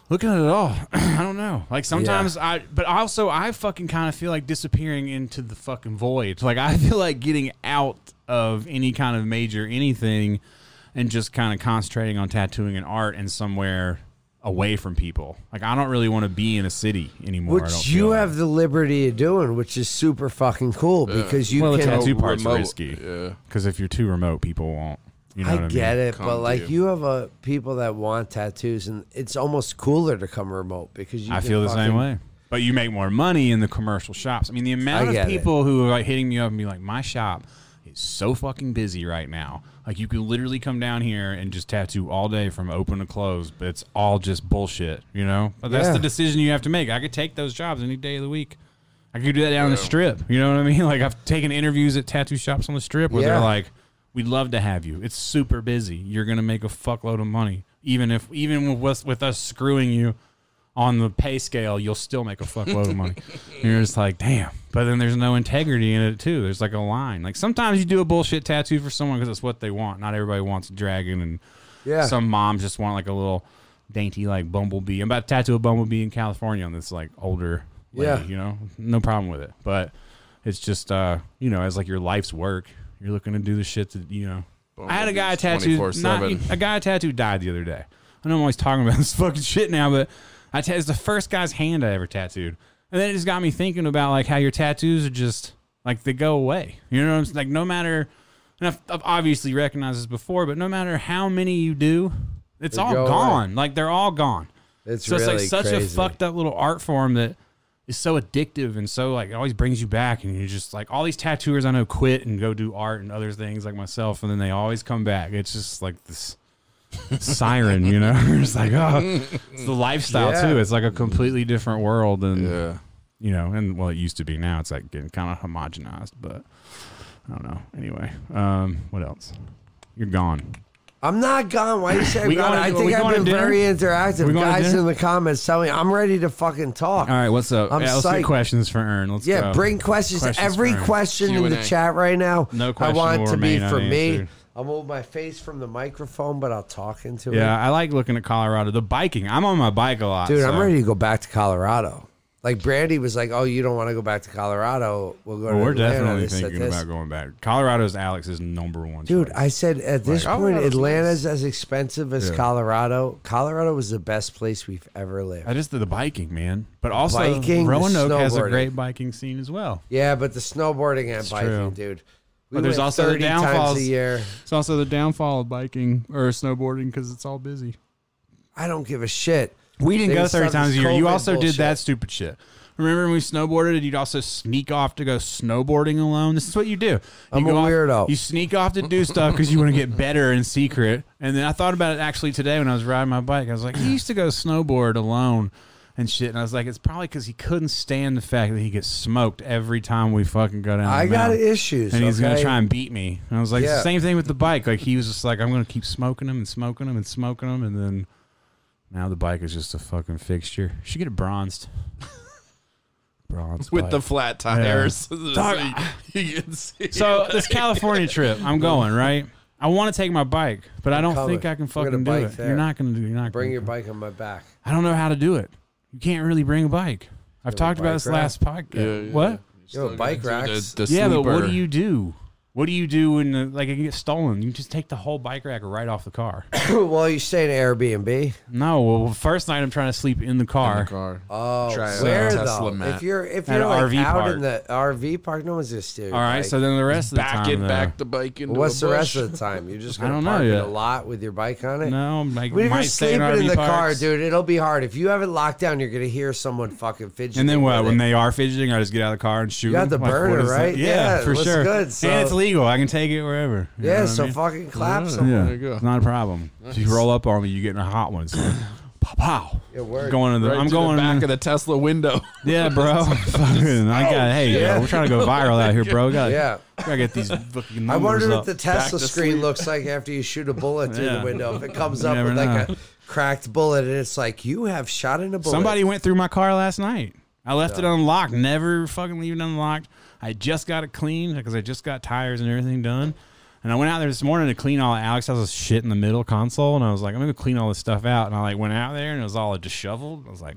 B: looking at it all i don't know like sometimes i but also i fucking kind of feel like disappearing into the fucking void like i feel like getting out of any kind of major anything and just kind of concentrating on tattooing and art and somewhere away from people like i don't really want to be in a city anymore I don't
A: Which
B: feel
A: you
B: like.
A: have the liberty of doing, which is super fucking cool because you
B: well the
A: can.
B: tattoo part's
C: remote,
B: risky
C: yeah.
B: because if you're too remote people won't you know
A: I
B: what i
A: get
B: mean
A: it,
C: Come
A: but
C: to
A: like you.
C: you.
A: have a people that want tattoos, and it's almost cooler to come remote because you.
B: I
A: can
B: feel the same
A: fucking-
B: way. But you make more money in the commercial shops. I mean, the amount
A: get
B: of
A: it.
B: people who are like hitting me up and be like, "My shop is so fucking busy right now. Like, you can literally come down here and just tattoo all day from open to close, but it's all just bullshit, you know." But that's
A: Yeah.
B: the decision you have to make. I could take those jobs any day of the week. I could do that down the strip. You know what I mean? Like, I've taken interviews at tattoo shops on the strip where
A: Yeah.
B: they're like, "We'd love to have you. It's super busy. You're gonna make a fuckload of money, even if even with us, with us screwing you." on the pay scale, you'll still make a fuckload of money. And you're just like, damn. But then there's no integrity in it too. There's like a line. Like sometimes you do a bullshit tattoo for someone because it's what they want. Not everybody wants a dragon, and
A: Yeah.
B: some moms just want like a little dainty like bumblebee. I'm about to tattoo a bumblebee in California on this like older lady.
A: Yeah.
B: You know, no problem with it. But it's just uh, you know, as like your life's work, you're looking to do the shit that you know. I had a guy tattooed.
C: Bumblebee's
B: Not,
C: 24/7.
B: a guy tattooed died the other day. I know I'm always talking about this fucking shit now, but I ta- it's the first guy's hand I ever tattooed, and then it just got me thinking about like how your tattoos are just like they go away. You know what I'm saying? Like no matter, and I've, I've obviously recognized this before, but no matter how many you do, it's all
A: go away.
B: gone. Like they're all gone.
A: It's
B: so
A: really
B: it's like such
A: crazy.
B: a fucked up little art form that is so addictive and so like it always brings you back and you're just like all these tattooers I know quit and go do art and other things like myself and then they always come back. It's just like this siren, you know? it's like oh it's the lifestyle
A: Yeah.
B: too. It's like a completely different world and
C: Yeah.
B: you know, and well it used to be now it's like getting kind of homogenized, but I don't know. Anyway, um what else? You're gone.
A: I'm not gone. Why you say I'm
B: We
A: gone?
B: going-
A: I
B: we
A: think I've
B: going to
A: been
B: dinner?
A: very interactive.
B: We going to
A: Guys
B: dinner?
A: in the comments tell me I'm ready to fucking talk.
B: All right, what's up?
A: I'm
B: yeah, let's
A: psyched.
B: get questions for Ern. Let's
A: Yeah,
B: go.
A: bring questions.
B: Questions
A: Every
B: for him.
A: question in the
C: Q&A.
A: chat right now.
B: No
A: I
B: question
A: want it
B: will
A: to be
B: remain
A: for me.
B: unanswered.
A: I'll move my face from the microphone, but I'll talk into
B: Yeah,
A: it.
B: I like looking at Colorado. The biking. I'm on my bike a lot.
A: Dude,
B: so-
A: I'm ready to go back to Colorado. Like Brandy was like, "Oh, you don't want to go back to Colorado? We'll go to
B: Well, we're
A: Atlanta."
B: definitely
A: This, that,
B: thinking
A: this.
B: about going back. Colorado's Alex's number one.
A: Dude,
B: choice.
A: I said at this
C: Like,
A: point,
C: Colorado's
A: Atlanta's as expensive as
B: Yeah.
A: Colorado. Colorado was the best place we've ever lived.
B: I just did the biking, man. But also,
A: biking, the
B: Roanoke has a
A: snowboarding.
B: great biking scene as well.
A: Yeah, but the snowboarding and biking,
B: true.
A: dude. We
B: But there's
A: went
B: also the
A: 30 times
B: downfalls.
A: a year.
B: It's also the downfall of biking or snowboarding because it's all busy.
A: I don't give a shit.
B: We didn't
A: They
B: go
A: just have
B: 30 times a
A: this
B: year. You
A: COVID
B: also did that
A: bullshit.
B: stupid shit. Remember when we snowboarded and you'd also sneak off to go snowboarding alone? This is what you do. You
A: I'm a
B: go off-
A: weirdo.
B: you sneak off to do stuff because you want to get better in secret. And then I thought about it actually today when I was riding my bike. I was like, he used to go snowboard alone and shit. And I was like, it's probably because he couldn't stand the fact that he gets smoked every time we fucking go down.
A: I
B: the
A: got
B: mountain.
A: issues.
B: Oh, And he's gonna
A: okay?
B: try and beat me. And I was like, it's
A: Yeah.
B: the same thing with the bike. Like he was just like, I'm gonna keep smoking him and smoking him and smoking him, and then now the bike is just a fucking fixture. Should get it bronzed. bronzed
C: With
B: bike.
C: the flat tires. So
B: Dog-
C: you, you can see.
B: so this California trip, I'm going right. I want to take my bike, but I don't
A: Color.
B: think I can
A: We're gonna
B: fucking do
A: bike
B: it.
A: there.
B: You're not gonna do. You're not
A: Bring
B: gonna,
A: your bike on my back.
B: I don't know how to do it. You can't really bring a bike. I've
A: a
B: talked about
A: bike
B: this
A: rack.
B: last podcast.
C: Yeah, yeah,
B: What?
A: You have a bike racks.
C: The, the
B: Yeah, but what
C: sleeper.
B: do you do? What do you do when the, like it gets stolen? You just take the whole bike rack right off the car.
A: well, you stay in Airbnb.
B: no, well, first night I'm trying to sleep in the
C: In
B: car.
C: the car.
A: Oh,
C: Try it out.
A: where
C: Tesla
A: though?
C: mat.
A: If you're if
B: At
A: you're
B: an
A: like
B: RV
A: out
B: park.
A: in the RV park, no one's gonna steal. Your
B: All right,
A: bike.
B: so then the rest of the
C: back
B: time,
C: it
B: though-
C: back the bike into
A: Well, what's
C: a
A: the rest
C: bush.
A: of the time? You're just
B: I
A: gonna
B: don't know
A: park in
B: yet.
A: a lot with your bike on it.
B: No, I'm like,
A: But if
B: might
A: you're
B: stay in,
A: sleeping in
B: RV
A: the car,
B: parks.
A: dude, it'll be hard. If you have it locked down, you're gonna hear someone fucking fidgeting.
B: And then what?
A: with
B: When
A: it.
B: they are fidgeting, I just get out of the car and shoot.
A: got
B: them?
A: the
B: Like, what
A: burner,
B: is that?
A: right?
B: Yeah,
A: Yeah, it
B: for
A: looks
B: sure.
A: good,
B: and
A: so-
B: it's legal. I can take it wherever. You know
A: yeah,
B: what I
A: so
B: mean?
A: fucking clap
C: Yeah.
A: someone.
B: yeah,
C: There you go.
B: it's not a problem. If you roll up on me, you get in a hot one. So, pow, pow.
A: It worked.
B: Going to the,
C: Right
B: I'm
C: to
B: going
C: the back
B: in-
C: of the Tesla window.
B: Yeah, bro. Fucking, I got. Hey, yo, we're trying to go viral out here, bro. We Gotta,
A: Yeah.
B: we gotta get these fucking numbers
A: I wonder
B: up.
A: what the Tesla
C: to
A: screen
C: sleep.
A: looks like after you shoot a bullet through
B: Yeah.
A: the window. If it comes
B: You
A: up
B: never
A: with like
B: know.
A: a cracked bullet, and it's like you have shot in a bullet.
B: Somebody went through my car last night. I left it unlocked. Never fucking leave it unlocked. I just got it cleaned because I just got tires and everything done. And I went out there this morning to clean all Alex has this shit in the middle console, and I was like, I'm gonna clean all this stuff out. And I like went out there and it was all disheveled. I was like,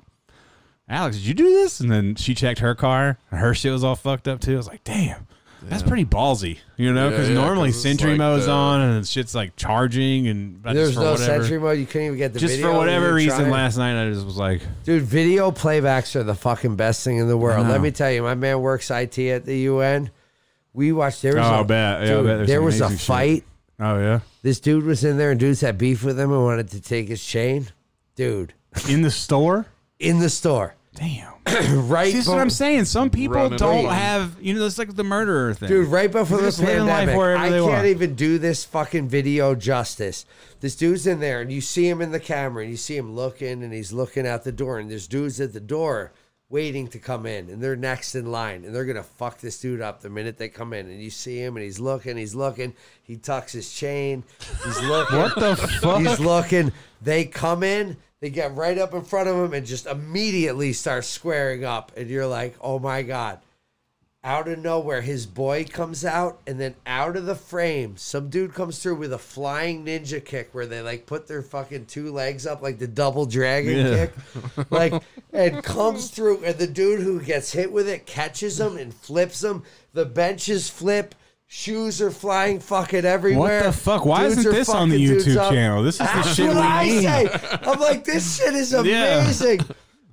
B: Alex, did you do this? And then she checked her car. And her shit was all fucked up too. I was like, damn, that's pretty ballsy, you know?
C: Yeah,
B: Because
C: yeah,
B: normally
C: 'cause it's
B: Sentry
C: like
B: mode's
C: the-
B: on and shit's like charging and but
A: There's
B: just for
A: no
B: whatever,
A: sentry mode. You couldn't even get the
B: just
A: video.
B: for whatever
A: you
B: reason.
A: tried.
B: Last night I just was like,
A: Dude, video playbacks are the fucking best thing in the world.
B: know.
A: Let me tell you, my man works IT at the UN. We watched. There was
B: Oh,
A: a,
B: I bet. Yeah, I
A: dude,
B: bet there's
A: there was a
B: amazing shit.
A: fight.
B: oh yeah.
A: This dude was in there, and dudes had beef with him and wanted to take his chain. Dude,
B: in the store.
A: in the store,
B: Damn,
A: right?
B: this is what I'm
A: bef-
B: saying. Some people
C: Running
B: don't
C: away.
B: have, you know, it's like the murderer thing.
A: Dude, right before the
B: Just living life
A: pandemic,
B: wherever
A: I
B: they
A: can't
B: want.
A: even do this fucking video justice. This dude's in there, and you see him in the camera, and you see him looking, and he's looking out the door, and there's dudes at the door waiting to come in, and they're next in line, and they're gonna fuck this dude up the minute they come in, and you see him, and he's looking, he's looking, he tucks his chain, he's looking,
B: what the fuck?
A: He's looking. They come in, they get right up in front of him and just immediately start squaring up. And you're like, oh my God. Out of nowhere, his boy comes out, and then out of the frame, some dude comes through with a flying ninja kick where they like put their fucking two legs up, like the double dragon
B: Yeah.
A: kick. Like, and comes through, and the dude who gets hit with it catches him and flips him. The benches flip, shoes are flying fucking everywhere.
B: What the fuck? Why
A: Dudes
B: isn't
A: are
B: this on the
A: fucking dudes
B: YouTube
A: up.
B: channel? This is the
A: That's
B: shit
A: what
B: we
A: I
B: need.
A: Say. I'm like, this shit is
B: Yeah.
A: amazing.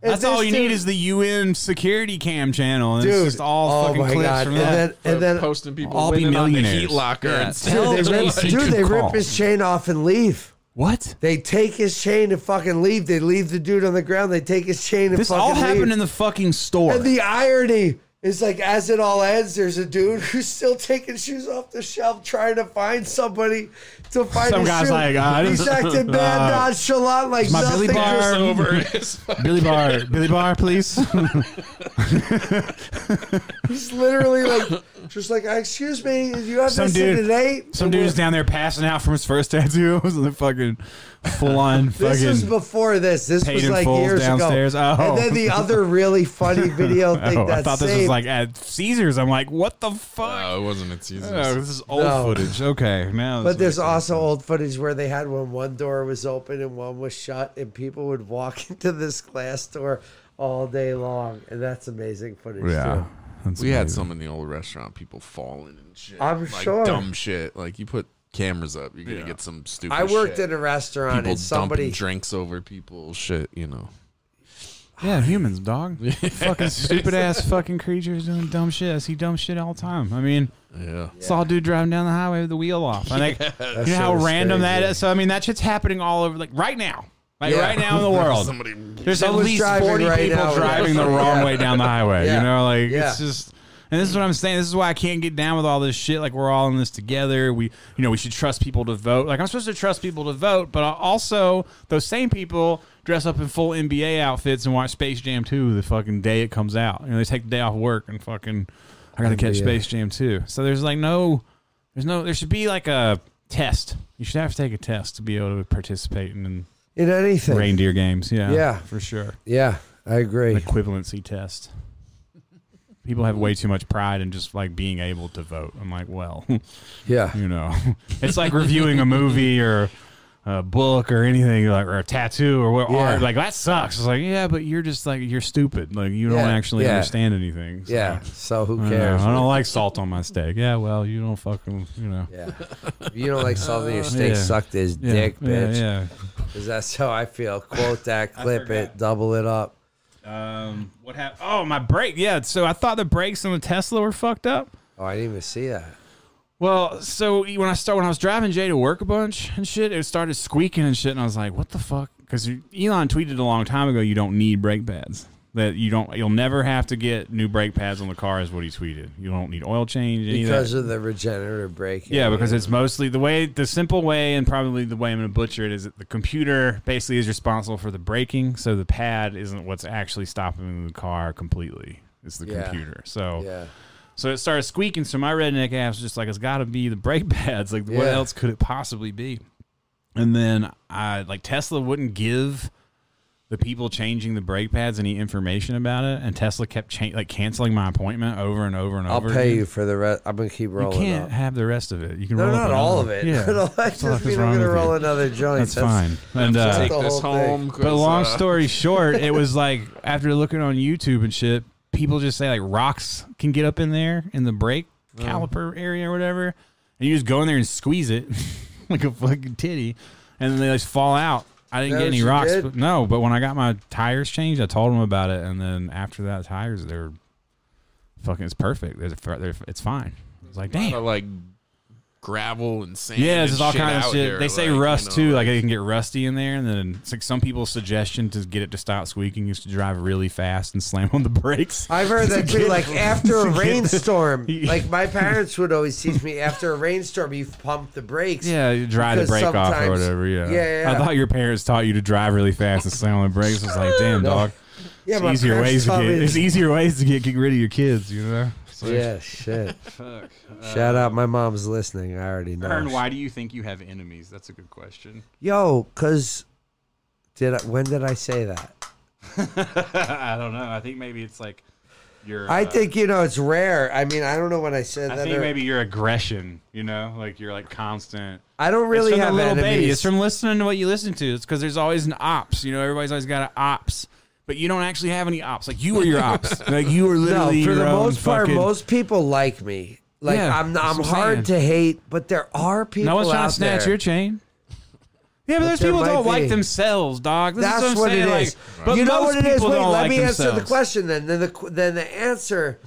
A: And
B: That's all
A: this
B: you
A: dude-
B: need is the UN security cam channel, and it's
A: Dude,
B: just all
A: oh
B: fucking
A: my
B: clips
A: God.
B: from
A: and
B: that.
A: Then, and then,
C: posting people
B: I'll be
C: winning on the
B: millionaires.
C: heat locker
B: Yeah.
C: and
B: Tell
A: dude, they rip,
B: JC
A: dude,
B: to
A: they
B: call.
A: rip his chain off and leave.
B: What?
A: They take his chain and fucking leave. They leave the dude on the ground. They take his chain and
B: This
A: fucking
B: all happened
A: leave.
B: in the fucking store.
A: and the irony is like as it all ends, there's a dude who's still taking shoes off the shelf, trying to find somebody to find
B: Some
A: his
B: guy's
A: shoe.
B: like, "Ah, this-
A: he's acting bad
B: ah,
A: nonchalant, like
B: my Billy
A: nothing.
B: Bar-
A: just-
C: Just
B: Um,
C: over his
B: Billy Bar, Billy Bar, please.
A: he's literally like, just like, "Ah, excuse me, you have
B: Some
A: this
B: dude-
A: in today.
B: Some dude's down there passing out from his first tattoo. It was the fucking full on
A: This was
B: fucking.
A: before this. This
B: paid
A: was
B: in
A: like
B: full
A: years
B: downstairs.
A: ago.
B: Oh.
A: And then the other really funny video thing
B: Oh,
A: that's
B: I thought this was like at Caesars. I'm like, what the fuck?
C: Oh, it wasn't at Caesar's.
B: Oh, this is old
A: No.
B: footage. Okay, now.
A: But there's also old footage where they had when one door was open and one was shut, and people would walk into this glass door all day long, and that's amazing footage
B: yeah.
A: too.
B: That's
C: We had
B: amazing.
C: some in the old restaurant people falling and shit.
A: I'm
C: like
A: sure.
C: dumb shit. Like you put cameras up, you're gonna get some stupid.
A: I worked
C: shit.
A: in a restaurant
C: people
A: and somebody
C: dumping drinks over people. Shit, you know.
B: Yeah, humans, dog. fucking stupid ass fucking creatures doing dumb shit. I see dumb shit all the time. I mean,
C: Yeah.
B: saw a dude driving down the highway with the wheel off. I think you know
A: shit
B: how
A: was
B: random that
A: crazy.
B: is. So I mean, that shit's happening all over, like right now, like
A: Yeah.
B: right now in the world.
C: Somebody.
B: There's at
A: Someone's
B: least
A: driving
B: forty
A: right
B: people
A: now.
B: driving the wrong
A: Yeah.
B: way down the highway.
A: Yeah.
B: You know, like
A: Yeah.
B: it's just. And this is what I'm saying. This is why I can't get down with all this shit. Like we're all in this together. We, you know, we should trust people to vote. Like I'm supposed to trust people to vote, but I- also those same people dress up in full NBA outfits and watch Space Jam 2 the fucking day it comes out. You know, they take the day off work and fucking I gotta catch Space Jam 2. So there's like no, there's no, there should be like a test. You should have to take a test to be able to participate in
A: in anything.
B: reindeer games. Yeah,
A: Yeah.
B: for sure
A: Yeah, I agree.
B: equivalency test. People have way too much pride in just like being able to vote. I'm like, well,
A: Yeah,
B: you know, it's like reviewing a movie or a book or anything like or a tattoo or what
A: Yeah.
B: art. Like that sucks. It's like, yeah, but you're just like you're stupid. Like you don't
A: Yeah,
B: actually
A: yeah.
B: understand anything. So,
A: yeah. So
B: I
A: who
B: don't know.
A: cares?
B: I don't like salt on my steak. Yeah, well, you don't fucking, you know.
A: Yeah, if you don't like something, your steak
B: Yeah.
A: sucked his
B: Yeah,
A: dick,
B: yeah,
A: bitch.
B: yeah.
A: Because that's how I feel. Quote that, clip it, double it up.
B: Um, what happened? Oh, my brake. Yeah. So I thought the brakes on the Tesla were fucked up.
A: Oh, I didn't even see that.
B: Well, so e, when I start when I was driving Jay to work a bunch and shit, it started squeaking and shit, and I was like, "What the fuck?" Because Elon tweeted a long time ago, "You don't need brake pads. That you don't. You'll never have to get new brake pads on the car." Is what he tweeted. You don't need oil change. Any of
A: Because
B: that.
A: of the regenerative braking.
B: Yeah, because it's mostly the way, the simple way, and probably the way I'm going to butcher it is that the computer basically is responsible for the braking, so the pad isn't what's actually stopping the car completely. It's the
A: Yeah.
B: computer. So
A: Yeah.
B: so it started squeaking. So my redneck ass was just like, it's got to be the brake pads. Like, what
A: Yeah.
B: else could it possibly be? And then I like Tesla wouldn't give the people changing the brake pads any information about it, and Tesla kept cha- like canceling my appointment over and over and
A: I'll
B: over.
A: pay
B: again.
A: you for the rest. I'm gonna keep
B: You
A: rolling
B: can't
A: up.
B: have the rest of it. You can
A: No,
B: roll
A: not
B: up
A: all of
B: another-
A: it.
B: Yeah,
A: No, I
B: What the
A: just
B: fuck is
A: mean
B: wrong
A: I'm gonna
B: with
A: roll
B: you?
A: another joint.
B: That's, fine. And uh,
A: Take
C: Take
A: the
C: this
A: whole
C: home.
B: But long
C: uh,
B: story short, it was like after looking on YouTube and shit, people just say like rocks can get up in there in the brake caliper area or whatever, and you just go in there and squeeze it like a fucking titty, and then they just fall out. I didn't
A: Is that
B: get any
A: what you
B: rocks,
A: did?
B: but no. But when I got my tires changed, I told them about it, and then after that, tires they're fucking it's perfect. They're, they're, it's fine. It's like damn.
C: kinda like gravel and sand.
B: Yeah,
C: and
B: there's all
C: shit
B: kind of
C: out
B: shit.
C: here,
B: they say
C: like, you
B: rust
C: know,
B: too, like it can get rusty in there. And then it's like some people's suggestion to get it to stop squeaking is to drive really fast and slam on the brakes.
A: I've heard that too. Like after a rainstorm,
B: Yeah.
A: like my parents would always teach me. After a rainstorm, you pump the brakes.
B: yeah, you dry the
A: Because
B: brake off or
A: sometimes-
B: whatever. Yeah.
A: Yeah, yeah.
B: I thought your parents taught you to drive really fast and slam on the brakes. It's like, damn,
A: No.
B: dog.
A: yeah.
B: It's
A: my
B: easier
A: parents
B: ways to
A: taught
B: get.
A: me
B: It's easier ways to get, get rid of your kids. You know. So
A: Yeah, shit. Shout out, my mom's listening. I already know.
B: do you think you have enemies? That's a good question.
A: Yo, cause did I, when did I say that?
B: I don't know. I think maybe it's like your. uh,
A: I think you know it's rare. I mean, I don't know when I said
B: I
A: that.
B: think
A: or-
B: maybe your aggression, you know, like you're like constant.
A: I don't really
B: it's from
A: have
B: the little
A: enemies.
B: baby. It's from listening to what you listen to. It's because there's always an ops. You know, everybody's always got an ops, but you don't actually have any ops. Like you are your ops. like you are
A: No,
B: literally
A: for
B: your
A: the
B: own
A: most part,
B: fucking-
A: most people like me. Like
B: Yeah,
A: I'm,
B: that's
A: I'm
B: what I'm
A: hard to
B: saying.
A: hate, but there are people.
B: No one's trying
A: out
B: to snatch
A: there.
B: your chain. Yeah, but, there's
A: there
B: people that
A: might
B: don't like
A: be.
B: themselves, dog. This
A: That's
B: is what,
A: what
B: I'm saying.
A: it
B: like,
A: is.
B: But
A: you know
B: most
A: what it is.
B: people
A: Wait,
B: don't
A: let
B: like
A: me answer the
B: themselves.
A: question. Then, then the qu- then the answer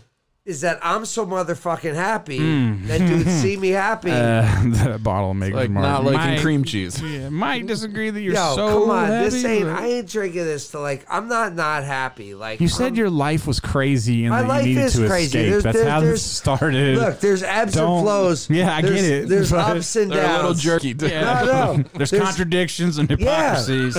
A: is that I'm so motherfucking happy that dudes see me happy.
B: Hmm. Uh, the bottle makes
C: Like
B: Mark.
C: not liking
B: Mike,
C: cream cheese.
B: Yeah, Mike disagree that you're
A: Yo,
B: so
A: come on,
B: happy.
A: this ain't.
B: but-
A: I ain't drinking this to like. I'm not not happy. Like
B: you said
A: I'm-
B: your life was crazy and
A: Um, My
B: that
A: life
B: you needed
A: is
B: to
A: crazy.
B: escape.
A: There's-
B: That's
A: there's-
B: how
A: there's-
B: this started.
A: Look, there's ebbs
B: Don't-
A: and flows.
B: Yeah, I get
A: There's-
B: it,
A: There's
B: but-
A: ups and
C: They're a
A: downs.
C: little jerky. dude.
B: Yeah.
A: No, no.
B: There's, contradictions and hypocrisies.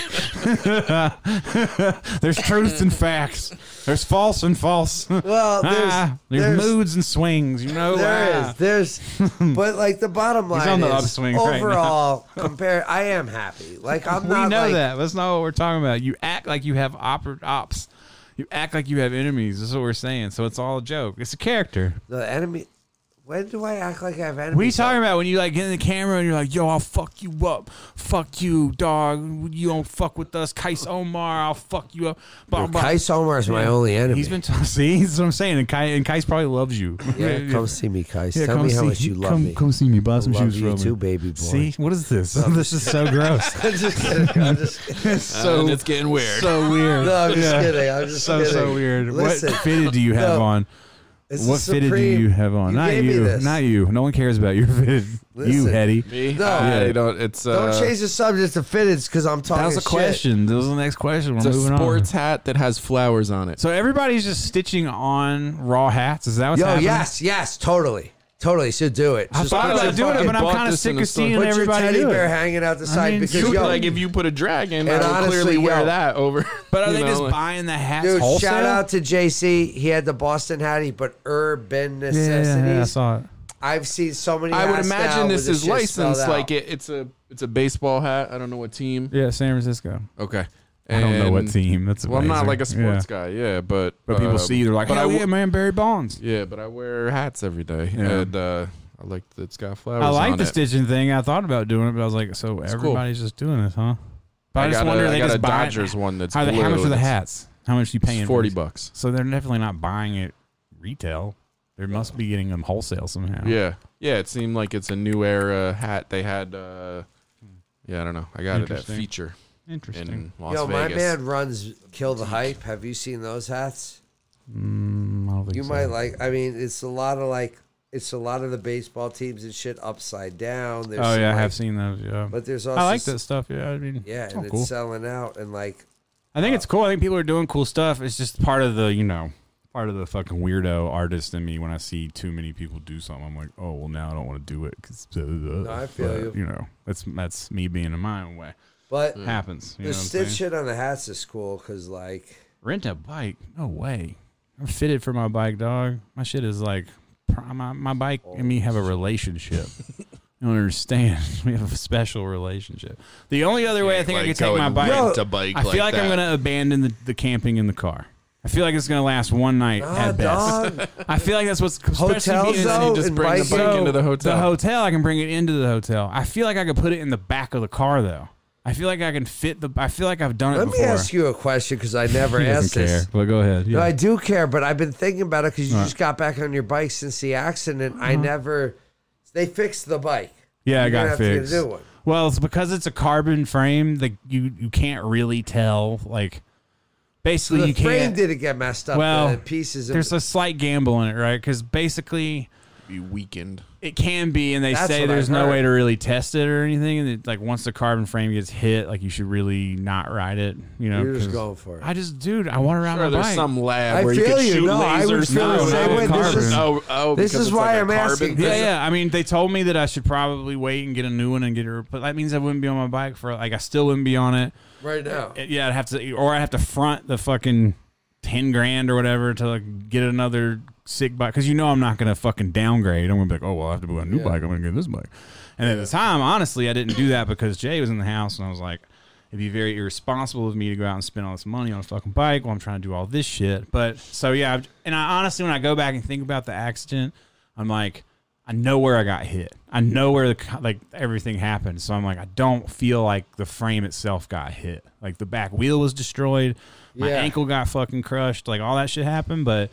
B: there's truths and facts. There's false and false.
A: Well, there's-
B: ah, there's,
A: there's-
B: moods and swings. You know, ah.
A: There is. There's, but like the bottom line
B: on the
A: is
B: upswing right now.
A: overall compared. I am happy. Like I'm
B: we
A: not.
B: know
A: like,
B: that. That's not what we're talking about. You act like you have op- ops. You act like you have enemies. That's what we're saying. So it's all a joke. It's a character.
A: The enemy. When do I act like I have enemies?
B: What are you talking about when you like get in the camera and you're like, "Yo, I'll fuck you up. Fuck you, dog. You don't fuck with us, Kais Omar. I'll fuck you up." Blah, blah.
A: Kai Omar is my only enemy.
B: He's been t- see. That's what I'm saying. And Kai and Kais probably loves you.
A: yeah, come see me, Kai.
B: Yeah,
A: Tell
B: come
A: me how
B: see-
A: much you love
B: come,
A: me.
B: Come see me. Buy some
A: love
B: shoes
A: you
B: from
A: too,
B: me.
A: baby boy.
B: See what is this? this is so gross.
A: I'm just kidding. I'm just kidding.
C: So
B: so
C: it's getting weird.
B: so weird.
A: No, I'm just
B: Yeah.
A: kidding. I'm just
B: so
A: kidding.
B: so weird.
A: Listen,
B: what fitted do you have
A: no,
B: on?
A: it's
B: What
A: the
B: fitted do
A: Supreme.
B: you have on? not
A: gave
B: you.
A: me this.
B: Not you. No one cares about your fitted. You,
A: Listen.
B: Hetty.
C: Me?
A: No.
C: I
B: Yeah.
C: don't. It's uh,
A: Don't change the subject to fitteds because I'm talking.
B: That was a
A: shit.
B: question. That was the next question. We're
C: It's a
B: moving on.
C: sports hat that has flowers on it.
B: So everybody's just stitching on raw hats. Is that what's
A: Yo,
B: happening?
A: yes, yes, totally, totally. Should do it.
B: I
A: Just
B: thought
A: put
B: about
A: your
B: doing it,
A: fucking-
B: but I'm
C: bought
B: kind of
C: this
B: sick
C: in the
B: of
C: store.
B: seeing
A: Put your
B: everybody
A: teddy
B: do
A: bear
B: it.
A: hanging out the side
B: mean,
A: because
C: You,
A: yo,
C: like if you put a dragon, I
A: And
C: would
A: honestly,
C: clearly wear
A: yo.
C: that over.
B: But are
C: you
B: they
C: know,
B: just
C: like-
B: buying the hats
A: dude,
B: wholesale?
A: shout out to JC. He had the Boston hat. He put urban
B: yeah,
A: necessities.
B: yeah, yeah, I saw it.
A: I've seen so many.
C: I would
A: hats
C: imagine
A: now
C: this
A: where the
C: is
A: shit's
C: licensed.
A: spelled
C: Like
A: out.
C: it, it's a it's a baseball hat. I don't know what team.
B: Yeah, San Francisco.
C: Okay.
B: I don't know what
C: And-
B: team. That's
C: Well, I'm not
B: amazing.
C: like a
B: Yeah.
C: sports guy. Yeah, but
B: But people
C: um,
B: see they're like,
C: but I
B: "Hell
C: w-
B: yeah, man, Barry Bonds."
C: yeah, but I wear hats every day,
B: Yeah.
C: and uh, I like that it's got flowers.
B: I like
C: on
B: the
C: it.
B: stitching thing. I thought about doing it, but I was like, "So
C: cool.
B: everybody's just doing this, huh?" But I,
C: I,
B: just
C: got
B: wonder
C: a,
B: they
C: I got
B: just
C: a
B: buy it.
C: Dodgers one that's
B: How, the-
C: blue.
B: how much are the hats?
C: It's-
B: How much you
C: it's
B: paying? for
C: Forty
B: these?
C: bucks.
B: So they're definitely not buying it retail. They must be getting them wholesale somehow.
C: Yeah, yeah. It seemed like it's a new era hat. They had, uh, yeah, I don't know. I got it at
B: Interesting.
C: Feature
B: Interesting.
C: in Las
A: Yo,
C: Vegas.
A: my man runs Kill the Hype. Have you seen those hats?
B: Mm, I don't think
A: You
B: so.
A: might like. I mean, it's a lot of like. It's a lot of the baseball teams and shit upside down. There's
B: Oh
A: some,
B: yeah, I
A: like-
B: have seen those. Yeah,
A: But there's also
B: I like
A: s-
B: that stuff. Yeah, I mean,
A: Yeah,
B: it's
A: and
B: all
A: it's
B: cool.
A: selling out and like
B: I think it's cool. I think people are doing cool stuff. It's just part of the you know part of the fucking weirdo artist in me. When I see too many people do something, I'm like, oh well, now I don't want to do it because
A: I feel you.
B: You know, that's that's me being in my own way.
A: but
B: Happens. Mm. You know
A: the
B: what I'm
A: stitch
B: saying?
A: shit on the hats is cool because like
B: Rent a bike? No way. I'm fitted for my bike, dog. My shit is like pri- my my bike and me have a relationship. You don't understand. We have a special relationship. The only other way I think I could take my bike,
C: to bike.
B: I feel like I'm gonna abandon the, the camping in the car. I feel like it's gonna last one night
A: ah,
B: at best.
A: dog,
B: I feel like that's what's
A: hotels
B: especially being-
A: though
C: just
A: and
C: bring the
A: biking.
C: bike into the hotel.
B: The hotel, I can bring it into the hotel. I feel like I could put it in the back of the car though. I feel like I can fit the. I feel like I've done it
A: Let me
B: before.
A: ask you a question because I never
B: He doesn't
A: asked this.
B: But go ahead.
A: No,
B: Yeah.
A: I do care, but I've been thinking about it because you just got back on your bike since the accident. I
B: Uh-huh.
A: never. They fixed the bike.
B: Yeah, I
A: You're gonna
B: got
A: have to get a
B: fixed.
A: new one.
B: Well, it's because it's a carbon frame that you you can't really tell. Like, basically,
A: The
B: you
A: frame
B: can't.
A: didn't get messed up.
B: Well,
A: the pieces. Of,
B: There's a slight gamble in it, right? Because basically,
C: be weakened.
B: it can be, and they
A: That's
B: say
A: what I
B: there's no
A: heard.
B: way to really test it or anything. And it, like once the carbon frame gets hit, like you should really not ride it. You know,
A: you're just
B: 'cause-
A: going for it.
B: I just, dude, I want to ride
C: Sure,
B: my
C: there's
B: bike.
C: some lab
A: I
C: where you
A: feel
C: can
A: you.
C: shoot
A: No, I would
C: lasers.
A: feel
B: the same way. This is-
C: oh, oh,
A: this
C: because
A: is
C: it's
A: why
C: like a
A: I'm
C: carbon
A: asking.
C: thing?
B: yeah, yeah. I mean, they told me that I should probably wait and get a new one and get it, but that means I wouldn't be on my bike for like I still wouldn't be on it.
A: right now.
B: it- yeah, I'd have to, or I have to front the fucking ten grand or whatever to like get another sick bike because you know I'm not gonna fucking downgrade. I'm gonna be like, oh well, I have to buy a new bike. I'm gonna get this bike. And at the time, honestly, I didn't do that because Jay was in the house and I was like, it'd be very irresponsible of me to go out and spend all this money on a fucking bike while I'm trying to do all this shit. But so yeah, I've- and I honestly, when I go back and think about the accident, I'm like. I know where I got hit. I know where the co- like everything happened. So I'm like, I don't feel like the frame itself got hit. Like the back wheel was destroyed. My
A: Yeah.
B: ankle got fucking crushed. Like all that shit happened, but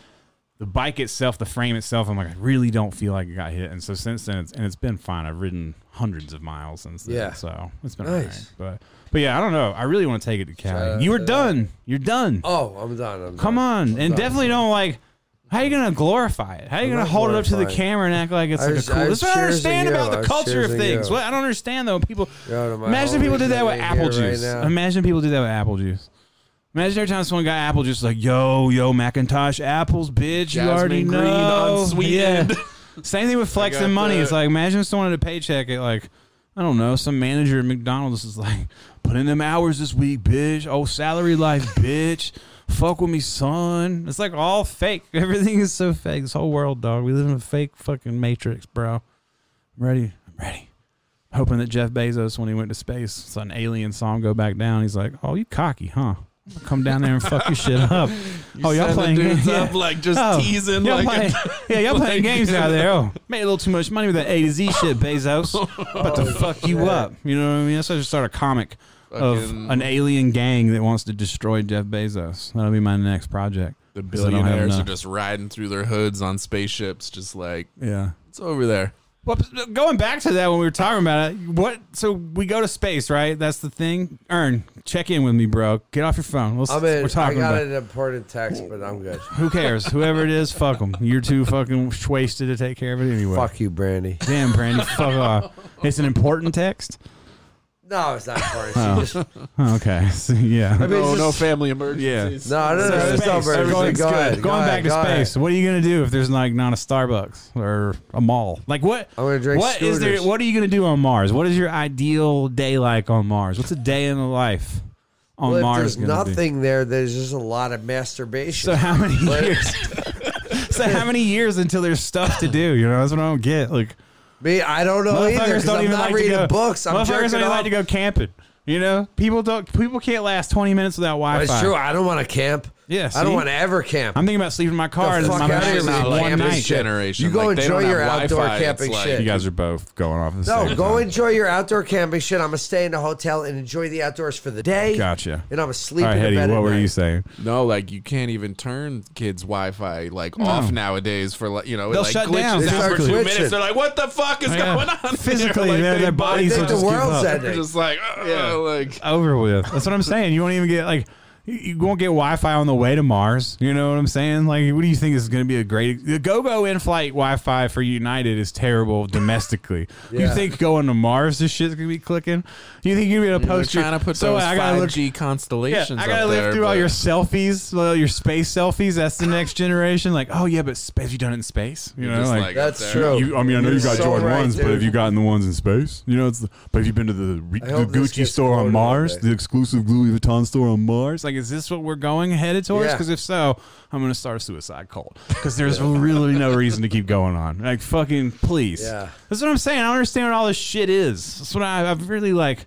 B: the bike itself, the frame itself, I'm like, I really don't feel like it got hit. And so since then, it's, and it's been fine. I've ridden hundreds of miles since then.
A: Yeah.
B: So it's been
A: Nice.
B: all right. But but yeah, I don't know. I really want to take it to
A: Shout
B: Cali.
A: out
B: You were
A: to
B: done. You're done.
A: Oh, I'm done. I'm
B: Come
A: done.
B: on,
A: done.
B: and definitely don't like. How you gonna glorify it? How you gonna
A: not
B: hold it up to the
A: glorifying it.
B: camera and act like it's
A: I
B: like
A: was-
B: a cool?
A: I
B: That's
A: was
B: what I don't
A: cheersing
B: understand
A: you.
B: about
A: I
B: the
A: was
B: culture of
A: cheersing
B: things.
A: you.
B: What I don't understand though, people.
A: Yo, to my
B: Imagine if people
A: homies
B: did that with
A: right
B: apple
A: here, right
B: juice.
A: now.
B: Imagine people did that with apple juice. Imagine every time someone got apple juice, like yo, yo, Macintosh apples, bitch. you
C: Jasmine
B: already
C: green
B: know.
C: unsweetened.
B: Yeah. Same thing with
C: got
B: flexing money.
C: that.
B: It's like imagine if someone had a paycheck at like I don't know, some manager at McDonald's is like, put in them hours this week, bitch. Oh, salary life, bitch. Fuck with me, son. It's like all fake. Everything is so fake. This whole world, dog. We live in a fake fucking matrix, bro. I'm ready. I'm ready hoping that Jeff Bezos, when he went to space, saw an alien saw him go back down. He's like, "Oh, you cocky, huh? I'm gonna Come down there and fuck your shit up. oh, y'all
C: Send the
B: playing
C: dudes
B: games?
C: up, like just
B: Oh,
C: teasing,
B: y'all
C: like
B: playing, yeah, y'all playing
C: like-
B: games out there. Oh, made a little too much money with that A to Z shit, Bezos. About to fuck you up. You know what I mean? That's why I should start a comic of
C: Fucking-
B: an alien gang that wants to destroy Jeff Bezos. That'll be my next project.
C: the
B: 'Cause I don't have
C: billionaires are
B: enough.
C: just riding through their hoods on spaceships, just like
B: yeah.
C: it's over there.
B: Well, p- going back to that when we were talking about it, what? So we go to space, right? That's the thing. Ern, check in with me, bro. Get off your phone. Let's,
A: I'm
B: we're
A: in, I
B: talking
A: got
B: about.
A: an important text, but I'm good.
B: Who cares? Whoever it is, fuck them. You're too fucking wasted to take care of it anyway.
A: Fuck you, Brandy.
B: Damn, Brandy, fuck off. It's an important text.
A: No, it's not important.
B: Oh.
A: She just,
B: Oh, okay, So, yeah.
A: mean, it's just-
C: family
B: emergencies.
A: no, no, no, it's
B: Space.
A: over. Go ahead,
B: Everything's
A: go ahead, go
B: Going
A: ahead,
B: back to
A: go ahead.
B: space, what are you gonna do if there's like not a Starbucks or a mall? Like what?
A: I'm gonna drink
B: What is there?
A: Scooters.
B: What are you gonna do on Mars? What is your ideal day like on Mars? What's a day in the life on
A: Well, if
B: Mars?
A: there's
B: gonna be?
A: nothing there. There's just a lot of masturbation.
B: So how many
A: But-
B: years? so how many years until there's stuff to do? You know, that's what I don't get. Like
A: Me, I don't know either.
B: motherfuckers
A: 'cause
B: don't
A: I'm
B: even
A: not
B: like
A: reading
B: to go,
A: books. I'm
B: motherfuckers don't
A: jerking
B: even
A: off.
B: like to go camping. You know, people don't. People can't last 20 minutes without Wi-Fi.
A: It's true. I don't want to camp.
B: Yeah,
A: I
B: see?
A: don't want to ever camp.
B: I'm thinking about sleeping in my car.
A: The
B: and
A: fuck
B: my
A: outta
B: mattress
A: here
B: is
A: with that
B: one night.
A: camping
C: This
A: shit.
C: generation,
A: You go
C: like, they don't
A: enjoy
C: have
A: your outdoor
C: Wi-Fi. It's
A: camping
C: like-
A: shit.
B: You guys are both going off. At the
A: no,
B: same
A: go
B: time.
A: enjoy your outdoor camping shit. I'm gonna stay in the hotel and enjoy the outdoors for the day.
B: Gotcha.
A: And I'm gonna
B: All
A: sleep
B: right,
A: in
B: Hetty,
A: the bed.
B: what
A: at
B: were
A: night.
B: you saying?
C: No, like you can't even turn kids' Wi-Fi like off nowadays for like you know
B: They'll
C: it, like,
B: shut
C: glitches
B: down.
C: out
B: They
A: start
C: for two
A: glitching.
C: minutes. They're like, "What the fuck is
B: Yeah.
C: going on?" here?"
B: Physically, their- their
A: I
B: bodies
A: think
B: just
A: the
B: give up.
A: world's
C: They're
A: ending.
C: just like, oh, like
B: over with. That's what I'm saying. You won't even get like you- you won't get Wi-Fi on the way to Mars. You know what I'm saying? Like, what do you think is going to be a great? The GoGo in-flight Wi-Fi for United is terrible domestically. You
A: Yeah.
B: think going to Mars, this shit's going to be clicking? You think you're going to
C: Mm, they're
B: post? your-
C: trying to put
B: Oh, so
C: those
B: I gotta
C: five
B: look-
C: G
B: yeah,
C: constellations.
B: I gotta
C: up
B: live
C: there,
B: through all
C: but-
B: your selfies, all your space selfies. That's the next generation. Like, oh yeah, but sp- have you done it in space? You
C: You're
B: know,
C: just
B: like,
C: like, up
A: That's
C: there.
A: true.
B: you, I mean, I know
A: You're
B: you got
A: so
B: Jordan
A: right,
B: ones, but
A: dude.
B: have you gotten the ones in space? You know, it's the, but have you been to the, re- the
A: hope this
B: Gucci
A: gets
B: store on
A: quoted
B: Mars,
A: one day.
B: the exclusive Louis Vuitton store on Mars? Like, is this what we're going headed towards?
A: Yeah.
B: Because if so, I'm going to start a suicide cult because there's really no reason to keep going on. Like, fucking please.
A: Yeah.
B: That's what I'm saying. I don't understand what all this shit is. That's what I, I've really like.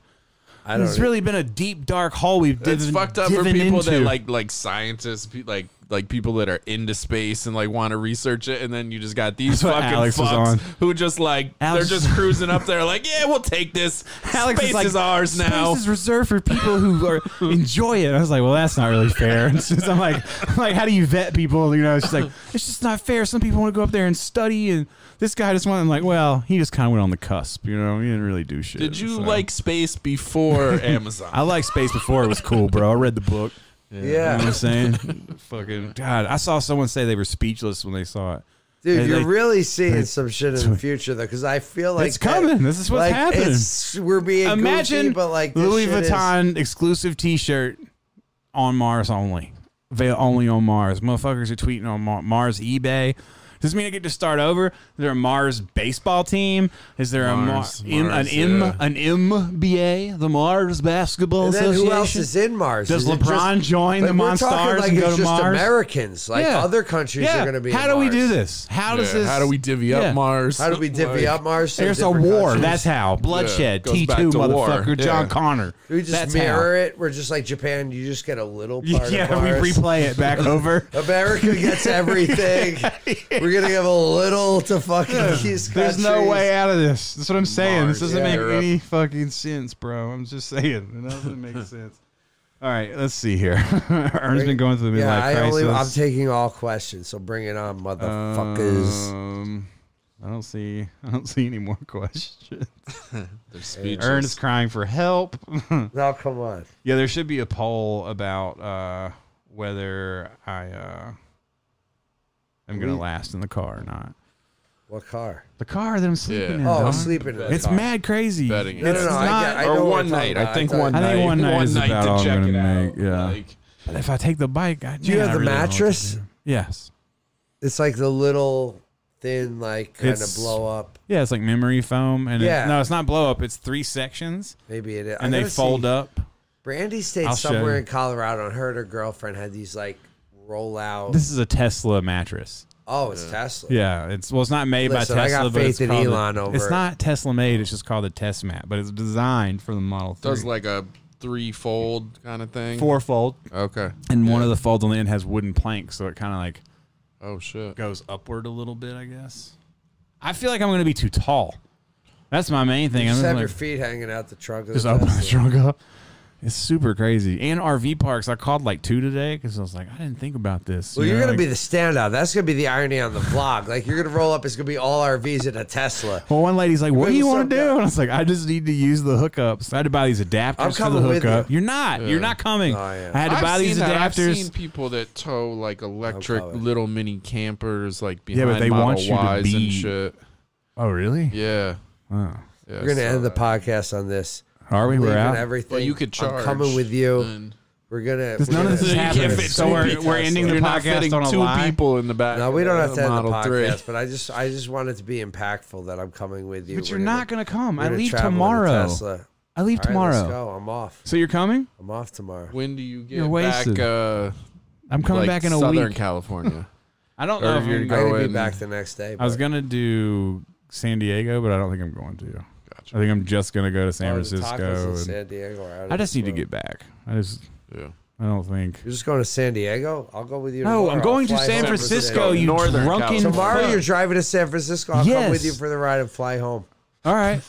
A: I don't
B: It's really been a deep dark hole we've
C: It's
B: diven-
C: fucked up for
B: diven
C: people that
B: into.
C: like like scientists, pe- like like people that are into space and like want to research it, and then you just got these
B: That's what
C: fucking
B: Alex was
C: fucks
B: on.
C: who just like
B: Alex-
C: they're just cruising up there, like yeah, we'll take this.
B: Alex
C: space is,
B: is like,
C: ours
B: space
C: now.
B: is reserved for people who are, enjoy it. I was like, well, that's not really fair. And since I'm like, I'm like, how do you vet people? You know, she's like, it's just not fair. Some people want to go up there and study, and this guy just went. I'm like, well, he just kind of went on the cusp. You know, he didn't really do shit.
C: Did you
B: so.
C: like space before Amazon?
B: I liked space before it was cool, bro. I read the book. You know what
A: yeah,
B: I'm saying? Fucking God, I saw someone say they were speechless when they saw it.
A: dude,
B: And
A: you're
B: they-
A: really seeing some shit in the future though, because I feel like
B: It's
A: that-
B: coming. This is what's
A: like,
B: happening.
A: It's, we're being
B: imagine
A: goofy, but like this
B: Louis
A: shit is-
B: Vuitton exclusive T-shirt on Mars only, Avail only on Mars. Motherfuckers are tweeting on Mar- Mars eBay. Does this mean I get to start over? Is there a Mars baseball team? Is there
C: Mars,
B: a Mar- M-
C: Mars, yeah.
B: an M an MBA, the Mars Basketball
A: And then
B: Association?
A: who else is in Mars?
B: Does
A: Is it
B: LeBron
A: just-
B: join
A: like,
B: the
A: we're
B: Monstars
A: talking like
B: and go
A: it's
B: to
A: just
B: Mars?
A: Americans, like
B: Yeah.
A: other countries
B: Yeah.
A: are going to be.
B: How
A: in
B: do we
A: Mars.
B: do this? How does
C: Yeah,
B: this?
C: how do we divvy
B: Yeah.
C: up Mars?
A: How do we divvy
C: Like,
A: up Mars? to
B: There's a
A: different
B: war.
A: countries?
B: That's how bloodshed.
C: goes
B: T
C: back
B: two
C: to war.
B: motherfucker. John
C: Yeah.
B: Connor.
A: Do we just
B: That's how.
A: mirror it? We're just like Japan. You just get a little part
B: Yeah,
A: of Mars.
B: we replay it back over.
A: America gets everything. We're gonna give a little to fucking these
B: There's no
A: countries.
B: way out of this. That's what I'm saying.
C: Mars,
B: this doesn't
A: yeah.
B: make
C: Europe.
B: any fucking sense, bro. I'm just saying. It doesn't make sense. All right, let's see here. Ern's been going through the midlife
A: Yeah, I
B: crisis.
A: only, I'm taking all questions, so bring it on, motherfuckers.
B: Um, I don't see. I don't see any more questions.
C: they're speechless.
B: Ern is crying for help.
A: no, come on.
B: Yeah, there should be a poll about uh, whether I uh, I'm gonna last in the car or not.
A: What car?
B: The car that I'm sleeping
C: Yeah.
B: in.
C: Oh,
A: Oh,
B: dog.
A: I'm sleeping in the
B: It's
A: car.
B: mad crazy.
C: Betting it.
B: It's
A: No, no, no, I
B: not.
A: get- I know
C: or
A: what
C: one
A: you're talking
C: night.
A: about.
C: I think
A: I thought-
C: one
B: I
C: night.
B: think one night is about
C: to
B: all I'm
C: check
B: gonna
C: it out.
B: make, yeah.
C: Like,
B: But if I take the bike, I,
A: you
B: man,
A: have
B: I
A: the
B: really don't know what to
A: mattress?
B: do. Yes.
A: It's like the little thin, like kind of
B: It's-
A: blow up.
B: Yeah, it's like memory foam, and it-
A: Yeah.
B: no, it's not blow up. It's three sections,
A: Maybe it is. I
B: and they
A: gotta
B: fold
A: see.
B: up.
A: Brandy stayed
B: I'll show
A: somewhere
B: you.
A: in Colorado, and her and her girlfriend had these like roll out.
B: This is a Tesla mattress.
A: oh, it's Tesla.
B: Yeah, it's well, it's not made
A: Listen,
B: by
A: I
B: Tesla.
A: got
B: but
A: faith
B: it's
A: in
B: called a-
A: Elon over
B: It's
A: it.
B: not Tesla made. It's just called a test mat, but it's designed for the Model Three.
C: does like a three-fold kind of thing.
B: fourfold,
C: Okay.
B: and one of the folds on the end has wooden planks, so it kind of like
C: Oh shit.
B: goes upward a little bit. I guess. I feel like I'm going to be too tall. That's my main thing. I'm
A: Just
B: just
A: have
B: like,
A: your feet hanging out the trunk of
B: just
A: the
B: open the
A: Tesla.
B: trunk up. It's super crazy. And RV parks, I called like two today because I was like, I didn't think about this.
A: Well,
B: you
A: you're
B: know,
A: gonna
B: like-
A: be the standout. That's gonna be the irony on the vlog. Like you're gonna roll up. It's gonna be all RVs in a Tesla.
B: Well, one lady's like, "What do
A: Because
B: you
A: of
B: want
A: some
B: to do?"
A: guy-
B: And I was like, "I just need to use the hookups. I had to buy these adapters
A: I'm
B: for the
A: coming with
B: hookup.
A: you.
B: You. are not. You're not coming.
A: Oh, yeah.
B: I had to buy these
C: that. I've seen
B: adapters.
C: people that tow like electric
A: probably.
C: little mini campers, like
B: Yeah,
C: behind
B: but they
C: Model
B: want you to
C: Ys
B: be-
C: and shit.
B: Oh, really?
C: Yeah.
B: Wow.
C: yeah
A: We're gonna
C: so-
A: end the podcast on this.
B: Are we? We're
A: Leaving
B: out.
A: Everything.
C: Well, you could charge.
A: I'm coming with you.
C: and-
A: We're gonna.
B: There's
A: we're
B: none
A: gonna-
B: of this is
C: You can't
B: happening.
C: fit
B: So
C: two
B: we're,
C: people.
B: we're ending the
C: You're not
B: podcast
C: fitting
B: on a
C: two
B: lie.
C: people in the back.
A: No, we don't
C: of
A: have to end the
C: Model
A: podcast, but I just, I just want it to be impactful that I'm coming with you.
B: But you're
A: We're gonna-
B: not gonna come.
A: we're
B: I
A: gonna
B: leave
A: travel in a
B: tomorrow.
A: Tesla.
B: I leave
A: All right, let's
B: tomorrow.
A: go. I'm off.
B: So you're coming?
A: I'm off tomorrow.
C: When do you get
B: You're wasted.
C: back? Uh,
B: I'm coming
C: like
B: back in a
C: Southern
B: week.
C: California.
B: I don't
C: or
B: know
C: if
B: if
C: you're
B: you're
A: I'm
B: going.
C: going-
A: gonna be
C: and-
A: back the next day.
B: I was
A: but-
B: gonna do San Diego, but I don't think I'm going to. I think I'm just gonna go to San
A: Oh, the tacos in
B: Francisco. and-
A: San Diego. are out of
B: I just
A: this
B: need to
A: world.
B: get back. I just.
C: yeah.
B: I don't think.
A: You're just going to San Diego? I'll go with you.
B: No,
A: tomorrow.
B: I'm
A: I'll
B: going to
A: fly
B: San
A: home with
B: Francisco.
A: you.
B: You
C: Northern
B: drunken.
C: California.
A: Tomorrow
B: fuck.
A: you're driving to San Francisco. I'll come with you
B: Yes.
A: for the ride and fly home.
B: All right.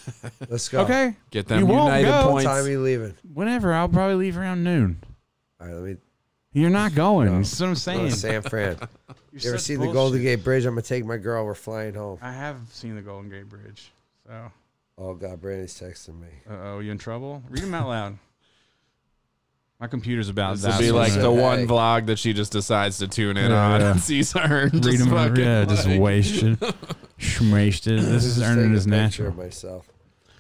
A: Let's go.
B: Okay.
C: Get them
B: You won't
C: United
B: go.
A: What
C: points.
A: time are you leaving?
B: Whenever I'll probably leave around noon.
A: All right, let me
B: You're not going. That's what I'm
A: go
B: saying.
A: to San Fran. You ever
B: such
A: seen the
B: bullshit.
A: Golden Gate Bridge? I'm gonna take my girl. We're flying home.
B: I have seen the Golden Gate Bridge. So,
A: Oh God, Brandy's texting me.
B: uh oh, you in trouble? Read them out loud. My computer's about
C: This
B: that.
C: will be
B: so
C: like
B: I'm
C: the
B: gonna
C: one vlog that she just decides to tune in
B: Yeah,
C: on
B: yeah.
C: and sees her. And
B: read
C: just
B: 'em-
C: fucking,
B: Yeah, just
C: like-
B: wasted. Shmwasted. This is
A: Just
B: earning
A: taking
B: his
A: a picture
B: natural.
A: of myself.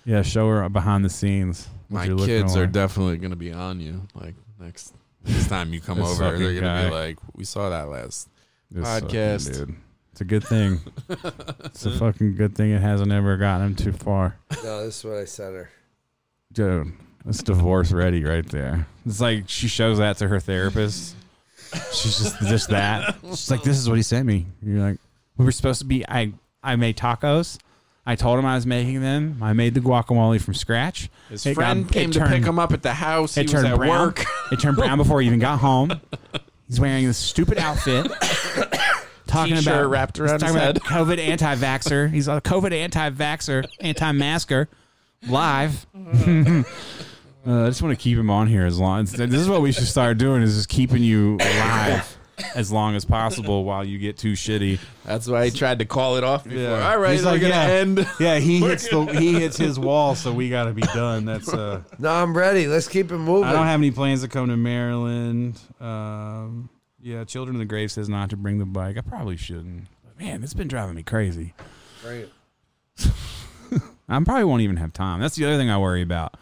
B: Yeah, show her behind the scenes. what
C: My
B: you're looking
C: kids are
B: like.
C: definitely going to be on you. Like next next time you come
B: This
C: over, they're
B: fucking
C: going to
B: guy.
C: be like, "We saw that last."
B: This sucking
C: podcast.
B: dude. It's a good thing. it's a fucking good thing it hasn't ever gotten him too far.
A: No, this is what I sent her.
B: Dude, it's divorce ready right there. It's like she shows that to her therapist. She's just just that. She's like, this is what he sent me. You're like, we were supposed to be. I I made tacos. I told him I was making them. I made the guacamole from scratch.
C: His
B: It got-
C: friend came
B: it
C: to
B: turned-
C: pick him up at the house. He
B: It
C: was
B: turned
C: at
B: brown.
C: work.
B: It turned brown before he even got home. He's wearing this stupid outfit. talking
C: T-shirt
B: about
C: wrapped
B: he's
C: around
B: talking
C: his
B: about COVID anti-vaxer. He's a COVID anti-vaxer, anti-masker, live. Uh, I just want to keep him on here as long. This is what we should start doing: is just keeping you alive as long as possible while you get too shitty.
C: That's why he tried to call it off before.
B: Yeah.
C: All right,
B: He's
C: we're
B: like,
C: going to
B: yeah.
C: end.
B: Yeah, he hits the he hits his wall, so we got to be done. That's uh,
A: No, I'm ready. Let's keep it moving.
B: I don't have any plans to come to Maryland. Um, yeah, Children of the Grave says not to bring the bike. I probably shouldn't. But man, it's been driving me crazy.
A: Bring it.
B: I probably won't even have time. That's the other thing I worry about.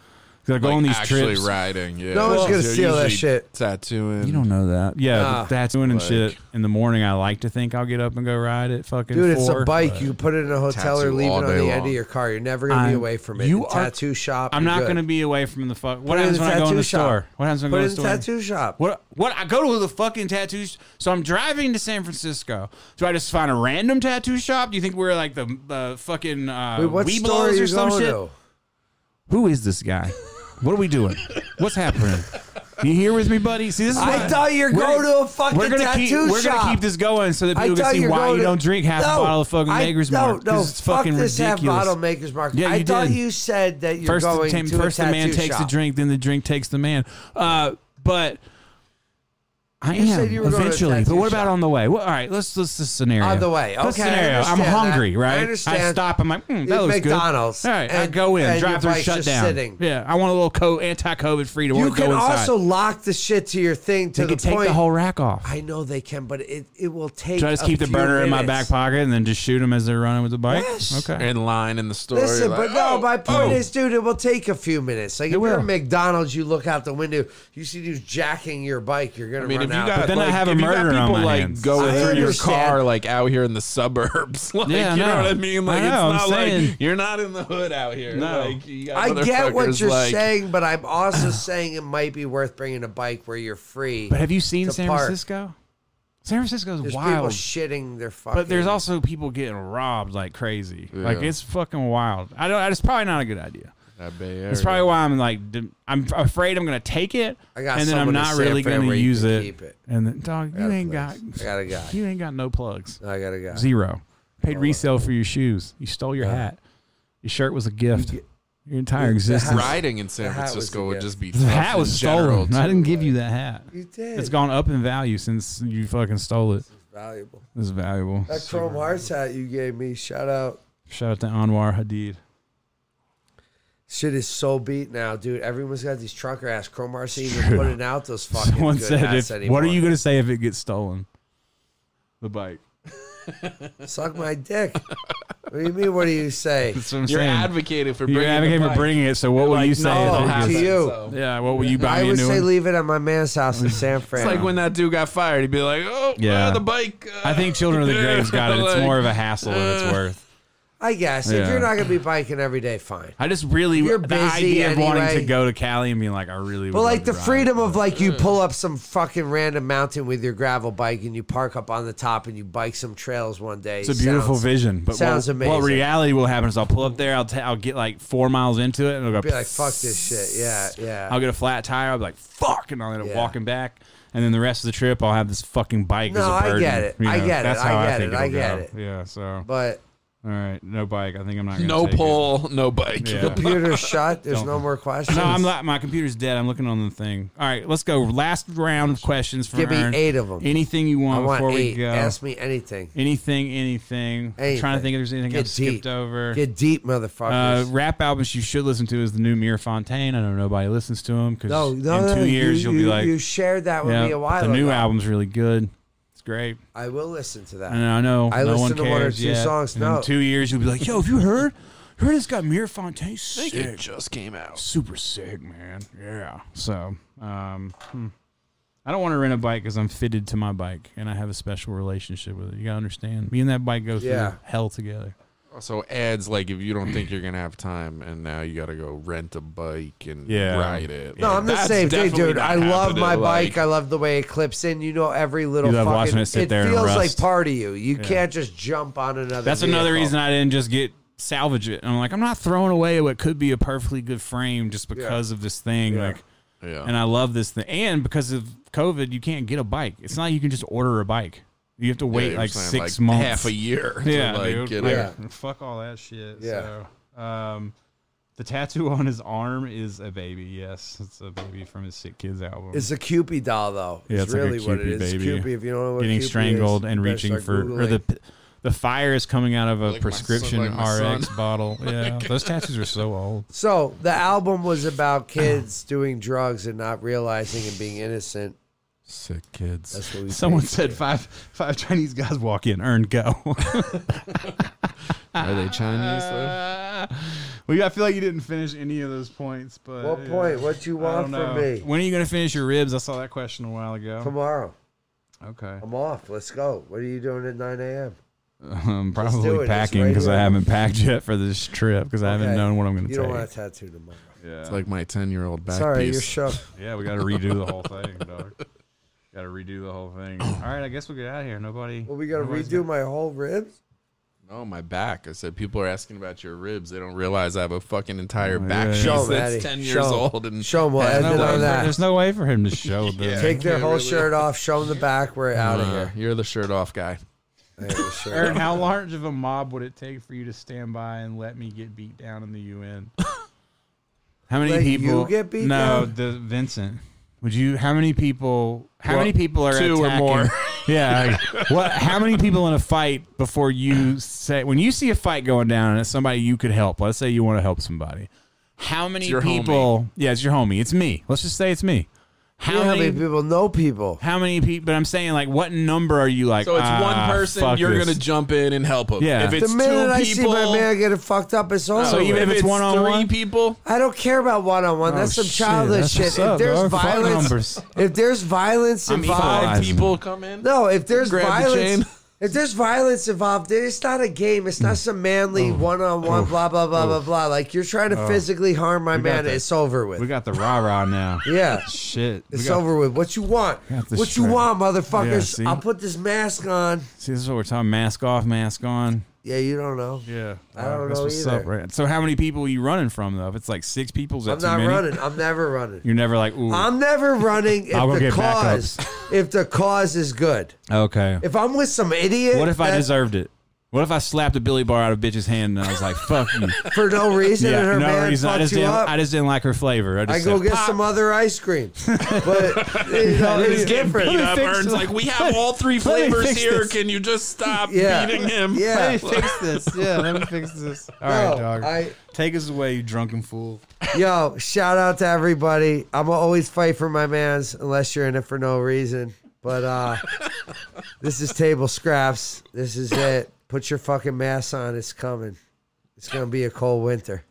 B: 'Cause I go
C: Like,
B: on these
C: actually
B: trips.
C: riding. Yeah.
A: No one's gonna
C: You're
A: steal that
C: usually
A: shit.
C: Tattooing.
B: You don't know that. Yeah,
A: Nah.
B: the tattooing and
C: Like-
B: shit. In the morning, I like to think I'll get up and go ride it. Fucking
A: Dude, it's
B: four,
A: a bike.
B: but
A: You put it in a hotel or
C: Tattoo
A: leave it
C: all
A: on the end
C: day
A: of
C: long.
A: your car. You're never gonna be
B: I'm-
A: away from it.
B: you
A: The
B: are-
A: tattoo shop.
B: I'm
A: you're
B: not
A: good.
B: gonna be away from the fuck. What
A: Put it in
B: happens
A: the
B: when I go in
A: tattoo
B: the
A: shop.
B: store? What happens when I
A: Put
B: go
A: it
B: in
A: in
B: the
A: the
B: store?
A: tattoo shop.
B: What? What? I go to the fucking tattoo. Sh- so I'm driving to San Francisco. Do I just find a random tattoo shop? Do you think we're like the uh, fucking uh,
A: Wait, what
B: Weeblos
A: store are you
B: or some
A: going
B: shit?
A: to?
B: Who is this guy? What are we doing? What's happening? You here with me, buddy? See, this is
A: I
B: why-
A: thought you were
B: We're-
A: going to a fucking
B: we're gonna keep,
A: tattoo
B: We're gonna
A: shop.
B: keep this going so that
A: I
B: people
A: thought
B: can see
A: you're
B: why
A: going
B: you
A: to-
B: don't drink half
A: No,
B: a bottle of fucking
A: I-
B: Maker's
A: no,
B: Mark.
A: No,
B: this is fucking
A: fuck this half
B: ridiculous.
A: bottle Maker's Mark.
B: Yeah,
A: I
B: you
A: thought
B: did.
A: you said that you're
B: first
A: going
B: the, tam-
A: to
B: first
A: a
B: the
A: tattoo
B: man takes
A: shop.
B: the drink, then the drink takes the man. Uh, but I
A: You said
B: am
A: you were going to a
B: eventually, but
A: tattoo
B: what about
A: shop.
B: on the way? Well, all right, let's let's this scenario.
A: On the way,
B: This
A: okay, I
B: scenario. I'm
A: understand
B: hungry,
A: that.
B: right?
A: I understand.
B: stop. I'm like, mm,
A: Eat
B: that looks
A: McDonald's,
B: good. All right, I
A: and-
B: go in.
A: and your
B: Drive through
A: bike's
B: shut
A: just
B: down.
A: sitting.
B: Yeah, I want a little co- anti-COVID free to
A: You
B: want to go
A: can
B: inside.
A: also lock the shit to your thing to
B: they
A: the
B: could take
A: point.
B: the whole rack off.
A: I know they can, but it, it will take.
B: Should I just
A: a
B: keep the
A: few
B: burner in my back
A: minutes.
B: pocket and then just shoot them as they're running with the bike?
A: Yes.
B: Okay.
C: in line in the store.
A: Listen,
C: you're
A: but
C: like,
A: no,
C: "Oh,
A: my point
C: oh."
A: is, dude, it will take a few minutes. Like if you're
B: will.
A: at McDonald's, you look out the window, you see dudes jacking your bike, you're gonna
C: I mean,
A: run
C: if you
A: out.
C: got,
B: then I
C: like,
B: have a
C: if you got
B: murderer on
C: people,
B: my
C: like,
B: hands.
C: Going
A: I
C: through
A: understand.
C: your car, like out here in the suburbs, like
B: Yeah, I
C: you know.
B: know.
C: what I mean. Like
B: I know, I'm
C: it's not
B: saying.
C: like you're not in the hood out here.
B: No.
C: like, you got
A: I get what
C: motherfuckers,
A: you're
C: like,
A: saying, but I'm also saying it might be worth bringing a bike where you're free.
B: But have you seen
A: to
B: San
A: park.
B: Francisco? San Francisco's
A: There's people
B: wild.
A: shitting their fucking.
B: But there's also people getting robbed like crazy. Like
C: Yeah.
B: it's fucking wild. I don't. It's probably not a good idea.
C: That Bay Area.
B: That's probably why I'm like. d- I'm afraid I'm gonna take it,
A: I got
B: and then I'm
A: someone in
B: not
A: San
B: really
A: Fran
B: gonna
A: where you
B: use
A: can
B: it.
A: keep it.
B: And then, dog,
A: I
B: you
A: got a
B: ain't got.
A: place. I got a guy. Oh,
B: You ain't got no plugs.
A: I got a guy.
B: Zero. Paid resale for your shoes. You stole your hat. Your shirt was a gift. Your entire existence.
C: riding in San
A: The hat was a
C: Francisco would
A: gift.
C: just be
B: The hat was
C: general
B: stolen. I didn't give you that hat.
A: you did.
B: It's gone up in value since you fucking stole it.
A: valuable.
B: It's valuable.
A: That Chrome Hearts hat you gave me. Shout out.
B: Shout out to Anwar Hadid.
A: Shit is so beat now, dude. Everyone's got these trucker ass Chrome Hearts ain't even putting out those fucking.
B: Someone
A: good
B: said,
A: hats
B: if,
A: anymore.
B: "What are you going to say if it gets stolen?" The bike.
A: Suck my dick. what do you mean? What do you say? Oh,
B: That's what I'm
C: You're
B: saying.
C: advocating for
B: You're
C: bringing
B: advocating for bringing it. So what will you say?
A: no,
B: if it
A: how
B: gets-
A: to you.
B: Yeah. What will you buy
A: I
B: me a
A: would
B: new
A: say
B: one?
A: leave it at my man's house in San Fran.
C: It's like when that dude got fired. He'd be like, "Oh,
B: Yeah.
C: yeah, the bike." Uh,
B: I think Children of the Grave's got it. It's
C: like,
B: more of a hassle than it's worth.
A: I guess if
B: Yeah.
A: you're not gonna be biking every day, fine.
B: I just really
A: You're
B: the
A: busy
B: idea of wanting to
A: anyway.
B: go to Cali and being like, I really. Would
A: But like
B: love
A: the
B: to ride.
A: freedom of like you pull up some fucking random mountain with your gravel bike and you park up on the top and you bike some trails one day.
B: It's a beautiful
A: Sounds-
B: vision, but
A: sounds
B: what,
A: amazing.
B: what reality will happen is I'll pull up there, I'll, ta- I'll get like four miles into it, and I'll go
A: Be like, fuck this shit. Yeah, yeah.
B: I'll get a flat tire. I'll be like, fuck, and I'll end up
A: Yeah.
B: walking back. And then the rest of the trip, I'll have this fucking bike. as
A: No,
B: a
A: I
B: burden.
A: get it. I get it.
B: That's
A: I
B: how
A: get
B: think
A: it. I
B: it'll
A: get
B: go.
A: it.
B: Yeah. So,
A: But
B: all right, no bike. I think I'm not. Gonna
C: no
B: take it.
C: pole, no bike.
B: Yeah.
A: computer shut. There's
B: Don't.
A: no more questions.
B: No, I'm not. My computer's dead. I'm looking on the thing. All right, let's go. Last round of questions for
A: Give me
B: Ern.
A: eight of 'em.
B: Anything you
A: I
B: want,
A: want
B: before
A: eight.
B: we go.
A: Ask me anything.
B: anything, anything. I'm trying to
A: Anything.
B: think if there's anything
A: Get
B: I've skipped
A: deep.
B: over.
A: Get deep,
B: Uh,
A: motherfuckers.
B: rap albums you should listen to is the new Mirafontaine. I know nobody listens to him because
A: no, no,
B: in two
A: no,
B: years
A: you,
B: will
A: you-
B: be like,
A: you shared that with
B: yeah,
A: me a while
B: the new
A: ago.
B: album's really good. It's great.
A: I will listen to that.
B: And I know
A: I
B: no one
A: listened
B: cares
A: to one or two
B: yet.
A: songs,
B: And
A: no.
B: in two years you'll be like, yo, have you heard? You heard this guy Mirafontaine?
C: I think
B: Sick,
C: it just came out.
B: super sick, man. Yeah. So, um, hmm. I don't want to rent a bike because I'm fitted to my bike and I have a special relationship with it. You gotta understand. Me and that bike go through
A: Yeah.
B: hell together.
C: Also adds like if you don't think you're gonna have time, and now you gotta go rent a bike and
B: Yeah.
C: ride it.
A: No,
C: Like,
A: I'm the
C: that's
A: same thing,
C: definitely
A: dude.
C: not
A: I love
C: happening,
A: my
C: like-
A: bike. I love the way it clips in. You know every little
B: You love
A: fucking.
B: watching it sit there and
A: feels like
B: rust.
A: part of you. You can't just jump on another.
B: That's another
A: vehicle.
B: reason I didn't just get salvage it. I'm like, I'm not throwing away what could be a perfectly good frame just because of this thing. Like,
C: Yeah.
B: and I love this thing, and because of COVID, you can't get a bike. It's not like you can just order a bike. You have to
C: Yeah,
B: wait
C: you're
B: like
C: saying,
B: six
C: like,
B: months,
C: half a year. to,
B: Yeah,
C: like,
B: dude.
C: get
B: Like,
C: it.
B: fuck all that shit.
A: Yeah.
B: So, um, the tattoo on his arm is a baby. Yes, it's a baby from his Sick Kids album.
A: It's a Cupid doll, though.
B: Yeah,
A: it's,
B: it's like a
A: really what it
B: Cupid
A: is. It's
B: baby.
A: Cupid, if you don't know what
B: getting
A: Cupid
B: strangled
A: is,
B: and
A: you better
B: reaching
A: start
B: for or the
A: Googling.
B: the fire is coming out of a
C: my son-
B: prescription
C: like my son.
B: RX bottle. Yeah, those tattoos are so old.
A: So the album was about kids doing drugs and not realizing and being innocent.
C: Sick kids.
A: That's what we.
B: Someone
A: paid for
B: said
A: it.
B: five five Chinese guys walk in, earn go.
C: Are they Chinese though?
B: well, I feel like you didn't finish any of those points. But
A: What
B: yeah.
A: point? What you
B: I don't
A: want
B: know.
A: from me?
B: When are you gonna finish your ribs? I saw that question a while ago.
A: Tomorrow,
B: Okay,
A: I'm off. Let's go. What are you doing at 9 a.m.?
B: um,
A: do it.
B: probably
A: It's
B: packing because I
A: radio.
B: haven't packed yet for this trip because I haven't
A: Okay.
B: known what I'm gonna
A: You
B: take.
A: don't want a tattoo tomorrow.
B: yeah.
C: It's like my ten-year-old back
A: Sorry,
C: piece.
A: you're shook.
B: Yeah, we got to redo the whole thing, dog. Got to redo the whole thing. All right, I guess we'll get out of here. Nobody.
A: Well, we gotta
B: nobody's
A: redo my whole ribs.
C: No, my back. I said people are asking about your ribs. They don't realize I have a fucking entire
B: yeah,
C: back
B: Oh, yeah.
C: piece
B: Show 'em,
C: that's
A: Eddie.
C: ten years
A: Show 'em.
C: old and
A: Show 'em what
C: has
A: Ed
B: no
A: did
B: way
A: on
B: for-
A: that.
B: there's no way for him to show
C: Yeah.
B: this.
A: Take their
C: can't
A: whole
C: really-
A: shirt off. Show them the back. We're out of
C: Uh,
A: here.
C: you're the shirt off guy.
A: I have a shirt.
B: Aaron, how large of a mob would it take for you to stand by and let me get beat down in the UN? How many
A: Let you
B: people?
A: get beat
B: no,
A: down?
B: the Vincent. Would you? How many people? How
C: Well,
B: many people are
C: two or
B: attacking-
C: more.
B: yeah. like, what? How many people in a fight before you say when you see a fight going down and it's somebody you could help? Let's say you want to help somebody. How many
C: your
B: people? Yeah, it's your homie. It's me. Let's just say it's me.
A: You know
B: How
A: how
B: many?
A: many people know people?
B: how many people? But I'm saying like, what number are you like?
C: So it's
B: "Ah,
C: one person.
B: fuck
C: You're
B: this."
C: gonna jump in and help him.
B: Yeah.
C: If
B: The
C: it's
A: the minute
C: two
A: I see
C: people,
A: my man getting fucked up, it's over.
C: so
A: with.
B: Oh, even if it's one-on-one?
C: three people,
A: I don't care about one on one. That's some
B: Oh, shit,
A: childhood
B: that's
A: shit.
B: what's
A: If
B: up,
A: there's
B: dog. Fuck
A: violence,
B: numbers.
A: if there's violence
B: I'm
A: involved,
B: equalized.
C: five
B: Guys.
C: people come in.
A: no, if there's
C: Grab the
A: violence,
C: chain.
A: if there's violence involved, then it's not a game. It's not some manly
B: Oh.
A: one on one, blah blah blah blah blah. Like you're trying to physically harm my man.
B: that.
A: It's over with.
B: We got the rah rah now.
A: yeah.
B: Shit. We
A: It's
B: got-
A: over with. What you want?
B: got this
A: What you
B: straight.
A: want,
B: Yeah,
A: motherfuckers?
B: see?
A: I'll put this mask on.
B: See, this is what we're talking. Mask off, mask on.
A: Yeah, you don't know.
B: Yeah,
A: I don't
B: that's
A: know
B: what's
A: either.
B: up, right? So, how many people are you running from though? If it's like six people, is that
A: I'm
B: too
A: not
B: many?
A: running. I'm never running.
B: You're never like, ooh,
A: I'm never running if
B: I'll go
A: the
B: get
A: cause if the cause is good.
B: okay.
A: If I'm with some idiot,
B: what if I
A: that-
B: deserved it? What if I slapped a Billy Bar out of bitch's hand and I was like, fuck you?
A: for no reason and her
B: no
A: man
B: reason. I
A: fucked
B: just
A: you
B: didn't.
A: up?
B: I
A: I,
B: just didn't like her flavor. I, just
A: go
B: said,
A: get
B: "Pop."
A: some other ice cream, but you know, it's different.
C: Beat
B: me
C: up
B: fix
C: Ern's
B: this.
C: like we have all three
B: Let me
C: flavors
B: fix
C: here.
B: this.
C: Can you just stop
A: Yeah.
C: beating him?
A: Yeah,
B: fix this. Yeah, let me fix this. All
A: No, I-
B: Take us away, you drunken fool.
A: yo, shout out to everybody. I'm gonna always fight for my man's unless you're in it for no reason. But uh, this is table scraps. This is it. Put your fucking mask on. It's coming. It's gonna be a cold winter.